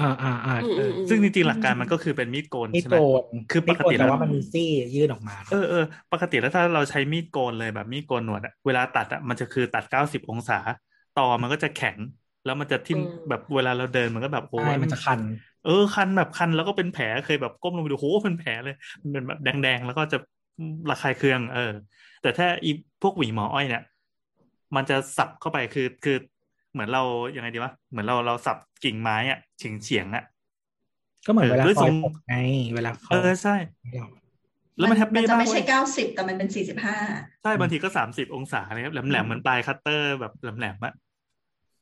[SPEAKER 4] อ่าอ่าอ่า
[SPEAKER 7] อืม
[SPEAKER 5] เออ
[SPEAKER 7] อืม
[SPEAKER 5] ซึ่งจริงๆหลักการมันก็คือเป็นมีดโกน
[SPEAKER 4] ไม่
[SPEAKER 5] ใช่ไหม
[SPEAKER 4] โกน
[SPEAKER 5] คือปกติแล้
[SPEAKER 4] แต่
[SPEAKER 5] ว
[SPEAKER 4] ว่ามันมีซี่ยืดออกมา
[SPEAKER 5] เออเออปกติแล้วถ้าเราใช้มีดโกนเลยแบบมีดโกนหนวดอะเวลาตัดอะมันจะคือตัดเก้าสิบองศาต่อมันก็จะแข็ง แล้วมันจะทิ่ม
[SPEAKER 7] อืม
[SPEAKER 5] แบบเวลาเราเดินมันก็แบบโอ้
[SPEAKER 4] ใช่
[SPEAKER 5] ย
[SPEAKER 4] มันจะคัน
[SPEAKER 5] เออคันแบบคันแล้วก็เป็นแผลเคยแบบก้มลงไปดูโหเป็นแผลเลยมันเป็นแบบแดงๆ แล้วก็จะระคายเคือง เออ แต่ถ้าอีพวกหวีหมออ้อยเนี่ยมันจะสับเข้าไปคือคือ เหมือนเรายังไงดีวะเหมือนเราเราสับกิ่งไม้อะเฉียงเฉียงๆอะ
[SPEAKER 4] ก็เหมือนเวลา
[SPEAKER 5] เออด้วย
[SPEAKER 4] ซ
[SPEAKER 5] ท
[SPEAKER 4] อ
[SPEAKER 5] ร
[SPEAKER 4] ย
[SPEAKER 5] ง
[SPEAKER 4] ผมไงเวลาเขา
[SPEAKER 5] เออใช่ แล้วมันแฮปปี้
[SPEAKER 3] มั
[SPEAKER 5] มาก
[SPEAKER 3] จะไม่
[SPEAKER 5] เว้
[SPEAKER 3] ใช่
[SPEAKER 5] ย
[SPEAKER 3] เก้าสิบแต่มันเป็นสี่สิบห้า
[SPEAKER 5] ใช่บางทีก็สามสิบองศาเลยครับแหลมแหลมๆเหมือนปลายคัตเตอร์แบบแหลมแหลมๆอะ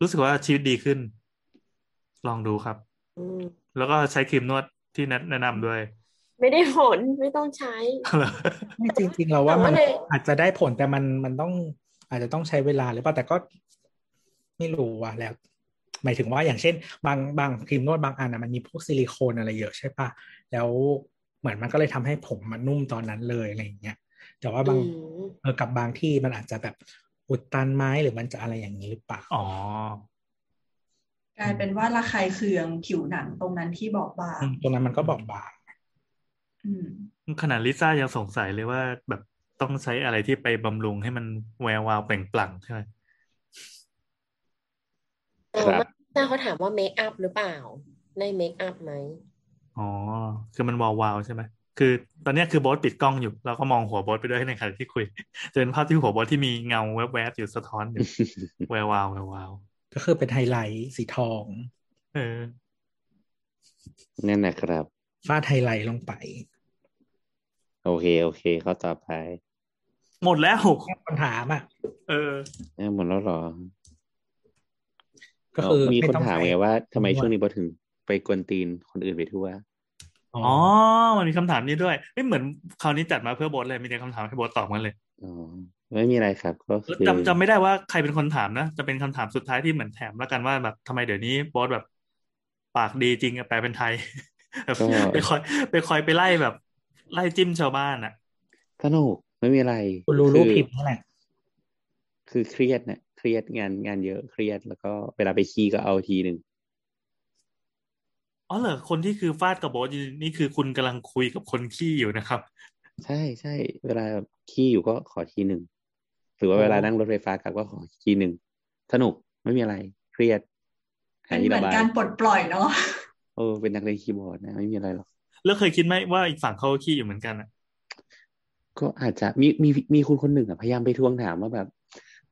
[SPEAKER 5] รู้สึกว่าชีวิตดีขึ้น ลองดูครับ
[SPEAKER 7] อืม
[SPEAKER 5] แล้วก็ใช้ครีมนวดที่แนะแนะนำด้วย
[SPEAKER 7] ไม่ได้ผลไม่ต้องใช้
[SPEAKER 4] ไม่จริง ๆ เราว่า
[SPEAKER 7] แต่ว่า
[SPEAKER 4] มัน
[SPEAKER 7] ใน
[SPEAKER 4] อาจจะได้ผลแต่มันมันต้อง อาจจะต้องใช้เวลาหรือเปล่าแต่ก็ ไม่รู้ว่ะแล้ว หมายถึงว่าอย่างเช่น บางบางครีมนวดบางอันนะมันมีพวกซิลิโคนอะไรเยอะใช่ปะแล้วเหมือนมันก็เลยทำให้ผมมันนุ่มตอนนั้นเลยอะไรอย่างเงี้ยแต่ว่าบาง
[SPEAKER 7] อืม
[SPEAKER 4] เออกับบางที่มันอาจจะแบบอุดตันไหม้หรือมันจะอะไรอย่างนี้หรือเปล่า
[SPEAKER 5] อ๋อ
[SPEAKER 3] กลายเป็นว่าระคายเคืองผิวหนังตรงนั้นที่บอบบาง
[SPEAKER 4] ตรงนั้นมันก็บอบบาง
[SPEAKER 3] อืม
[SPEAKER 5] ขนาดลิซ่ายังสงสัยเลยว่าแบบต้องใช้อะไรที่ไปบำรุงให้มันแวววาวเปล่งปลั่งใช่ไหม
[SPEAKER 7] เออ
[SPEAKER 9] ครับ
[SPEAKER 7] เมื่อกี้เขาถามว่าเมคอัพหรือเปล่า ได้เมคอัพไหม
[SPEAKER 5] อ๋อ คือมันวาววาวๆใช่ไหมคือ ตอนเนี้ยคือโบ๊ทปิดกล้องอยู่ เราก็มองหัวโบ๊ทไปด้วยในขณะที่คุย *laughs* จะเป็นภาพที่หัวโบ๊ทที่มีเงาแวบๆอยู่สะท้อน
[SPEAKER 4] *laughs*
[SPEAKER 5] อยู่แวววาวแวววาว
[SPEAKER 4] ก็คือเป็นไฮไลท์สีทอง
[SPEAKER 5] เออ
[SPEAKER 9] นั่นนะครับ
[SPEAKER 4] ฟาดไฮไลท์ลงไป
[SPEAKER 9] โอเค โอเค เข้าต่อไป
[SPEAKER 5] หมดแล้ว *laughs*
[SPEAKER 4] แค่คำถามอ่ะ
[SPEAKER 5] เออ
[SPEAKER 9] เอ้ยหมดแล้วเหรอ
[SPEAKER 4] ก็คือ
[SPEAKER 9] มีคน
[SPEAKER 4] ไต้อง
[SPEAKER 9] ถาม
[SPEAKER 4] ใช้
[SPEAKER 9] ไงว่าทำไมช่วงนี้บอสถึงไปกวนตีนคนอื่นไปทั่ว
[SPEAKER 4] อ๋อ
[SPEAKER 5] อ๋อ มันมีคำถามนี้ด้วยเอ้ยเหมือนคราวนี้จัดมาเพื่อโบทเลย มีแต่คำถามให้โบทตอบกันเลย
[SPEAKER 9] อ๋อ ไม่มีอะไรครับ ก็คือ
[SPEAKER 5] จำจำไม่ได้ว่าใครเป็นคนถามนะ จะเป็นคำถามสุดท้ายที่เหมือนแถมแล้วกันว่าแบบทำไมเดี๋ยวนี้โบทแบบ ปากดีจริงอะแปลเป็นไทย *laughs* แบบ
[SPEAKER 9] ก็
[SPEAKER 5] ไปคอยไปคอยไปไล่แบบ ไล่จิ้มชาวบ้านอะ
[SPEAKER 9] สนุกไม่มีอะไร
[SPEAKER 4] คุณรู้รูป
[SPEAKER 9] คือ
[SPEAKER 4] ผิดนั่นแหละ
[SPEAKER 9] คือเครียดเนี่ยเครียดงานงานเยอะเครียดแล้วก็เวลาไปขี้ก็เอาทีหนึ่ง
[SPEAKER 5] อ๋อเหรอคนที่คือฟาดกับโบทนี่คือคุณกำลังคุยกับคนขี้อยู่นะครับ
[SPEAKER 9] ใช่ใช่เวลาขี้อยู่ก็ขอทีหนึ่งหรือว่า
[SPEAKER 5] โอ้
[SPEAKER 9] เวลานั่งรถไฟฟ้ากลับก็ขอทีหนึ่งสนุกไม่มีอะไร เครียด
[SPEAKER 3] เป็
[SPEAKER 9] หา
[SPEAKER 3] น
[SPEAKER 9] ที่
[SPEAKER 3] เหมือ
[SPEAKER 9] ระ
[SPEAKER 3] น
[SPEAKER 9] บาย
[SPEAKER 3] การปลดปล่อยเนาะ
[SPEAKER 9] โอ้เป็นนักเรียนคีย์บอร์ดนะไม่มีอะไรหรอก
[SPEAKER 5] แล้วเคยคิดไหมว่าอีกฝั่งเขาขี้อยู่เหมือนกันอะ
[SPEAKER 9] ก็อาจจะมีมีมีคุณคนหนึ่งอะพยายามไปทวงถามว่าแบบ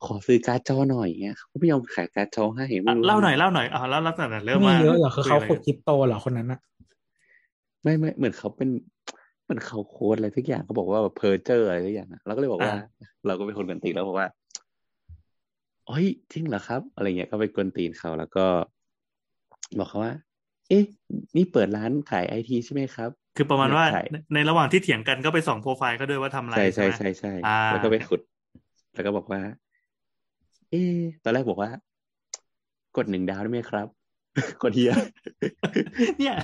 [SPEAKER 9] ขอซื้อการ์ดจอหน่อยเงี้ยเขาก็ไม่ยอมขายการ์ดจอให้ไม่
[SPEAKER 5] อ่ะ
[SPEAKER 9] รู้
[SPEAKER 5] เล่าหน่อยเล่าหน่อยอ่าเล่าลักษณะเริ่ม
[SPEAKER 4] มี
[SPEAKER 5] ว่า
[SPEAKER 4] เยอะเหรอคือเขา
[SPEAKER 5] ยะไร
[SPEAKER 4] ขุ
[SPEAKER 5] กั
[SPEAKER 4] ด
[SPEAKER 5] น
[SPEAKER 4] คริปโตเหรอคนนั้นอะ
[SPEAKER 9] ไม่ไม่เหมือนเขาเป็นเหมือนเขาโค้ดอะไรทุกอย่างเขาบอกว่าแบบเพอร์เจอร์อะไรทุกอย่างอะเราก็เลยบอกว่า
[SPEAKER 5] อ่า
[SPEAKER 9] เราก็เป็นคนกันติแล้วบอกว่า เฮ้ยจริงเหรอครับ อะไรเงี้ยก็ไปกวนตีนเขาแล้วก็ บอกเขาว่า เอ๊ะ นี่เปิดร้านขายไอทีใช่ไหมครับ
[SPEAKER 5] คือประมาณว่า
[SPEAKER 9] ใช่
[SPEAKER 5] ในในระหว่างที่เถียงกันก็ไปส่องโปรไฟล์เขาด้วยว่าทำอะไร
[SPEAKER 9] ใช่
[SPEAKER 5] ใช่ไหม
[SPEAKER 9] ใช่ใช่ใช่
[SPEAKER 5] อ่า
[SPEAKER 9] แล้วก็ไปขุด แล้วก็บอกว่า เอ๊ะตอนแรกบอกว่า กดหนึ่งดาวได้ไหมครับ *laughs* กดเฮีย
[SPEAKER 5] เนี่ย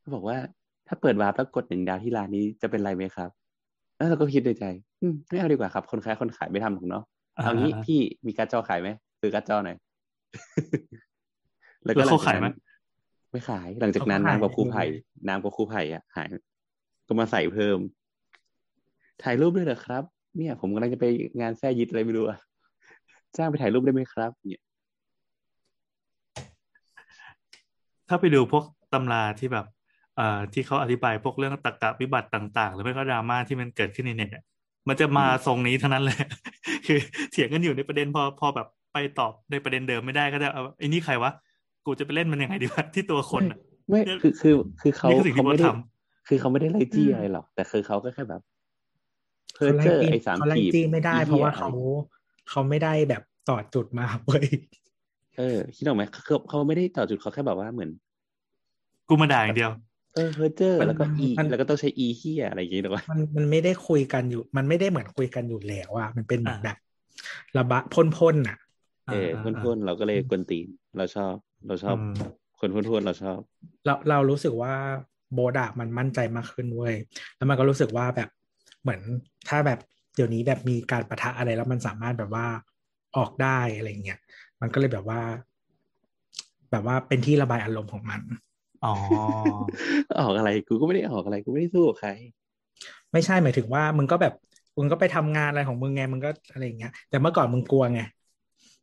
[SPEAKER 9] เขาบอกว่า ถ้าเปิดวาร์ปแล้วกดหนึ่งดาวที่ร้านนี้จะเป็นไรไหมครับแล้วเราก็คิดในใจอืมไม่เอาดีกว่าครับ คนขายคนขายไม่ทำหรอกเนาะเอางี้พี่มีการ์ดจอขายไหมซื้อการ์ดจอหน่อย
[SPEAKER 5] แล้วเขาขายไหม
[SPEAKER 9] ไม่ขายหลังจากนั้น
[SPEAKER 4] เข
[SPEAKER 9] น้ำกับครู
[SPEAKER 4] ข
[SPEAKER 9] ไผ่
[SPEAKER 4] ย
[SPEAKER 9] น้ำกับครูไผ่อะหาย ก็มาใส่เพิ่ม ถ่ายรูปด้วยเหรอครับ เนี่ย ผมกำลังจะไปงานแท้ยิดอะไรไม่รู้อะ *laughs* จ้างไปถ่ายรูปได้ไหมครับ เนี่ย
[SPEAKER 5] ถ้าไปดูพวกตำราที่แบบ เอ่อที่เขาอธิบายพวกเรื่องตรรกะวิบัติต่าง ๆ หรือไม่ก็ดราม่าที่มันเกิดขึ้นในเน็ตอะมันจะมาทรงนี้ทั้งนั้นเลย *laughs* คือเถียงกันอยู่ในประเด็นพอพอแบบไปตอบในประเด็นเดิมไม่ได้ก็จะเอาไอ้นี่ใครวะกูจะไปเล่นมันยังไงดีวะ *laughs* ที่ตัวคนอะ
[SPEAKER 9] ไม่
[SPEAKER 5] เนี่ย
[SPEAKER 9] คือคือคือเขา
[SPEAKER 5] นี่คือสิ่งที่
[SPEAKER 9] เขาไม่
[SPEAKER 5] โบ๊
[SPEAKER 9] ได้
[SPEAKER 5] ทท
[SPEAKER 9] คือเขาไม่ได้ไล่จี้อะไรหรอก แต่คือเขาก็แค่แบบ เพอ
[SPEAKER 4] เขา
[SPEAKER 9] ร์
[SPEAKER 4] ไล่
[SPEAKER 9] เจอร์
[SPEAKER 4] จี้
[SPEAKER 9] ไอ้สาม
[SPEAKER 4] เขาไล่
[SPEAKER 9] ขีด
[SPEAKER 4] จี้ไม่ได้
[SPEAKER 9] อ้
[SPEAKER 4] เพราะว่า
[SPEAKER 9] อไ
[SPEAKER 4] เขาเขาไม่ได้แบบต่อจุดมา *laughs* เว้ย
[SPEAKER 9] เออคิดออกไหมเขาเขาไม่ได้ต่อจุดเขาแค่แบบว่าเหมือน
[SPEAKER 5] กูมาด่าอย่างเดียว
[SPEAKER 9] เออเพอร์เจอร์ แล้วก็อี
[SPEAKER 4] มัน
[SPEAKER 9] แล้วก็ต้องใช้อีเฮียอะไรอย่างงี้หรอวะ
[SPEAKER 4] มันมันไม่ได้คุยกันอยู่ มันไม่ได้เหมือนคุยกันอยู่แล้วอะมันเป็นเหมือน
[SPEAKER 5] อ่า
[SPEAKER 4] แบบระบะพ่นๆน่ะ
[SPEAKER 9] เออ
[SPEAKER 5] อ่า
[SPEAKER 9] พ่นๆเราก็เลยกวนตีนเราชอบ เราชอบ
[SPEAKER 5] อืม
[SPEAKER 9] ค คนพูดพูดเราชอบ
[SPEAKER 4] เราเรารู้สึกว่าโบดามันมั่นใจมากขึ้นเว้ย แล้วมันก็รู้สึกว่าแบบเหมือนถ้าแบบเดี๋ยวนี้แบบมีการประทะอะไรแล้วมันสามารถแบบว่าออกได้อะไรเงี้ย มันก็เลยแบบว่า แบบว่าเป็นที่ระบายอารมณ์ของมัน
[SPEAKER 5] อ๋อ
[SPEAKER 9] *laughs* ออกอะไรกูก็ไม่ได้ออกอะไรกูไม่ได้สู้กับใคร
[SPEAKER 4] ไม่ใช่หมายถึงว่ามึงก็แบบมึงก็ไปทำงานอะไรของมึงไงมึงก็อะไรอย่างเงี้ย แต่เมื่อก่อนมึงกลัวไง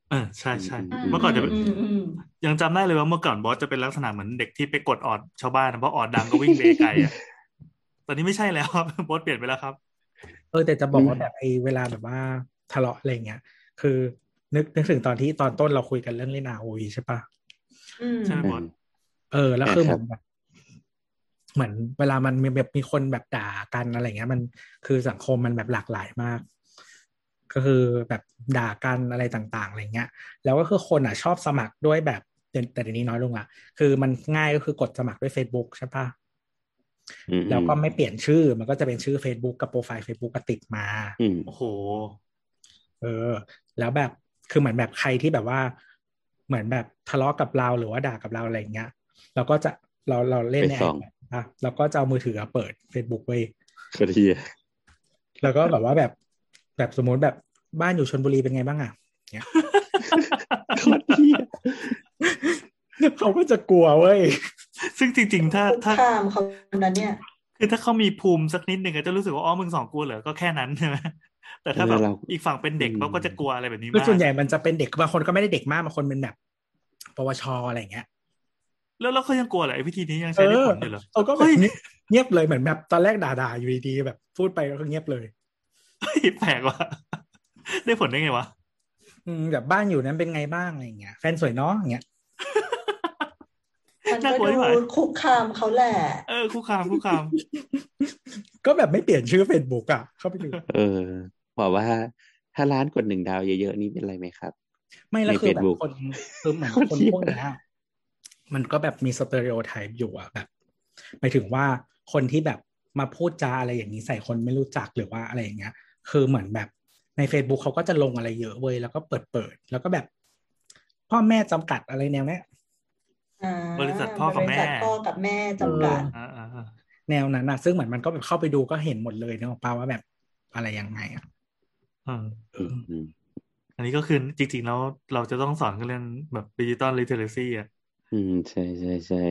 [SPEAKER 5] เออใช่ใช่
[SPEAKER 9] อืม
[SPEAKER 5] เมื่อก่อนจะเป็น
[SPEAKER 3] มอืม
[SPEAKER 5] ยังจำได้เลยว่าเมื่อก่อนบอสจะเป็นลักษณะเหมือนเด็กที่ไปกดออดชาวบ้านนะเพราะออด
[SPEAKER 9] *laughs*
[SPEAKER 5] ดังก็วิ่งเบไกลอ่ะ ตอนนี้ไม่ใช่แล้วครับ *laughs* บอสเปลี่ยนไปแล้วครับ
[SPEAKER 4] เออแต่จะบอก
[SPEAKER 9] อืม
[SPEAKER 4] ว่าแบบไอ้เวลาแบบว่าทะเลาะอะไรเงี้ย คือนึกนึกถึงตอนที่ตอนต้นเราคุยกันเรื่องเล่นอาโอีใช่ปะ
[SPEAKER 3] อืม
[SPEAKER 5] ใช่ไหม
[SPEAKER 9] อื
[SPEAKER 5] บอส
[SPEAKER 9] ม
[SPEAKER 4] เออแล้วคือเห
[SPEAKER 9] ครั
[SPEAKER 4] มือบ นแบบเหมือนเวลามันมีแบบมีคนแบบด่ากันอะไรเงี้ย มันคือสังคมมันแบบหลากหลายมาก ก็คือแบบด่ากันอะไรต่างๆอะไรเงี้ย แล้วก็คือคนอ่ะชอบสมัครด้วยแบบแต่แต่เดี๋ยวนี้น้อยลงละคือมันง่ายก็คือกดสมัครด้วย Facebook ใช่ปะ
[SPEAKER 9] อืม
[SPEAKER 4] แล้วก็ไม่เปลี่ยนชื่อ มันก็จะเป็นชื่อ Facebook กับโปรไฟล์ Facebook ก็ติดมา
[SPEAKER 9] อืม
[SPEAKER 5] โอ้โห
[SPEAKER 4] เออ แล้วแบบคือเหมือนแบบใครที่แบบว่า เหมือนแบบทะเลาะกับเราหรือว่าด่ากับเราอะไรอย่างเงี้ยเราก็จะเราเราเล่น
[SPEAKER 9] ไป
[SPEAKER 4] ใน
[SPEAKER 9] ส่อง
[SPEAKER 4] อ่ะเราก็จะเอามือถือเปิด Facebook ไว้ย
[SPEAKER 9] ก็ดีอะ
[SPEAKER 4] แล้วก็แบบว่าแบบแบบสมมติแบบบ้านอยู่ชนบุรีเป็นไงบ้างอ่ะ *laughs*
[SPEAKER 9] โคตรดีย
[SPEAKER 4] เขาก็จะกลัวเว้ย
[SPEAKER 5] ซึ่งจริงๆ ถ้า
[SPEAKER 3] คุก
[SPEAKER 5] ถ้า
[SPEAKER 3] คามเขาคนนั้นเนี่ย
[SPEAKER 5] คือถ้าเขามีภูมิสักนิดหนึ่งก็จะรู้สึกว่าอ๋อมึงสองกลัวเหรอก็แค่นั้น *laughs* ใช่ไหมแต่ถ้าแบบอีกฝั่งเป็นเด็กปั๊บก็จะกลัวอะไรแบบนี้
[SPEAKER 4] คือ
[SPEAKER 5] มาก
[SPEAKER 4] ส่วนใหญ่มันจะเป็นเด็กบางคนก็ไม่ได้เด็กมากบางคนเป็นแบบปวชอะไรอย่างเงี้ย
[SPEAKER 5] แล้วแล้วเขายังกลัวเหรอไอ้วิธีนี้ยังใช้ได้ผลอยู่เหรอ
[SPEAKER 4] เออก็แบบ
[SPEAKER 5] เฮ้ย
[SPEAKER 4] เงียบเลยเหมือนแบบตอนแรกด่าๆอยู่ดีๆแบบพูดไปแล้วก็เงียบเลย
[SPEAKER 5] เฮ้ยแปลกว่ะ *laughs* ได้ผลได้ไงวะ
[SPEAKER 4] อืมแบบบ้านอยู่นั้นเป็นไงบ้างอะไรอย่างเงี้ยแฟนสวยเนาะอย่างเงี้ย
[SPEAKER 3] มัน
[SPEAKER 5] น่าก
[SPEAKER 3] ก็
[SPEAKER 5] ลัวที่หมาย
[SPEAKER 3] ดูคุกคามเขาแหละ
[SPEAKER 5] เออคุกคามคุกคาม *laughs*
[SPEAKER 4] ก็แบบไม่เปลี่ยนชื่อเฟซบุ๊กอ่ะเข้าไปดู
[SPEAKER 9] เออบอกว่าถ้าร้านกดหนึ่งดาวเยอะๆนี่เป็นไรไหมครับ
[SPEAKER 4] ไม่แล้ว
[SPEAKER 9] ใน
[SPEAKER 4] คือแบบ
[SPEAKER 9] Facebook
[SPEAKER 4] คนคือเหมือน
[SPEAKER 9] คน
[SPEAKER 4] คน
[SPEAKER 9] เหี้ย
[SPEAKER 4] พวกเนี้ยมันก็แบบมีสเตอริโอไทป์อยู่อ่ะแบบหมายถึงว่าคนที่แบบมาพูดจาอะไรอย่างนี้ใส่คนไม่รู้จักหรือว่าอะไรอย่างเงี้ย คือเหมือนแบบใน Facebook เขาก็จะลงอะไรเยอะเว้ยแล้วก็เปิดเปิดๆแล้วก็แบบ พ่อแม่จำกัดอะไรแนวเนี้ย
[SPEAKER 3] อ่า
[SPEAKER 5] บริษัทพ่อกับแม่
[SPEAKER 3] บริษัทพ่อกับแม่จำกัด
[SPEAKER 5] อ่าอ่าอ่า
[SPEAKER 4] แนวนั้นนะซึ่งเหมือนมันก็แบบเข้าไปดูก็เห็นหมดเลยนึกออกปะว่าแบบอะไรยังไงอ่ะ
[SPEAKER 5] อืม
[SPEAKER 4] เออ
[SPEAKER 9] อืมอืม
[SPEAKER 5] อันนี้ก็คือจริงๆแล้วเราจะต้องสอนกันเรื่องแบบดิจิตอลลิเทเรซีอ่ะ
[SPEAKER 9] อืมใช่ใช่ใช่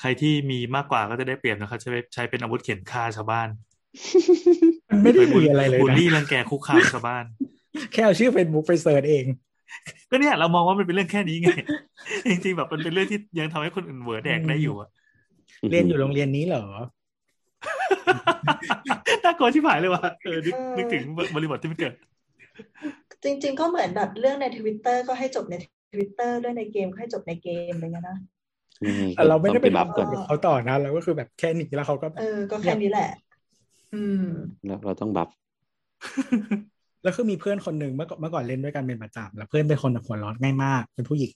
[SPEAKER 5] ใครที่มีมากกว่าก็จะได้เปรียบนะครับใช้ใช้เป็นอาวุธเข็นฆ่าชาวบ้าน
[SPEAKER 4] มันไม่ได้มีอะไรเลย
[SPEAKER 5] บูล
[SPEAKER 4] นะ
[SPEAKER 5] ลี่รังแกคุกคามชาวบ้าน
[SPEAKER 4] แค่เอาชื่อ Facebook ไปเสิร์ชเอง
[SPEAKER 5] ก็เนี่ยเรามองว่ามันเป็นเรื่องแค่นี้ไง *laughs* จริงๆแบบมันเป็นเรื่องที่ยังทำให้คนอื่นเหวอแดกได้อยู่อะ *laughs*
[SPEAKER 4] เรียนอยู่โรงเรียนนี้เหรอ
[SPEAKER 5] น่ากลัวที่ผายเลยว่ะเออนึก
[SPEAKER 3] เออ
[SPEAKER 5] นึกถึงบริบทที่มันเกิด
[SPEAKER 3] จริง ๆ ก็เหมือนแบบเรื่องในทวิตเตอร์ก็ให้จบในทวิตเตอร์เรื่องในเกมก็ให้จบในเกมอะไรเงี้ยนะ
[SPEAKER 9] ไม่
[SPEAKER 4] แต่เราไม่ได้
[SPEAKER 9] ต้อง
[SPEAKER 4] ไป
[SPEAKER 9] ไปบัฟก่อน
[SPEAKER 3] เออ
[SPEAKER 4] เขาต่อนะเราก็คือแบบแค่นี้แล้วเขาก็แบ
[SPEAKER 3] เอบ อ ก็แค่นี้แหละ อืม
[SPEAKER 9] เราเราต้องบัฟ
[SPEAKER 4] แล้วคือมีเพื่อนคนหนึ่งเมื่อก่อนเมื่อก่อนเล่นด้วยกันเป็นประจำแล้วเพื่อนเป็นคนหัวร้อนง่ายมากเป็นผู้หญิง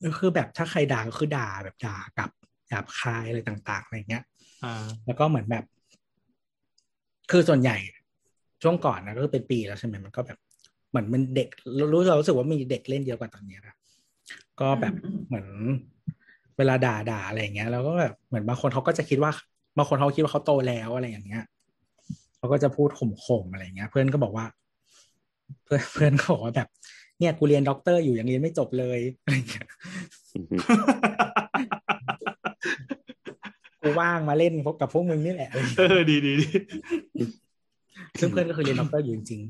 [SPEAKER 4] แล้วคือแบบถ้าใครด่าก็คือด่าแบบด่ากลับหยาบคายอะไรต่าง ๆอะไรเงี้ย
[SPEAKER 5] อ่า
[SPEAKER 4] แล้วก็เหมือนแบบ คือส่วนใหญ่ช่วงก่อนนะก็คือเป็นปีแล้วใช่ไหมมันก็แบบ เหมือนมันเด็กรู้เรารู้สึกว่ามีเด็กเล่นเยอะกว่าตอนเนี้ยนะก็แบบ
[SPEAKER 3] อืม
[SPEAKER 4] เหมือน เวลาด่าด่าอะไรอย่างเงี้ย แล้วก็แบบเหมือนบางคนเขาก็จะคิดว่าบางคนเขาคิดว่าเขาโตแล้วอะไรอย่างเงี้ยเขาก็จะพูดข่มๆอะไรอย่างเงี้ย เพื่อนก็บอกว่า เพื่อนเพื่อนก็บอกว่าแบบ เนี่ยกูเรียนด็อกเตอร์อยู่ยังเรียนไม่จบเลยอะไรอย่างเงี้ย *laughs*
[SPEAKER 9] อืมอืม
[SPEAKER 4] กูว่างมาเล่นพบกับพวกมึงนี่แหละอะไรอย่าง
[SPEAKER 5] เอ
[SPEAKER 4] เงี้ย
[SPEAKER 5] อดีดีดี
[SPEAKER 4] ซึ่งเพื่อนก็คือเรียนด็อกเตอร์อยู่จริง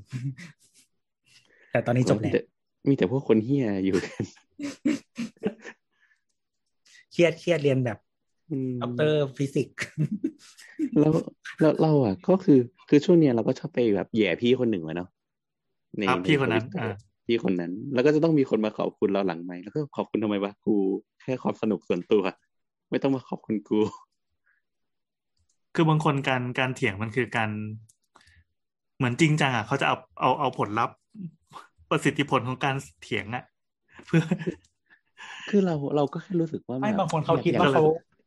[SPEAKER 4] ๆแต่ตอนนี้จบแล้ว
[SPEAKER 9] แต่มีแต่พวกคนเฮียอยู่กัน
[SPEAKER 4] เครียดเครียดเรียนแบบ
[SPEAKER 9] อืม
[SPEAKER 4] ด็อกเตอร์ฟิสิกส์
[SPEAKER 9] แล้วแล้วเราอ่ะ ก็คือคือช่วงเนี้ยเราก็ชอบไปแบบแหย่พี่คนหนึ่งอะเนาะใน
[SPEAKER 5] ครับ
[SPEAKER 9] ใ
[SPEAKER 5] พี่คนนั้น
[SPEAKER 9] ทวิตเตอ
[SPEAKER 5] อ่า
[SPEAKER 9] ร์พี่คนนั้น แล้วก็จะต้องมีคนมาขอบคุณเราหลังไหมค์แล้วก็ขอบคุณทำไมวะกูแค่ความสนุกส่วนตัว ไม่ต้องมาขอบคุณกู
[SPEAKER 5] คือบางคนการการเถียงมันคือการ เหมือนจริงจังอ่ะเขาจะเอาเอาเอาผลลัพธ์ ประสิทธิผลของการเถียงอ่ะ เพื่อ
[SPEAKER 9] คือเราเราก็แค่รู้สึกว่าแบบ
[SPEAKER 4] ไม่างคนเขาคิดว่า
[SPEAKER 9] อยก
[SPEAKER 4] เขา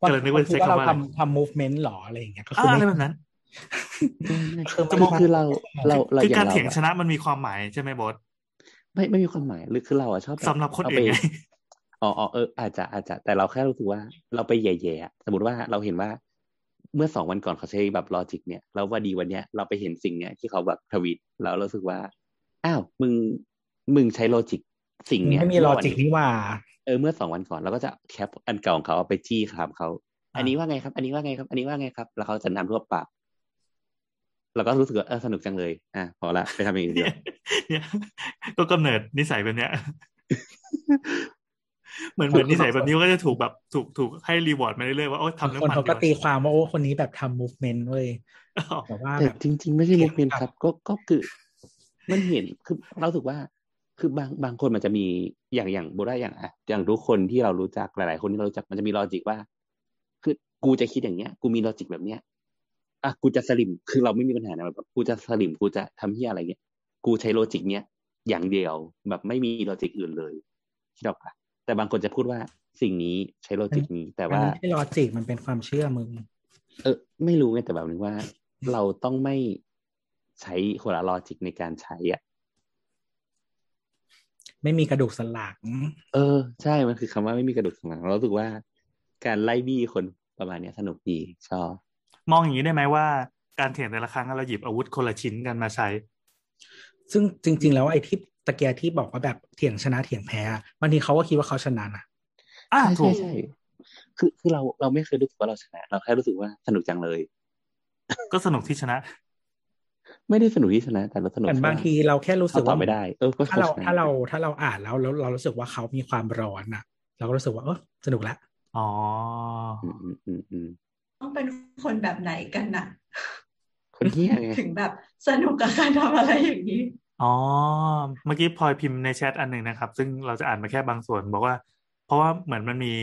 [SPEAKER 5] กำลังนึกว่า
[SPEAKER 4] คิดว่า
[SPEAKER 5] ใช้
[SPEAKER 4] เรา
[SPEAKER 5] คำว่าอะไร
[SPEAKER 4] ทำทำ movement หรออะไรอย่างเงี้ยก็
[SPEAKER 5] อ่า
[SPEAKER 4] คือ
[SPEAKER 5] อะไร
[SPEAKER 4] ไม่
[SPEAKER 5] แบบนั้น
[SPEAKER 4] คือ
[SPEAKER 9] จะ
[SPEAKER 4] ไม่
[SPEAKER 9] มอง
[SPEAKER 4] ใช่
[SPEAKER 9] คือเราเราเรา
[SPEAKER 5] คือ
[SPEAKER 9] อย่า
[SPEAKER 5] การ
[SPEAKER 9] งเรา
[SPEAKER 5] เถียงช
[SPEAKER 9] อะ
[SPEAKER 5] นะมันมีความหมายใช่ไหมบอส *laughs*
[SPEAKER 9] ไม่ไม่มีความหมายหรือคือเราอ่ะชอบแ
[SPEAKER 5] สำหรับคน
[SPEAKER 9] เา
[SPEAKER 5] อื่
[SPEAKER 9] ไป
[SPEAKER 5] นไง
[SPEAKER 9] อ๋ออ๋อเอออาจจะอาจจะแต่เราแค่รู้สึกว่าเราไปแย่ๆอะสมมติว่าเราเห็นว่าเมื่อสองวันก่อนเขาใช้แบบลอจิกเนี่ยเราว่าดีวันเนี้ยเราไปเห็นสิ่งเนี้ยที่เขาแบบทวีตเรารู้สึกว่า อ้าวมึงมึงใช้ลอจิกสิ่งเนี้ย
[SPEAKER 4] ไม่มีลอจิกนี่หว่า
[SPEAKER 9] เออเมื่อสองวันก่อนเราก็จะแคปอันเก่าของเขาเอาไปจี้ถามเขา อันนี้ว่าไงครับ อันนี้ว่าไงครับ อันนี้ว่าไงครับ แล้วเขาจะนำรวบปากเราก็รู้สึกว่าเออสนุกจังเลย อ่ะพอละไปทำอย่างอื่นดีก
[SPEAKER 5] เนี่
[SPEAKER 9] ว่า
[SPEAKER 5] ยเนี่ยตัวกำเนิดนิสัยแบบเนี้ย เหมือนเหมือนนิสัยแบบนี้ก็จะถูกแบบถูกถูกให้รีวอร์ดมาเรื่อยๆว่าโอ้ยทำแล้ว
[SPEAKER 4] คน
[SPEAKER 5] มัน
[SPEAKER 4] เขาก็
[SPEAKER 5] ดีวะ
[SPEAKER 4] ตีความว่าโอ้คนนี้แบบทำ movement เว้ย
[SPEAKER 5] อ้าว
[SPEAKER 4] แต่ว่า
[SPEAKER 9] แต่
[SPEAKER 4] แบบ
[SPEAKER 9] จริง ๆ ไม่ใช่
[SPEAKER 4] เห็
[SPEAKER 9] มู
[SPEAKER 4] น
[SPEAKER 9] ฟเมนต์
[SPEAKER 4] ครับ
[SPEAKER 9] ครับ ก็ก็คือ มันเห็นคือเรารู้สึกว่า คือบางบางคนมันจะมีอย่างอย่างโบราณอย่างอะอย่างทุกคนที่เรารู้จักหลาย ๆ คนที่เรารู้จักมันจะมีลอจิกว่า คือกูจะคิดอย่างเงี้ย กูมีลอจิกแบบเนี้ยอ่ะกูจะสลิมคือเราไม่มีปัญหานะแบบกูจะสลิมกูจะทำเหียอะไรเงี้ยกูใช้ลอจิกเนี้ยอย่างเดียวแบบไม่มีลอจิกอื่นเลยคิดออกปะแต่บางคนจะพูดว่าสิ่งนี้ใช้ลอจิกนี้ แต่
[SPEAKER 4] มัน
[SPEAKER 9] ว่า
[SPEAKER 4] ไม่ใช่ลอจิกมันเป็นความเชื่อมึง
[SPEAKER 9] เออไม่รู้ไงแต่แบบนึงว่า เราต้องไม่ใช้คนละลอจิกในการใช้อ่ะ
[SPEAKER 4] ไม่มีกระดูกสันหลัง
[SPEAKER 9] เออ ใช่ มันคือคำว่าไม่มีกระดูกสันหลังเรารู้สึกว่า การไล่บี้คนประมาณเนี้ยสนุกดีชอบ
[SPEAKER 5] มองอย่างนี้ได้ไหมว่า การเถียงแต่ละครั้งเราหยิบอาวุธคนละชิ้นกันมาใช้
[SPEAKER 4] ซึ่งจริง ๆ แล้วไอ้ที่ตะเกียร์ที่บอกว่าแบบเถียงชนะเถียงแพ้อะบางทีเขาก็คิดว่าเขาชนะนะ
[SPEAKER 5] อ่า
[SPEAKER 9] ใช่
[SPEAKER 5] ถูก
[SPEAKER 9] ใช่ใช่คือคือเราเราไม่เคยรู้สึกว่าเราชนะ เราแค่รู้สึกว่าสนุกจังเลย
[SPEAKER 5] ก็สนุกที่ชนะ
[SPEAKER 9] ไม่ได้สนุกที่ชนะ แต่เราสนุก
[SPEAKER 4] แต่บางทีเราแค่รู้สึ
[SPEAKER 9] เขา
[SPEAKER 4] ก
[SPEAKER 9] ตอ
[SPEAKER 4] ว่า
[SPEAKER 9] บไม่ได้ เออก็
[SPEAKER 4] ถ้าเรา
[SPEAKER 9] ชนะ
[SPEAKER 4] ถ้าเราถ้าเราอ่านแล้วแล้วเรารู้สึกว่าเขามีความร้อนอ่ะ เราก็รู้สึกว่าเออสนุกละ
[SPEAKER 5] อ๋อ
[SPEAKER 9] อืมอืมอืมอืม
[SPEAKER 3] ต้องเป็นคนแบบไหนกันนะ
[SPEAKER 9] คนเฮี้ยไง *laughs*
[SPEAKER 3] ถึงแบบสนุกกับการทำอะไรอย่างนี้
[SPEAKER 5] อ๋อ เมื่อกี้พลอยพิมพ์ในแชทอันหนึ่งนะครับ ซึ่งเราจะอ่านมาแค่บางส่วนบอกว่า เพราะว่าเหมือนมันมี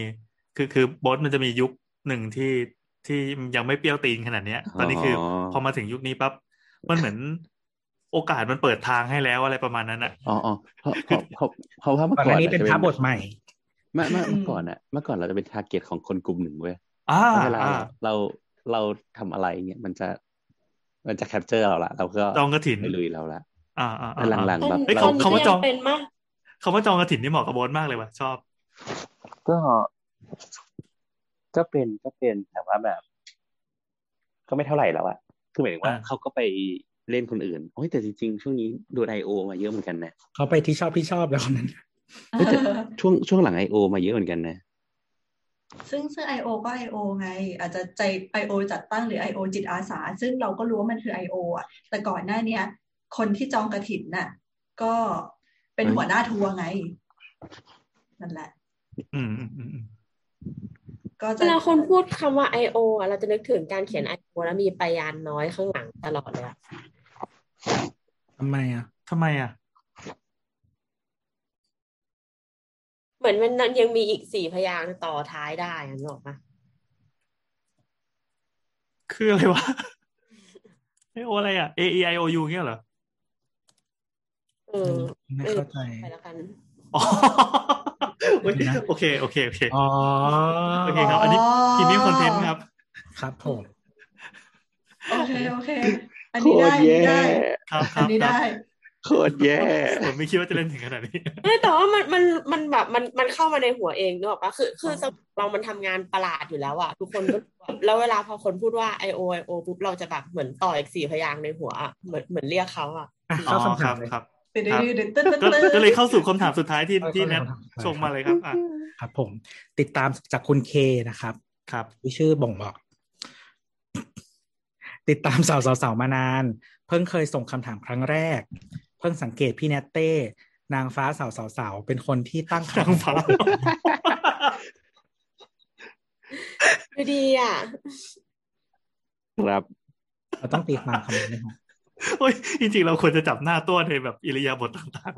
[SPEAKER 5] คือคือโบอสมันจะมียุคหนึ่งที่ที่ยังไม่เปรี้ยวตีนขนาดเนี้ย ตอนนี้คือพอมาถึงยุคนี้ปั๊บมันเหมือนโอกาสมันเปิดทางให้แล้วอะไรประมาณนั้นอะ
[SPEAKER 9] อ๋ออ๋อเพราะเพราะเพราะเพราะว่าเมื่อ
[SPEAKER 4] ก่อนห
[SPEAKER 9] ก่อ
[SPEAKER 4] น้าน นี้
[SPEAKER 9] อะ
[SPEAKER 4] เป็น
[SPEAKER 9] จะ
[SPEAKER 4] พระบทใหม่
[SPEAKER 9] เมื่อเมื่อ
[SPEAKER 3] อืม
[SPEAKER 9] เมื่อก่อนอะเมื่อก่อนเราจะเป็นทาร์เก็ตของคนกลุ่มหนึ่งเว้ย
[SPEAKER 5] อ่า
[SPEAKER 9] แล้วเวลา
[SPEAKER 5] อ่า
[SPEAKER 9] เราเราเราทำอะไรเนี่ยมันจะมันจะแคปเจอร์เราละเราก็
[SPEAKER 5] จองกระถิน
[SPEAKER 9] ไปลุยเราละ
[SPEAKER 5] อ่าอ่า
[SPEAKER 9] แต่
[SPEAKER 5] อ่า
[SPEAKER 9] หลังๆแบบ
[SPEAKER 7] เอ้ย
[SPEAKER 9] เรา
[SPEAKER 7] ตอนนี้
[SPEAKER 5] คำว่า
[SPEAKER 7] ก็
[SPEAKER 5] จ
[SPEAKER 7] ยั
[SPEAKER 5] อง ง
[SPEAKER 7] เป็นมะ
[SPEAKER 5] คำว่าจองกระถินนี่เหมาะกับโบอสมากเลยว่ะชอบ
[SPEAKER 9] ก็ก็เป็นก็เป็นแต่ว่าแบบ ก็ไม่เท่าไหร่แล้วอะคือหมายถึงว่า
[SPEAKER 5] อ่า
[SPEAKER 9] เขาก็ไปเล่นคนอื่นโอ้ยแต่จริงๆ ช่วงนี้ดูไอโอมาเยอะเหมือนกันนะ
[SPEAKER 4] เขาไปที่ชอบที่ชอบแล้วคนนั้น
[SPEAKER 9] เฮ้ยแต่ช่วงช่วงหลังไอโอมาเยอะเหมือนกันนะ
[SPEAKER 3] ซึ่งซึ่ง I.O. ก็ I.O. ไง อาจจะใจ I.O. จัดตั้งหรือ I.O. จิตอาสา ซึ่งเราก็รู้ว่ามันคือ I.O. อ่ะ แต่ก่อนหน้าเนี้ย คนที่จองกระถินน่ะ ก็เป็นหัวหน้าทัวร์ไง นั่นแหละ
[SPEAKER 5] อืมอืมอืมอืม
[SPEAKER 3] ก็จะ
[SPEAKER 7] เวลาคนพูดคำว่า I.O. อะเราจะนึกถึงการเขียน I.O. แล้วมีปยานน้อยข้างหลังตลอดเลยอะ
[SPEAKER 4] ทำไมอ่ะ
[SPEAKER 5] ทำไมอ่ะ
[SPEAKER 7] เหมือนมันยังมีอีกสี่พยางค์ต่อท้ายได้อะนึกออกปะ
[SPEAKER 5] คืออะไรว *laughs* ะ ไอโออะไรอ่ะ A E I O U เงี้ยเหรอ *laughs*
[SPEAKER 7] เออ
[SPEAKER 4] ไม่เข้าใจ
[SPEAKER 7] ไปแล้วกัน
[SPEAKER 5] อ๋อโอเคโอเคโอเคโอเค
[SPEAKER 4] อ๋อ
[SPEAKER 5] โอเคครับ อันนี้พิมพ์คอนเทนต์ครับ
[SPEAKER 4] ครับผม
[SPEAKER 3] โอเค โอเค อันนี้ได้อันนี้ได้อันนี้
[SPEAKER 5] ครับครับครับ
[SPEAKER 3] ได้
[SPEAKER 9] โคตรแย่
[SPEAKER 5] ผมไม่คิดว่าจะเล่นถึงขนาดนี้ *laughs*
[SPEAKER 7] เออแต่ว่ามันมันมันแบบมันมันเข้ามาในหัวเองนึกออกปะคือคือสมองเรามันทำงานประหลาดอยู่แล้วอะทุกคนก็แล้วเวลาพอคนพูดว่า I O I O ปุ๊บเราจะแบบเหมือนต่ออีกสี่พยางค์ในหัวอะเหมือนเหมือนเรียกเขาอะ
[SPEAKER 4] อ่ะ
[SPEAKER 5] อ๋
[SPEAKER 4] เข้า
[SPEAKER 5] อ
[SPEAKER 4] คำ
[SPEAKER 5] ค
[SPEAKER 4] ถา
[SPEAKER 5] รั
[SPEAKER 4] ม
[SPEAKER 5] บ
[SPEAKER 4] เลย
[SPEAKER 5] ครับ
[SPEAKER 3] ตึ๊ด
[SPEAKER 5] ครับ
[SPEAKER 3] ตึ๊ดตึ๊ดตึ๊ด
[SPEAKER 5] ก็
[SPEAKER 3] ตึ๊ด
[SPEAKER 5] ก็เลยเข้าสู่คำถามสุดท้ายที่ที่แนท
[SPEAKER 4] เข้า
[SPEAKER 5] ส่ง
[SPEAKER 4] คำถ
[SPEAKER 5] มาเลยครับ อ่ะ
[SPEAKER 4] ครับผม ติดตามจากคุณเคนะครับ
[SPEAKER 5] ครับ
[SPEAKER 4] ที่ชื่อบ่งบอก *coughs* ติดตามสาวสาวๆๆมานาน เพิ่งเคยส่งคำถามครั้งแรก เพิ่งสังเกตพี่เนตเต้ นางฟ้าสาวสาวสาวๆๆเป็นคนที่ตั้ง
[SPEAKER 5] นาง *laughs* ฟ้า
[SPEAKER 7] ดูดีอะ
[SPEAKER 9] ครับ
[SPEAKER 4] *laughs* เราต้องตีความคำนี้ไหมครับ
[SPEAKER 5] โอ้ยจริงๆเราควรจะจับหน้าตัวในแบบอิริยาบถต่าง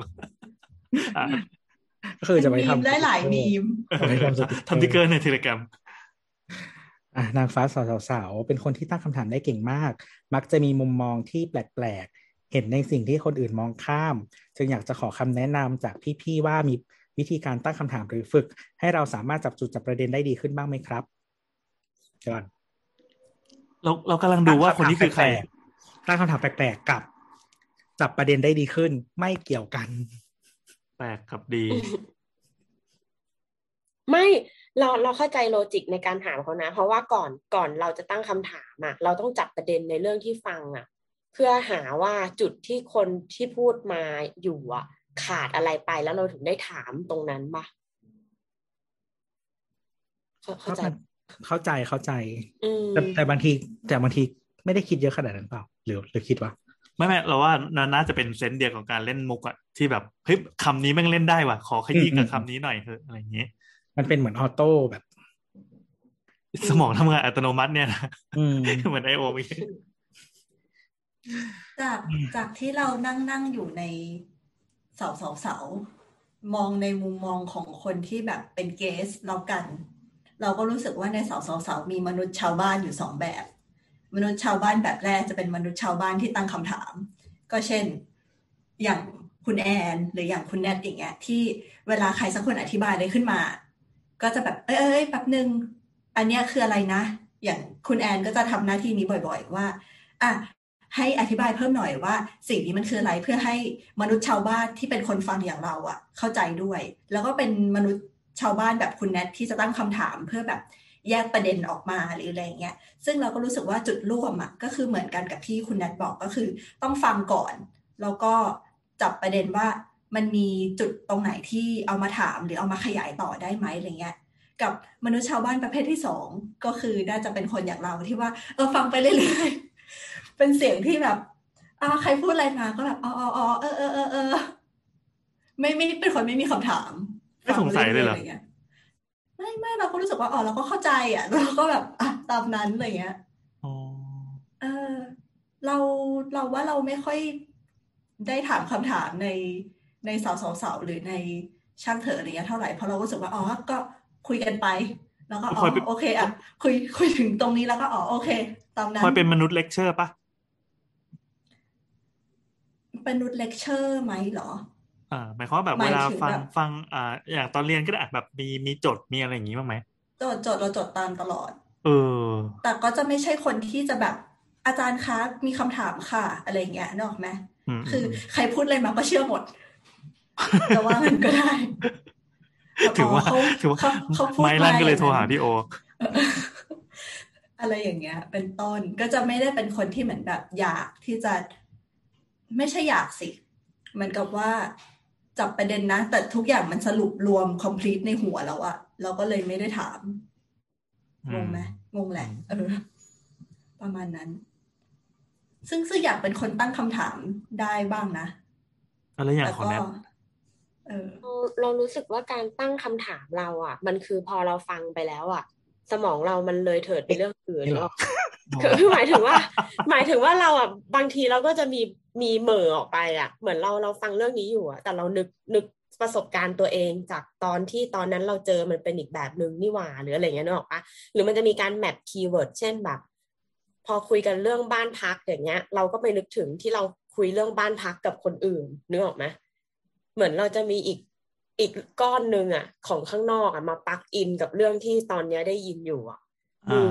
[SPEAKER 5] ๆ *laughs* อ่ะ
[SPEAKER 4] ก็คือจะไป
[SPEAKER 3] มีม
[SPEAKER 4] ทำ
[SPEAKER 3] ได้หลายมีม
[SPEAKER 4] เอาไปทำสติ
[SPEAKER 5] ทำที่เกินในเทเลกรม
[SPEAKER 4] อ่ะนางฟ้าสาวสาวสาวๆๆเป็นคนที่ตั้งคำถามได้เก่งมาก มักจะมีมุมมองที่แปลกๆ เห็นในสิ่งที่คนอื่นมองข้าม จึงอยากจะขอคำแนะนำจากพี่ๆว่ามีวิธีการตั้งคำถามหรือฝึก ให้เราสามารถจับจุดจับประเด็นได้ดีขึ้นบ้างไหมครับเดี๋ยวก่อน
[SPEAKER 5] เราเรากำลังดูว่าคนนี้คือใคร
[SPEAKER 4] ตั้งคำถามแปลกๆกับ จับประเด็นได้ดีขึ้น ไม่เกี่ยวกัน
[SPEAKER 5] แปลกกับดี
[SPEAKER 7] ไม่เราเราเข้าใจโลจิกในการถามเขานะ เพราะว่าก่อนก่อนเราจะตั้งคำถามอะเราต้องจับประเด็นในเรื่องที่ฟังอะเพื่อหาว่าจุดที่คนที่พูดมาอยู่อะขาดอะไรไปแล้วเราถึงได้ถามตรงนั้นปะเข้าเข้าใจ
[SPEAKER 4] มันเข้าใจเข้าใจ
[SPEAKER 7] อืม
[SPEAKER 4] แต่แต่บางทีแต่บางทีไม่ได้คิดเยอะขนาดนั้นเปล่า หรือหรือคิดว่า
[SPEAKER 5] ไม่ไม่เราว่าน่าน่าจะเป็นเซนส์เดียวกับการเล่นมุกอะที่แบบเฮ้ยคำนี้แม่งเล่นได้ว่ะ ขอขยี้กั
[SPEAKER 4] อืม
[SPEAKER 5] บ
[SPEAKER 4] อืม
[SPEAKER 5] คำนี้หน่อยเถอะอะไรอย่างเงี้ย
[SPEAKER 4] มันเป็นเหมือนออโต้แบบ
[SPEAKER 5] สมองทำงานอัตโนมัติเนี่ยนะ
[SPEAKER 4] อืม
[SPEAKER 5] เหมือนไอโอวี
[SPEAKER 3] จาก
[SPEAKER 4] อืม
[SPEAKER 3] จากที่เรานั่งนั่งอยู่ในเสาเสาเสา มองในมุมมองของคนที่แบบเป็นเกสเรากัน เราก็รู้สึกว่าในเสาเสาเสามีมนุษย์ชาวบ้านอยู่สองแบบ มนุษย์ชาวบ้านแบบแรกจะเป็นมนุษย์ชาวบ้านที่ตั้งคำถาม ก็เช่น อย่างคุณแอนหรืออย่างคุณแนทอย่างเงี้ยที่เวลาใครสักคนอธิบายอะไรขึ้นมา ก็จะแบบเอ้ยเอ้ยแป๊บหนึ่งอันเนี้ยคืออะไรนะ อย่างคุณแอนก็จะทำหน้าที่นี้บ่อย ๆ ว่าอ่ะ ให้อธิบายเพิ่มหน่อยว่า สิ่งนี้มันคืออะไรเพื่อให้มนุษย์ชาวบ้านที่เป็นคนฟังอย่างเราอะเข้าใจด้วย แล้วก็เป็นมนุษย์ชาวบ้านแบบคุณแนทที่จะตั้งคำถามเพื่อแบบแยกประเด็นออกมาหรืออะไรอย่างเงี้ยซึ่งเราก็รู้สึกว่าจุดร่วมอะก็คือเหมือนกันกับที่คุณแนทบอกก็คือ ต้องฟังก่อน แล้วก็จับประเด็นว่ามันมีจุดตรงไหนที่เอามาถามหรือเอามาขยายต่อได้ไหมอะไรเงี้ย กับมนุษย์ชาวบ้านประเภทที่สองก็คือน่าจะเป็นคนอย่างเราที่ว่า เออฟังไปเรื่อยๆ *laughs* เป็นเสียงที่แบบอ่าใครพูดอะไรมาก็แบบอ๋ออ๋ออ๋อเออเออเออเออไม่ไม่เป็นคนไม่มีคำถาม
[SPEAKER 5] ไม่สงสัยเลยเหรอ
[SPEAKER 3] ฟังไปๆะไงี้ยไม่ไม่เราก็รู้สึกว่าอ๋อเราก็เข้าใจอ่ะ *laughs* เราก็แบบอ่ะตามนั้นอะไรเงี้ย
[SPEAKER 5] อ๋อ
[SPEAKER 3] เออเราเราว่าเราไม่ค่อยได้ถามคำถามในในสาวสาวสาวหรือในช่างเถอะอะไรเงี้ยเท่าไหร่เพราะเรารู้สึกว่าอ๋อก็คุยกันไป แล้วก็อ๋อโอเคอ่ะคุยคุยถึงตรงนี้แล้วก็อ๋อโอเคตามนั้
[SPEAKER 5] พลอน ยเป็นมนุษย์เลคเชอร์ปะ
[SPEAKER 3] เป็นนุษย์เลคเชอร์ไหมเหรอ
[SPEAKER 5] อ่าหมายความว่าแบบ
[SPEAKER 3] หมา
[SPEAKER 5] เวย
[SPEAKER 3] ถึง
[SPEAKER 5] ลาฟัง
[SPEAKER 3] แบบ
[SPEAKER 5] ฟังอ่าอย่างตอนเรียนก็ได้อ่ะแบบมีมีจดมีอะไรอย่างงี้บ้างไหม
[SPEAKER 3] จดจดเราจดตามตลอด
[SPEAKER 5] เออ
[SPEAKER 3] แต่ก็จะไม่ใช่คนที่จะแบบอาจารย์คะมีคำถามค่ะ อะไรเงี้ยนึกออกไหม
[SPEAKER 5] อืม
[SPEAKER 3] คือใครพูดอะไรมาก็เชื่อหมดแต่ว่างั้นก็ได้แบบ
[SPEAKER 5] *laughs* ถือว่า
[SPEAKER 3] เข
[SPEAKER 5] ถือว่า
[SPEAKER 3] เขเขาพูด
[SPEAKER 5] ไม้ลั่นก็เลย
[SPEAKER 3] า
[SPEAKER 5] โทร
[SPEAKER 3] อาง *laughs*
[SPEAKER 5] หา
[SPEAKER 3] นั้น
[SPEAKER 5] พี่โอ
[SPEAKER 3] อะไรอย่างเงี้ย เป็นต้นก็จะไม่ได้เป็นคนที่เหมือนแบบอยากที่จะ ไม่ใช่อยากสิเหมือนกับว่าจับประเด็นนะ แต่ทุกอย่างมันสรุปรวม complete ในหัวแล้วอะเราก็เลยไม่ได้ถามงงไหมงงแหละเออ ประมาณนั้น ซึ่งซึ่งอยากเป็นคนตั้งคำถามได้บ้างนะ
[SPEAKER 5] อะไรอย่าง
[SPEAKER 3] แต่
[SPEAKER 5] ของ
[SPEAKER 3] ก็
[SPEAKER 5] แนท
[SPEAKER 3] เออ
[SPEAKER 7] เราเรารู้สึกว่าการตั้งคำถามเราอ่ะ มันคือพอเราฟังไปแล้วอ่ะ สมองเรามันเลยเถิดไปเรื่องอื่น
[SPEAKER 4] นี่เหรอ
[SPEAKER 7] คือคือหมายถึงว่า หมายถึงว่าเราอ่ะบางทีเราก็จะมีมีเหม่อออกไปอ่ะ เหมือนเราเราฟังเรื่องนี้อยู่อ่ะแต่เรานึกนึกประสบการณ์ตัวเองจากตอนที่ตอนนั้นเราเจอมันเป็นอีกแบบนึงนี่หว่าหรืออะไรเงี้ยนึกออกปะ หรือมันจะมีการแมปคีย์เวิร์ดเช่นแบบ พอคุยกันเรื่องบ้านพักอย่างเงี้ย เราก็ไปนึกถึงที่เราคุยเรื่องบ้านพักกับคนอื่นนึกออกไหมเหมือนเราจะมีอีกอีกก้อนหนึ่งอ่ะ ของข้างนอกอ่ะมาปักอินกับเรื่องที่ตอนเนี้ยได้ยินอยู่อ่ะ
[SPEAKER 5] อ่า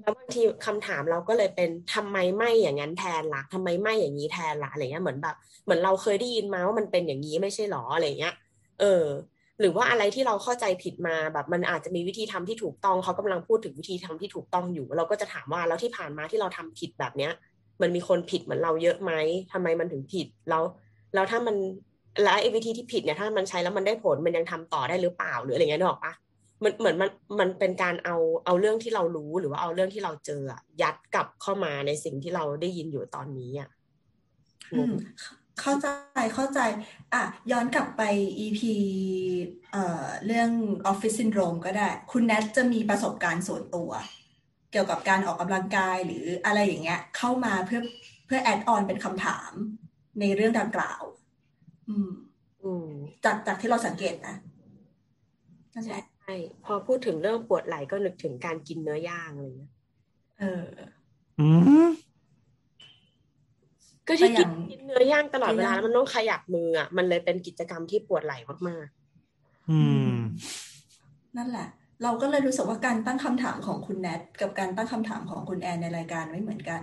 [SPEAKER 7] แล้วบางทีคำถามเราก็เลยเป็นทำไมไม่อย่างนั้นแทนละทำไมไม่อย่างนี้แทนละอะไรเงี้ยเหมือนแบบ เหมือนเราเคยได้ยินมาว่ามันเป็นอย่างนี้ไม่ใช่หรออะไรเงี้ย เออ หรือว่าอะไรที่เราเข้าใจผิดมาแบบมันอาจจะมีวิธีทำที่ถูกต้องเขากำลังพูดถึงวิธีทำที่ถูกต้องอยู่ เราก็จะถามว่าแล้วที่ผ่านมาที่เราทำผิดแบบเนี้ย มันมีคนผิดเหมือนเราเยอะไหมทำไมมันถึงผิดแล้วแล้วถ้ามันแล้วไอ้วิธีที่ผิดเนี่ยถ้ามันใช้แล้วมันได้ผลมันยังทำต่อได้หรือเปล่าหรืออะไรเงี้ยนึกออกปะ มันเหมือนมันมันเป็นการเอาเอาเรื่องที่เรารู้หรือว่าเอาเรื่องที่เราเจออะยัดกลับเข้ามาในสิ่งที่เราได้ยินอยู่ตอนนี้อ่ะ
[SPEAKER 3] อืมเข้าใจเข้าใจ อ่ะ ย้อนกลับไป EP เอ่อเรื่อง Office Syndrome ก็ได้ คุณแนทจะมีประสบการณ์ส่วนตัว เกี่ยวกับการออกกำลังกายหรืออะไรอย่างเงี้ย เข้ามาเพื่อเพื่อแอดออนเป็นคำถามในเรื่องดังกล่าว อืม
[SPEAKER 7] อืม
[SPEAKER 3] จากจากที่เราสังเกตนะนั่นแหละ
[SPEAKER 7] ใช่พอพูดถึงเรื่องปวดไหล่ก็นึกถึงการกินเนื้อย่างอะไรเลย
[SPEAKER 3] เออ
[SPEAKER 5] อืม
[SPEAKER 7] ก็ที่กิน
[SPEAKER 3] แต่อย่าง
[SPEAKER 7] กินเนื้อย่างตลอดเวลา
[SPEAKER 3] เนื้อย่าง
[SPEAKER 7] แล้วมันต้องขยับมืออ่ะมันเลยเป็นกิจกรรมที่ปวดไหล่มาก
[SPEAKER 5] อืม
[SPEAKER 3] นั่นแหละ เราก็เลยรู้สึกว่าการตั้งคำถามของคุณแนทกับการตั้งคำถามของคุณแอนในรายการไม่เหมือนกัน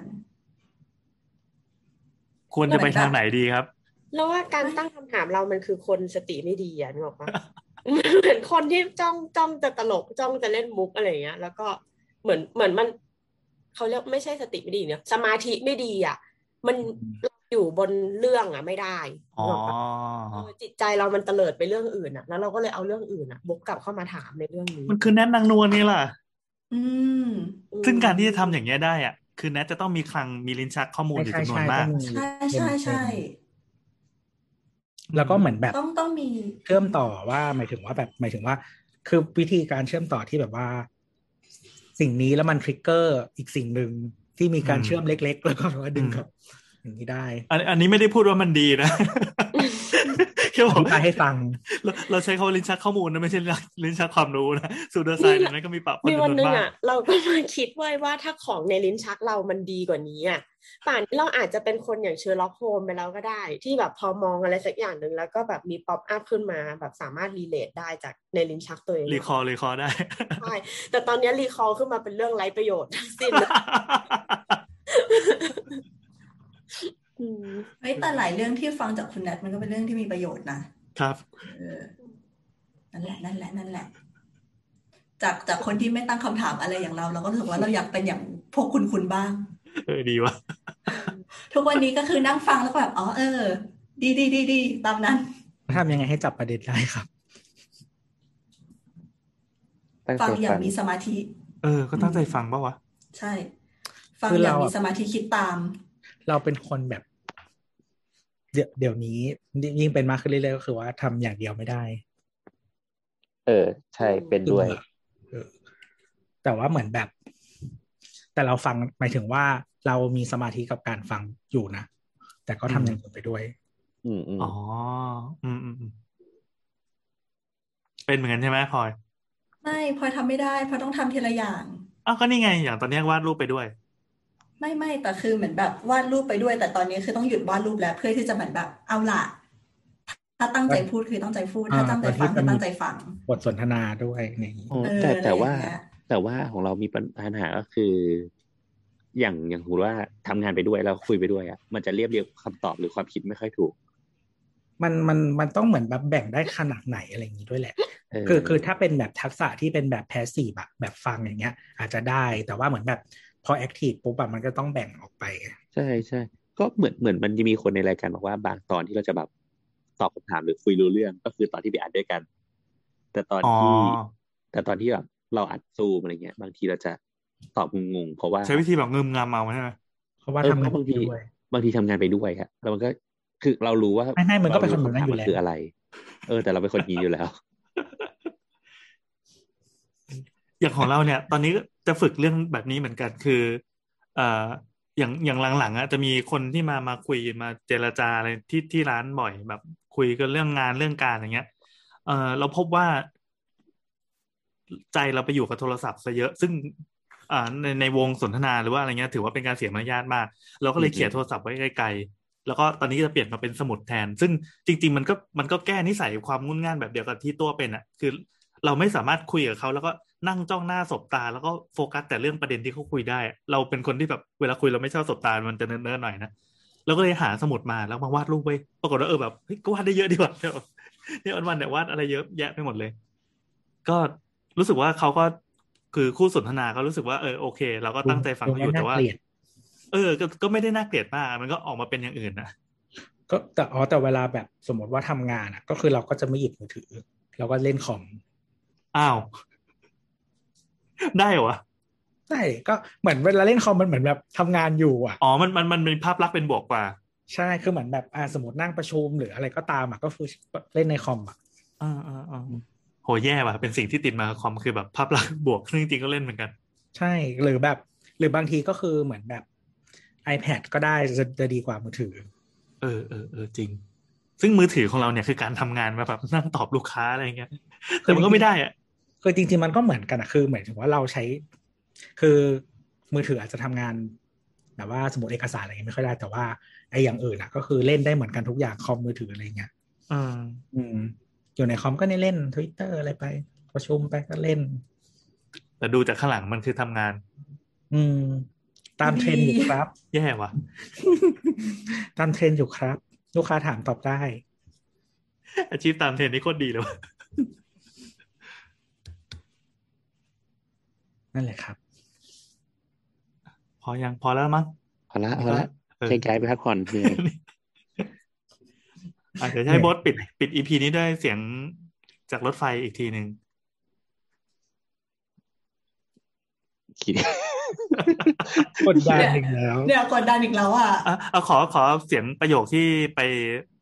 [SPEAKER 5] ควรจะไปทางไหนดีครับ *laughs*
[SPEAKER 7] ๆแล้วว่าการตั้งคำถามเรามันคือคนสติไม่ดีอ่ะนึกออกปะ เหมือนคนที่จ้องจ้องจะตลกจ้องจะเล่นมุกอะไรอย่างเงี้ย แล้วก็เหมือนเหมือนมันเขาเรียกไม่ใช่สติไม่ดีเนี่ยสมาธิไม่ดีอ่ะ มันเราอยู่บนเรื่องอ่ะไม่ได้
[SPEAKER 5] อ๋อ
[SPEAKER 7] นึกกปะเออจิตใจเรามันเตลิดไปเรื่องอื่นอ่ะ แล้วเราก็เลยเอาเรื่องอื่นอ่ะบกกลับเข้ามาถามในเรื่องนี้
[SPEAKER 5] มันคือแนทนางนวลนี่ล่ะ
[SPEAKER 3] อืม
[SPEAKER 7] อืม
[SPEAKER 5] ซึ่งการที่จะทำอย่างเงี้ยได้อ่ะ คือแนทจะต้องมีคลังมีลิ้นชักข้อมูลอยู่จำนวนมาก
[SPEAKER 4] ต้องมี
[SPEAKER 3] ใช่ใช่ใช่
[SPEAKER 4] แล้วก็เหมือนแบบ
[SPEAKER 3] ต้องต้องมี
[SPEAKER 4] เชื่อมต่อว่าหมายถึงว่าแบบหมายถึงว่า คือวิธีการเชื่อมต่อที่แบบว่า สิ่งนี้แล้วมันทริกเกอร์อีกสิ่งหนึ่งที่มีการ
[SPEAKER 5] อืม
[SPEAKER 4] เชื่อมเล็ก ๆ แล้วก็แบบว่าดึง
[SPEAKER 5] อืม
[SPEAKER 4] ครับ อย่างนี้ได้
[SPEAKER 5] อันอันนี้ไม่ได้พูดว่ามันดี
[SPEAKER 4] *laughs*
[SPEAKER 5] นะ แค่บ
[SPEAKER 4] อ
[SPEAKER 5] อก
[SPEAKER 4] ธิบายให้ฟัง
[SPEAKER 5] เราเราใช้คำว่าลิ้นชักข้อมูลนะไม่ใช่ลิ้นชักความรู้นะสูดเดอร์ไซน์นั้นก็มีปะปน
[SPEAKER 7] มี
[SPEAKER 5] จำน
[SPEAKER 7] วัน
[SPEAKER 5] วน
[SPEAKER 7] หนึง
[SPEAKER 5] มาก
[SPEAKER 7] อ่ะ เราก็มาคิดไว้ว่าถ้าของในลิ้นชักเรามันดีกว่านี้อ่ะป่านนี้เราอาจจะเป็นคนอย่างเชอร์ล็อกโฮมไปแล้วก็ได้ ที่แบบพอมองอะไรสักอย่างหนึ่งแล้วก็แบบมีป๊อปอัพขึ้นมาแบบสามารถรีเลทได้จากในลิ้นชักตัวเอง
[SPEAKER 5] รีคอร์รีคอร์ได้ *laughs*
[SPEAKER 7] ใช่แต่ตอนนี้รีคอลขึ้นมาเป็นเรื่องไร้ประโยชน์ทั้งสิ้นเลยอืม
[SPEAKER 3] เฮ้ยแต่หลายเรื่องที่ฟังจากคุณแนทมันก็เป็นเรื่องที่มีประโยชน์นะครับ เออนั่นแหละนั่นแหละนั่นแหละ จากจากคนที่ไม่ตั้งคำถามอะไรอย่างเรา เราก็รู้สึกว่าเราอยากเป็นอย่างพวกคุณคุณบ้าง
[SPEAKER 5] เออดีว่ะ
[SPEAKER 3] ทุกวันนี้ก็คือนั่งฟังแล้วก็แบบอ๋อเออ ดีดีดีดีตามนั้น
[SPEAKER 4] ทำยังไงให้จับประเด็นได้ครับ
[SPEAKER 9] ตั้ง
[SPEAKER 3] ฟั
[SPEAKER 9] ใจ
[SPEAKER 3] งอย่า
[SPEAKER 9] ฟั
[SPEAKER 3] ง
[SPEAKER 9] ง
[SPEAKER 3] มีสมาธิ
[SPEAKER 5] เออ ก็ตั้งใจฟังปะวะ
[SPEAKER 3] ใช่ ฟัง
[SPEAKER 4] คือ
[SPEAKER 3] อ
[SPEAKER 4] เรา
[SPEAKER 3] ย่างมี
[SPEAKER 4] อะ
[SPEAKER 3] สมาธิคิดตาม
[SPEAKER 4] เราเป็นคนแบบ เดี๋ยวเดี๋ยวนี้ยิ่งเป็นมากขึ้นเรื่อยๆก็คือว่าทำอย่างเดียวไม่ได้
[SPEAKER 9] เออ ใช่เป็นด้วย
[SPEAKER 4] เออแต่ว่าเหมือนแบบ แต่เราฟังหมายถึงว่าเรามีสมาธิกับการฟังอยู่นะ แต่ก็ทำอย่างอื่นไปด้วย
[SPEAKER 9] อืมอืม
[SPEAKER 5] อ๋อ อืมอืมอืมเป็นเหมือนกันใช่ไหมพลอย
[SPEAKER 3] ไม่พลอยทำไม่ได้พลอยต้องทำทีละอย่าง
[SPEAKER 5] อ้าวก็นี่ไง อย่างตอนนี้วาดรูปไปด้วย
[SPEAKER 3] ไม่ไม่แต่คือเหมือนแบบวาดรูปไปด้วย แต่ตอนนี้คือต้องหยุดวาดรูปแล้ว เพื่อที่จะเหมือนแบบเอาล่ะ ถ้าตั้งใจพูดคือตั้งใจพูด ถ้าตั้งใจฟัง
[SPEAKER 4] อ่า
[SPEAKER 3] ก็
[SPEAKER 4] ตอนที่จะมี
[SPEAKER 3] ตั้งใจฟัง
[SPEAKER 4] บทสนทนาด้วยในนี้
[SPEAKER 9] อ๋อ
[SPEAKER 3] เออ
[SPEAKER 9] แต่แต่
[SPEAKER 3] อะไรอย่
[SPEAKER 9] ว่า
[SPEAKER 3] งเงี้ย
[SPEAKER 9] แต่ว่าของเรามีปัญหาก็คือ อย่างอย่างหูว่าทำงานไปด้วยเราคุยไปด้วยอ่ะมันจะเรียบเรียงคำตอบหรือความคิดไม่ค่อยถูก
[SPEAKER 4] มันมันมันต้องเหมือนแบบแบ่งได้ขนาดไหนอะไรอย่างนี้ด้วยแหละ
[SPEAKER 9] เออ
[SPEAKER 4] คือคือถ้าเป็นแบบทักษะที่เป็นแบบแพสซีฟอะแบบฟังอย่างเงี้ย อาจจะได้แต่ว่าเหมือนแบบพอแอคทีฟปุ๊บอะมันก็ต้องแบ่งออกไป
[SPEAKER 9] ใช่ใช่ก็เหมือนเหมือนมันจะมีคนในรายการบอกว่าบางตอนที่เราจะแบบตอบคำถามหรือคุยรู้เรื่อง ก็คือตอนที่ไปอัดด้วยกัน แต่ตอน
[SPEAKER 5] อ๋อ
[SPEAKER 9] ที่ แต่ตอนที่แบบเราอัดซูมอะไรเงี้ย บางทีเราจะตอบงงๆเพราะว่า
[SPEAKER 5] ใช้วิธีแบบงึมงำเอาใช่ไหม
[SPEAKER 4] เพราะว่า
[SPEAKER 9] เออ
[SPEAKER 4] ทำงาน
[SPEAKER 9] เพราะบางที
[SPEAKER 4] ด้วย
[SPEAKER 9] บางทีทำงานไปด้วยครับแล้วมันก็คือเรารู้ว่า
[SPEAKER 4] ไม่ไม่มันก็เป็นคนแบบ
[SPEAKER 9] รารู้
[SPEAKER 4] นั้นอยู่
[SPEAKER 9] คำถามมั
[SPEAKER 4] แล้ว
[SPEAKER 9] คืออะไร เออ แต่เราเป็นคนอย่างนี้อยู่แล้ว
[SPEAKER 5] อย่างของเราเนี่ย ตอนนี้จะฝึกเรื่องแบบนี้เหมือนกันคือ เอ่ออย่างอย่างหลังๆอ่ะจะมีคนที่มามาคุยมาเจรจาอะไรที่ที่ร้านบ่อยแบบคุยกันเรื่องงานเรื่องการอย่างเงี้ย เออเราพบว่า ใจเราไปอยู่กับโทรศัพท์ซะเยอะ ซึ่งอ่าในในวงสนทนาหรือว่าอะไรเงี้ย ถือว่าเป็นการเสียมารยาทมาก เราก็เลย
[SPEAKER 9] อืม
[SPEAKER 5] เขียนโทรศัพท์ไว้ไกลๆ แล้วก็ตอนนี้จะเปลี่ยนมาเป็นสมุดแทน ซึ่งจริง ๆ มันก็มันก็แก้นิสัยความงุนง่านแบบเดียวกับที่ตัวเป็นอ่ะ คือ เราไม่สามารถคุยกับเขาแล้วก็นั่งจ้องหน้าสบตา แล้วก็โฟกัสแต่เรื่องประเด็นที่เขาคุยได้อะเราเป็นคนที่แบบเวลาคุยเราไม่ชอบสบตา มันจะเนิร์ดๆหน่อยนะเราก็เลยหาสมุดมาแล้วมาวาดรูปไว้ปรากฏว่าเออแบบเฮ้ยก็วาดได้เยอะดีก *laughs* ว่าเนี่ยเนี่ยวันวันๆเนี่ยวาดอะไรเยอะแยะไปหมดเลย ก็รู้สึกว่าเขาก็คือคู่สนทนาก็รู้สึกว่าเออโอเค เราก็ตั้งใจฟังเขาอยู่แต่ว่า
[SPEAKER 4] ดูไม่น่เกลียด
[SPEAKER 5] เออก็ก็ไม่ได้น่าเกลียดมาก มันก็ออกมาเป็นอย่างอื่นนะ
[SPEAKER 4] ก็แต่อ๋อแต่เวลาแบบสมมติว่าทำงานอ่ะ ก็คือเราก็จะไม่หยิบมือถือ เราก็เล่นคอม
[SPEAKER 5] อ้าว *laughs* ได้เหรอวะ
[SPEAKER 4] ใช่ก็เหมือนเวลาเล่นคอมมันเหมือนแบบทำงานอยู่อ่ะ
[SPEAKER 5] อ๋อมันมันมันมีภาพลักษณ์เป็นบวกกว่า
[SPEAKER 4] ใช่คือเหมือนแบบอ่าสมมตินั่งประชุมหรืออะไรก็ตามอ่ะก็คือเล่นในคอมอ่ะ
[SPEAKER 5] อ่าอ่าอ่าโหแย่ว่ะเป็นสิ่งที่ติดมากับคอมคือแบบภาพลักษณ์บวกซึ่งจริงๆก็เล่นเหมือนกัน
[SPEAKER 4] ใช่หรือแบบ หรือบางทีก็คือเหมือนแบบ iPad ก็ได้จะจะดีกว่ามือถือ
[SPEAKER 5] เออเออเออจริง ซึ่งมือถือของเราเนี่ยคือการทำงานมาแบบนั่งตอบลูกค้าอะไร *laughs* อย่างเงี้ยแต่มันก็ไม่ได้อะ
[SPEAKER 4] คือจริงๆมันก็เหมือนกันอะคือหมายถึงว่าเราใช้ คือมือถืออาจจะทำงานแบบว่าสมมติเอกสารอะไรเงี้ยไม่ค่อยได้แต่ว่าไอ้อย่างอื่นอะก็คือเล่นได้เหมือนกันทุกอย่างคอมมือถืออะไรเงี้ย
[SPEAKER 5] อืม
[SPEAKER 4] อืม อยู่ในคอมก็ได้เล่นทวิตเตอร์อะไรไป ประชุมไปก็เล่น
[SPEAKER 5] แต่ดูจากข้างหลังมันคือทำงาน
[SPEAKER 4] อืม ตามเทรนด์อยู่ครับ
[SPEAKER 5] แย่ว่ะ *laughs*
[SPEAKER 4] ตามเทรนด์อยู่ครับ ลูกค้าถามตอบได้
[SPEAKER 5] อาชีพตามเทรนด์นี่โคตรดีเลยว่ะ
[SPEAKER 4] นั่นแหละครับ
[SPEAKER 5] พอยังพอแล้วมั้ง
[SPEAKER 9] เอาละเอาละ
[SPEAKER 5] เออ
[SPEAKER 9] แยกย้ายไปพักผ่อนเหนื่อย
[SPEAKER 5] *laughs* อ่ะเดี๋ยวจะให้โบอสปิดปิดอีพีนี้ด้วยเสียงจากรถไฟอีกทีหนึ่ง
[SPEAKER 9] คิด
[SPEAKER 4] กดดันอีกแล้ว
[SPEAKER 3] เนี่ยกดดันอีกแล้วอ่ะ
[SPEAKER 5] อ่ะเอาขอขอเสียงประโยคที่ไป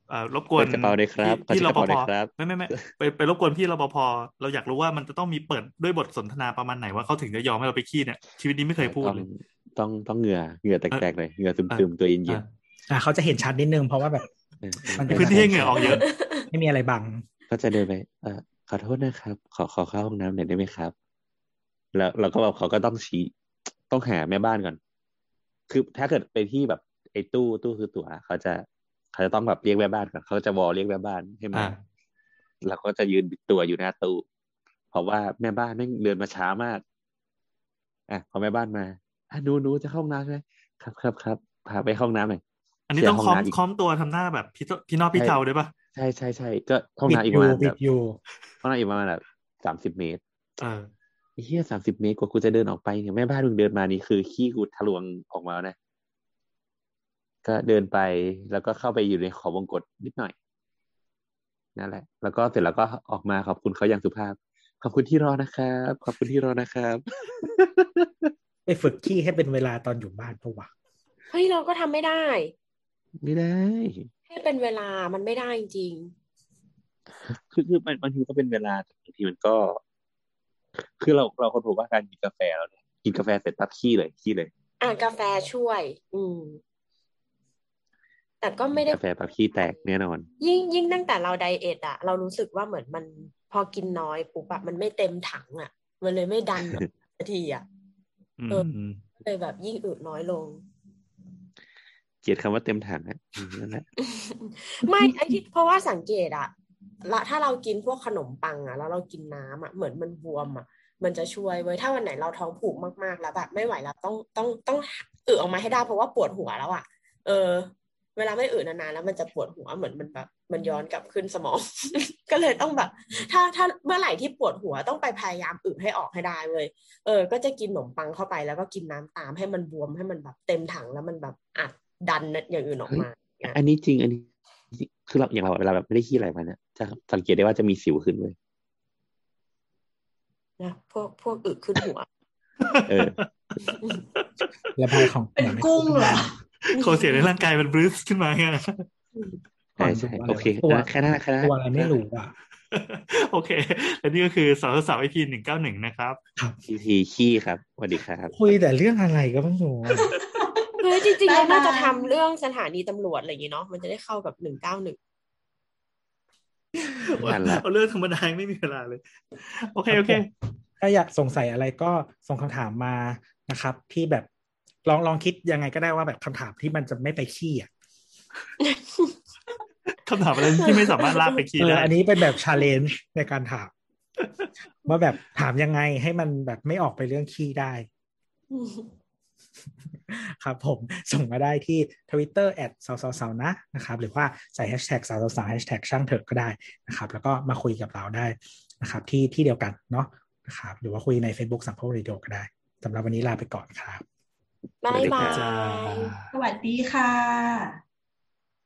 [SPEAKER 5] เอ่อรบกวน
[SPEAKER 9] เปิดกระเป๋าด้วยครับ
[SPEAKER 5] พี่พี่ร
[SPEAKER 9] ขอ
[SPEAKER 5] ปภ
[SPEAKER 9] เช็คกระเป๋าด้วยครับ
[SPEAKER 5] ไม่ไม่
[SPEAKER 9] *laughs*
[SPEAKER 5] ไม่ไปไปรบกวนพี่รปภเราอยากรู้ว่ามันจะต้องมีเปิดด้วยบทสนทนาประมาณไหนว่าเขาถึงจะยอมให้เราไปขี้เนี่ยชีวิตนี้ไม่เคยพูด
[SPEAKER 9] ต้อง
[SPEAKER 5] เลย
[SPEAKER 9] ต้องต้องเหงื่อเหงื่อแตกๆเลยเหงื่อซึมๆตัวเย็น
[SPEAKER 5] อ่ะ
[SPEAKER 4] อ่ะเขาจะเห็นชัดนิดนึงเพราะว่าแบบ
[SPEAKER 9] ๆเออเออ
[SPEAKER 4] มัน
[SPEAKER 5] มีพื้นที่ให้เหงื่อออกเยอะ
[SPEAKER 4] ไม่มีอะไรบัง
[SPEAKER 9] ก็จะเดินไปเออขอโทษนะครับ ขอขอเข้าห้องน้ำหน่อยได้ไหมครับ แล้วเราก็แบบเขาก็ต้องชี้ต้องหาแม่บ้านก่อน คือถ้าเกิดไปที่แบบไอ้ตู้ตู้คือตั๋วเขาจะเขาจะต้องแบบเรียกแม่บ้านก่อนเขาจะวอลเรียกแม่บ้านให้มา
[SPEAKER 5] อ่า
[SPEAKER 9] เราก็จะยืนบิดตัวอยู่หน้าตู้เพราะว่าแม่บ้านแม่งเดินมาช้ามากอ่ะพอแม่บ้านมาอ่ะหนูหนูจะเข้าห้องน้ำใช่ไหมครับครับครับพาไปเข้าห้องน้ำหน่อย
[SPEAKER 5] อันนี้
[SPEAKER 9] เสีย
[SPEAKER 5] ต้องค้อม
[SPEAKER 9] ห้องน้ำอีก
[SPEAKER 5] ค้อมตัวทำหน้าแบบพี่ต้พี่นอกพี่เทาด้วยปะ
[SPEAKER 9] ใช่ใช่ใช่ก็ห้อง
[SPEAKER 4] บิด
[SPEAKER 9] น้ำอีก
[SPEAKER 4] อ
[SPEAKER 9] ประ
[SPEAKER 4] ยู่
[SPEAKER 9] มาณ
[SPEAKER 4] บิ
[SPEAKER 9] แบ
[SPEAKER 4] ด
[SPEAKER 9] บ
[SPEAKER 4] อยู่
[SPEAKER 9] ห้องน้ำอีกประมาณแบบสามสิบเมตร
[SPEAKER 5] เออ
[SPEAKER 9] ไอ้เฮียสามสิบเมตรกว่ากูจะเดินออกไปเนี่ยแม่บ้านมึงเดินมานี่คือขี้กูทะลวงออกมาแล้วนะ ก็เดินไปแล้วก็เข้าไปอยู่ในขอบวงกตนิดหน่อยนั่นแหละ แล้วก็เสร็จแล้วก็ออกมาขอบคุณเขาอย่างสุภาพ ขอบคุณที่รอนะครับ ขอบคุณที่รอนะครับ
[SPEAKER 4] ไปฝึกขี้ให้เป็นเวลาตอนอยู่บ้านปะวะ
[SPEAKER 7] เฮ้ยเราก็ทำไม่ได้
[SPEAKER 9] ไม่ได้
[SPEAKER 7] ให้เป็นเวลามันไม่ได้จริง
[SPEAKER 9] คือคือมันบางทีก็เป็นเวลาแต่บางทีมันก็ คือเราเราคนพบว่าการกินกาแฟเราเนี่ยกินกาแฟเสร็จปั๊บขี้เลยขี้เลย
[SPEAKER 7] ๆอ่านกาแฟช่วย อืม แต่ก็ไม่ได้
[SPEAKER 9] กาแฟปั๊บขี้แตกแน่นอน
[SPEAKER 7] ยิ่งยิ่งตั้งแต่เราไดเอทอะเรารู้สึกว่าเหมือนมันพอกินน้อยปุ๊บอะมันไม่เต็มถังอะมันเลยไม่ดัน สักทีอะ
[SPEAKER 5] อืม
[SPEAKER 7] เลยแบบยิ่งอืดน้อยลง
[SPEAKER 9] เกลียดคำว่าเต็มถังนะอืมนั่นแหละ
[SPEAKER 7] ไม่ไอที่เพราะว่าสังเกตอะละถ้าเรากินพวกขนมปังอะแล้วเรากินน้ำอะเหมือนมันบวมอะมันจะช่วยเว้ยถ้าวันไหนเราท้องผูกมากๆแล้วแบบไม่ไหวแล้วต้องต้องต้องอึออกมาให้ได้เพราะว่าปวดหัวแล้วอะเออ เวลาไม่อึนานๆแล้วมันจะปวดหัวเหมือนมันแบบมันย้อนกลับขึ้นสมอง *laughs* ก็เลยต้องแบบ ถ้าถ้าเมื่อไหร่ที่ปวดหัวต้องไปพยายามอึให้ออกให้ได้เว้ยเออ ก็จะกินขนมปังเข้าไปแล้วก็กินน้ำตามให้มันบวมให้มันแบบเต็มถังแล้วมันแบบอัดดันอย่างอื่นออกมา
[SPEAKER 9] อันนี้จริง อันนี้จริงคือเราอย่างเราเวลาแบบไม่ได้ขี้อะไรมันเนี่ยจะสังเกตได้ว่าจะมีสิวขึ้นเลย
[SPEAKER 7] นะพวกพวกอึขึ้นหัว
[SPEAKER 9] เออ
[SPEAKER 4] ระบายของ
[SPEAKER 3] เป็นกุ้งเหรอ
[SPEAKER 5] โคเสียในร่างกายมันบรึสขึ้นมาเงี้ย *laughs* นะ
[SPEAKER 9] ใช่ใช่โอเค
[SPEAKER 4] ตัว
[SPEAKER 9] แค่นั้นแหละแค่นั้นแหละ
[SPEAKER 4] ตัวอะไรไม่รู้อ่ะ
[SPEAKER 5] โอเค และนี่ก็คือสาวสาวไอพีหนึ่งเก้าหนึ่งนะครับ
[SPEAKER 9] ทีทีขี้ครับสวัสดีครับ
[SPEAKER 4] คุยแต่เรื่องอะไรก็ไม่รู้อะ
[SPEAKER 7] เฮ้ยจริงๆ
[SPEAKER 3] ได้
[SPEAKER 7] เราน่า
[SPEAKER 3] ได้
[SPEAKER 7] จะทำเรื่องสถานีตำรวจอะไรอย่างงี้เนาะมันจะได้เข้ากับหนึ่งเก้าหนึ่ง
[SPEAKER 9] นั่นแหละ
[SPEAKER 5] เอาเรื่องธรรมดาไม่มีเวลาเลย โอเคโอเค
[SPEAKER 4] ถ้าอยากสงสัยอะไรก็ส่งคำถามมานะครับ ที่แบบลองลองคิดยังไงก็ได้ว่าแบบคำถามที่มันจะไม่ไปขี้อ่ะ
[SPEAKER 5] คำถามอะไรที่ไม่สามารถลากไปคี
[SPEAKER 4] เออ
[SPEAKER 5] ย์ได้
[SPEAKER 4] อันนี้เป็นแบบชาเลนจ์ในการถามว่าแบบถามยังไงให้มันแบบไม่ออกไปเรื่องขี้ได้
[SPEAKER 7] *laughs*
[SPEAKER 4] ครับผมส่งมาได้ที่ Twitter แอดสาวสาวนะนะครับหรือว่าใส่แฮชแท็กสาวสาวแฮชแท็กช่างเถอะก็ได้นะครับ แล้วก็มาคุยกับเราได้นะครับ ที่ที่เดียวกันเนาะนะครับหรือว่าคุยใน Facebook สังคมรีดิโอก็ได้สำหรับวันนี้ลาไปก่อนครับ
[SPEAKER 7] บายบา
[SPEAKER 9] สวัสดีครับ
[SPEAKER 7] ย
[SPEAKER 3] สวัสดีค่ะ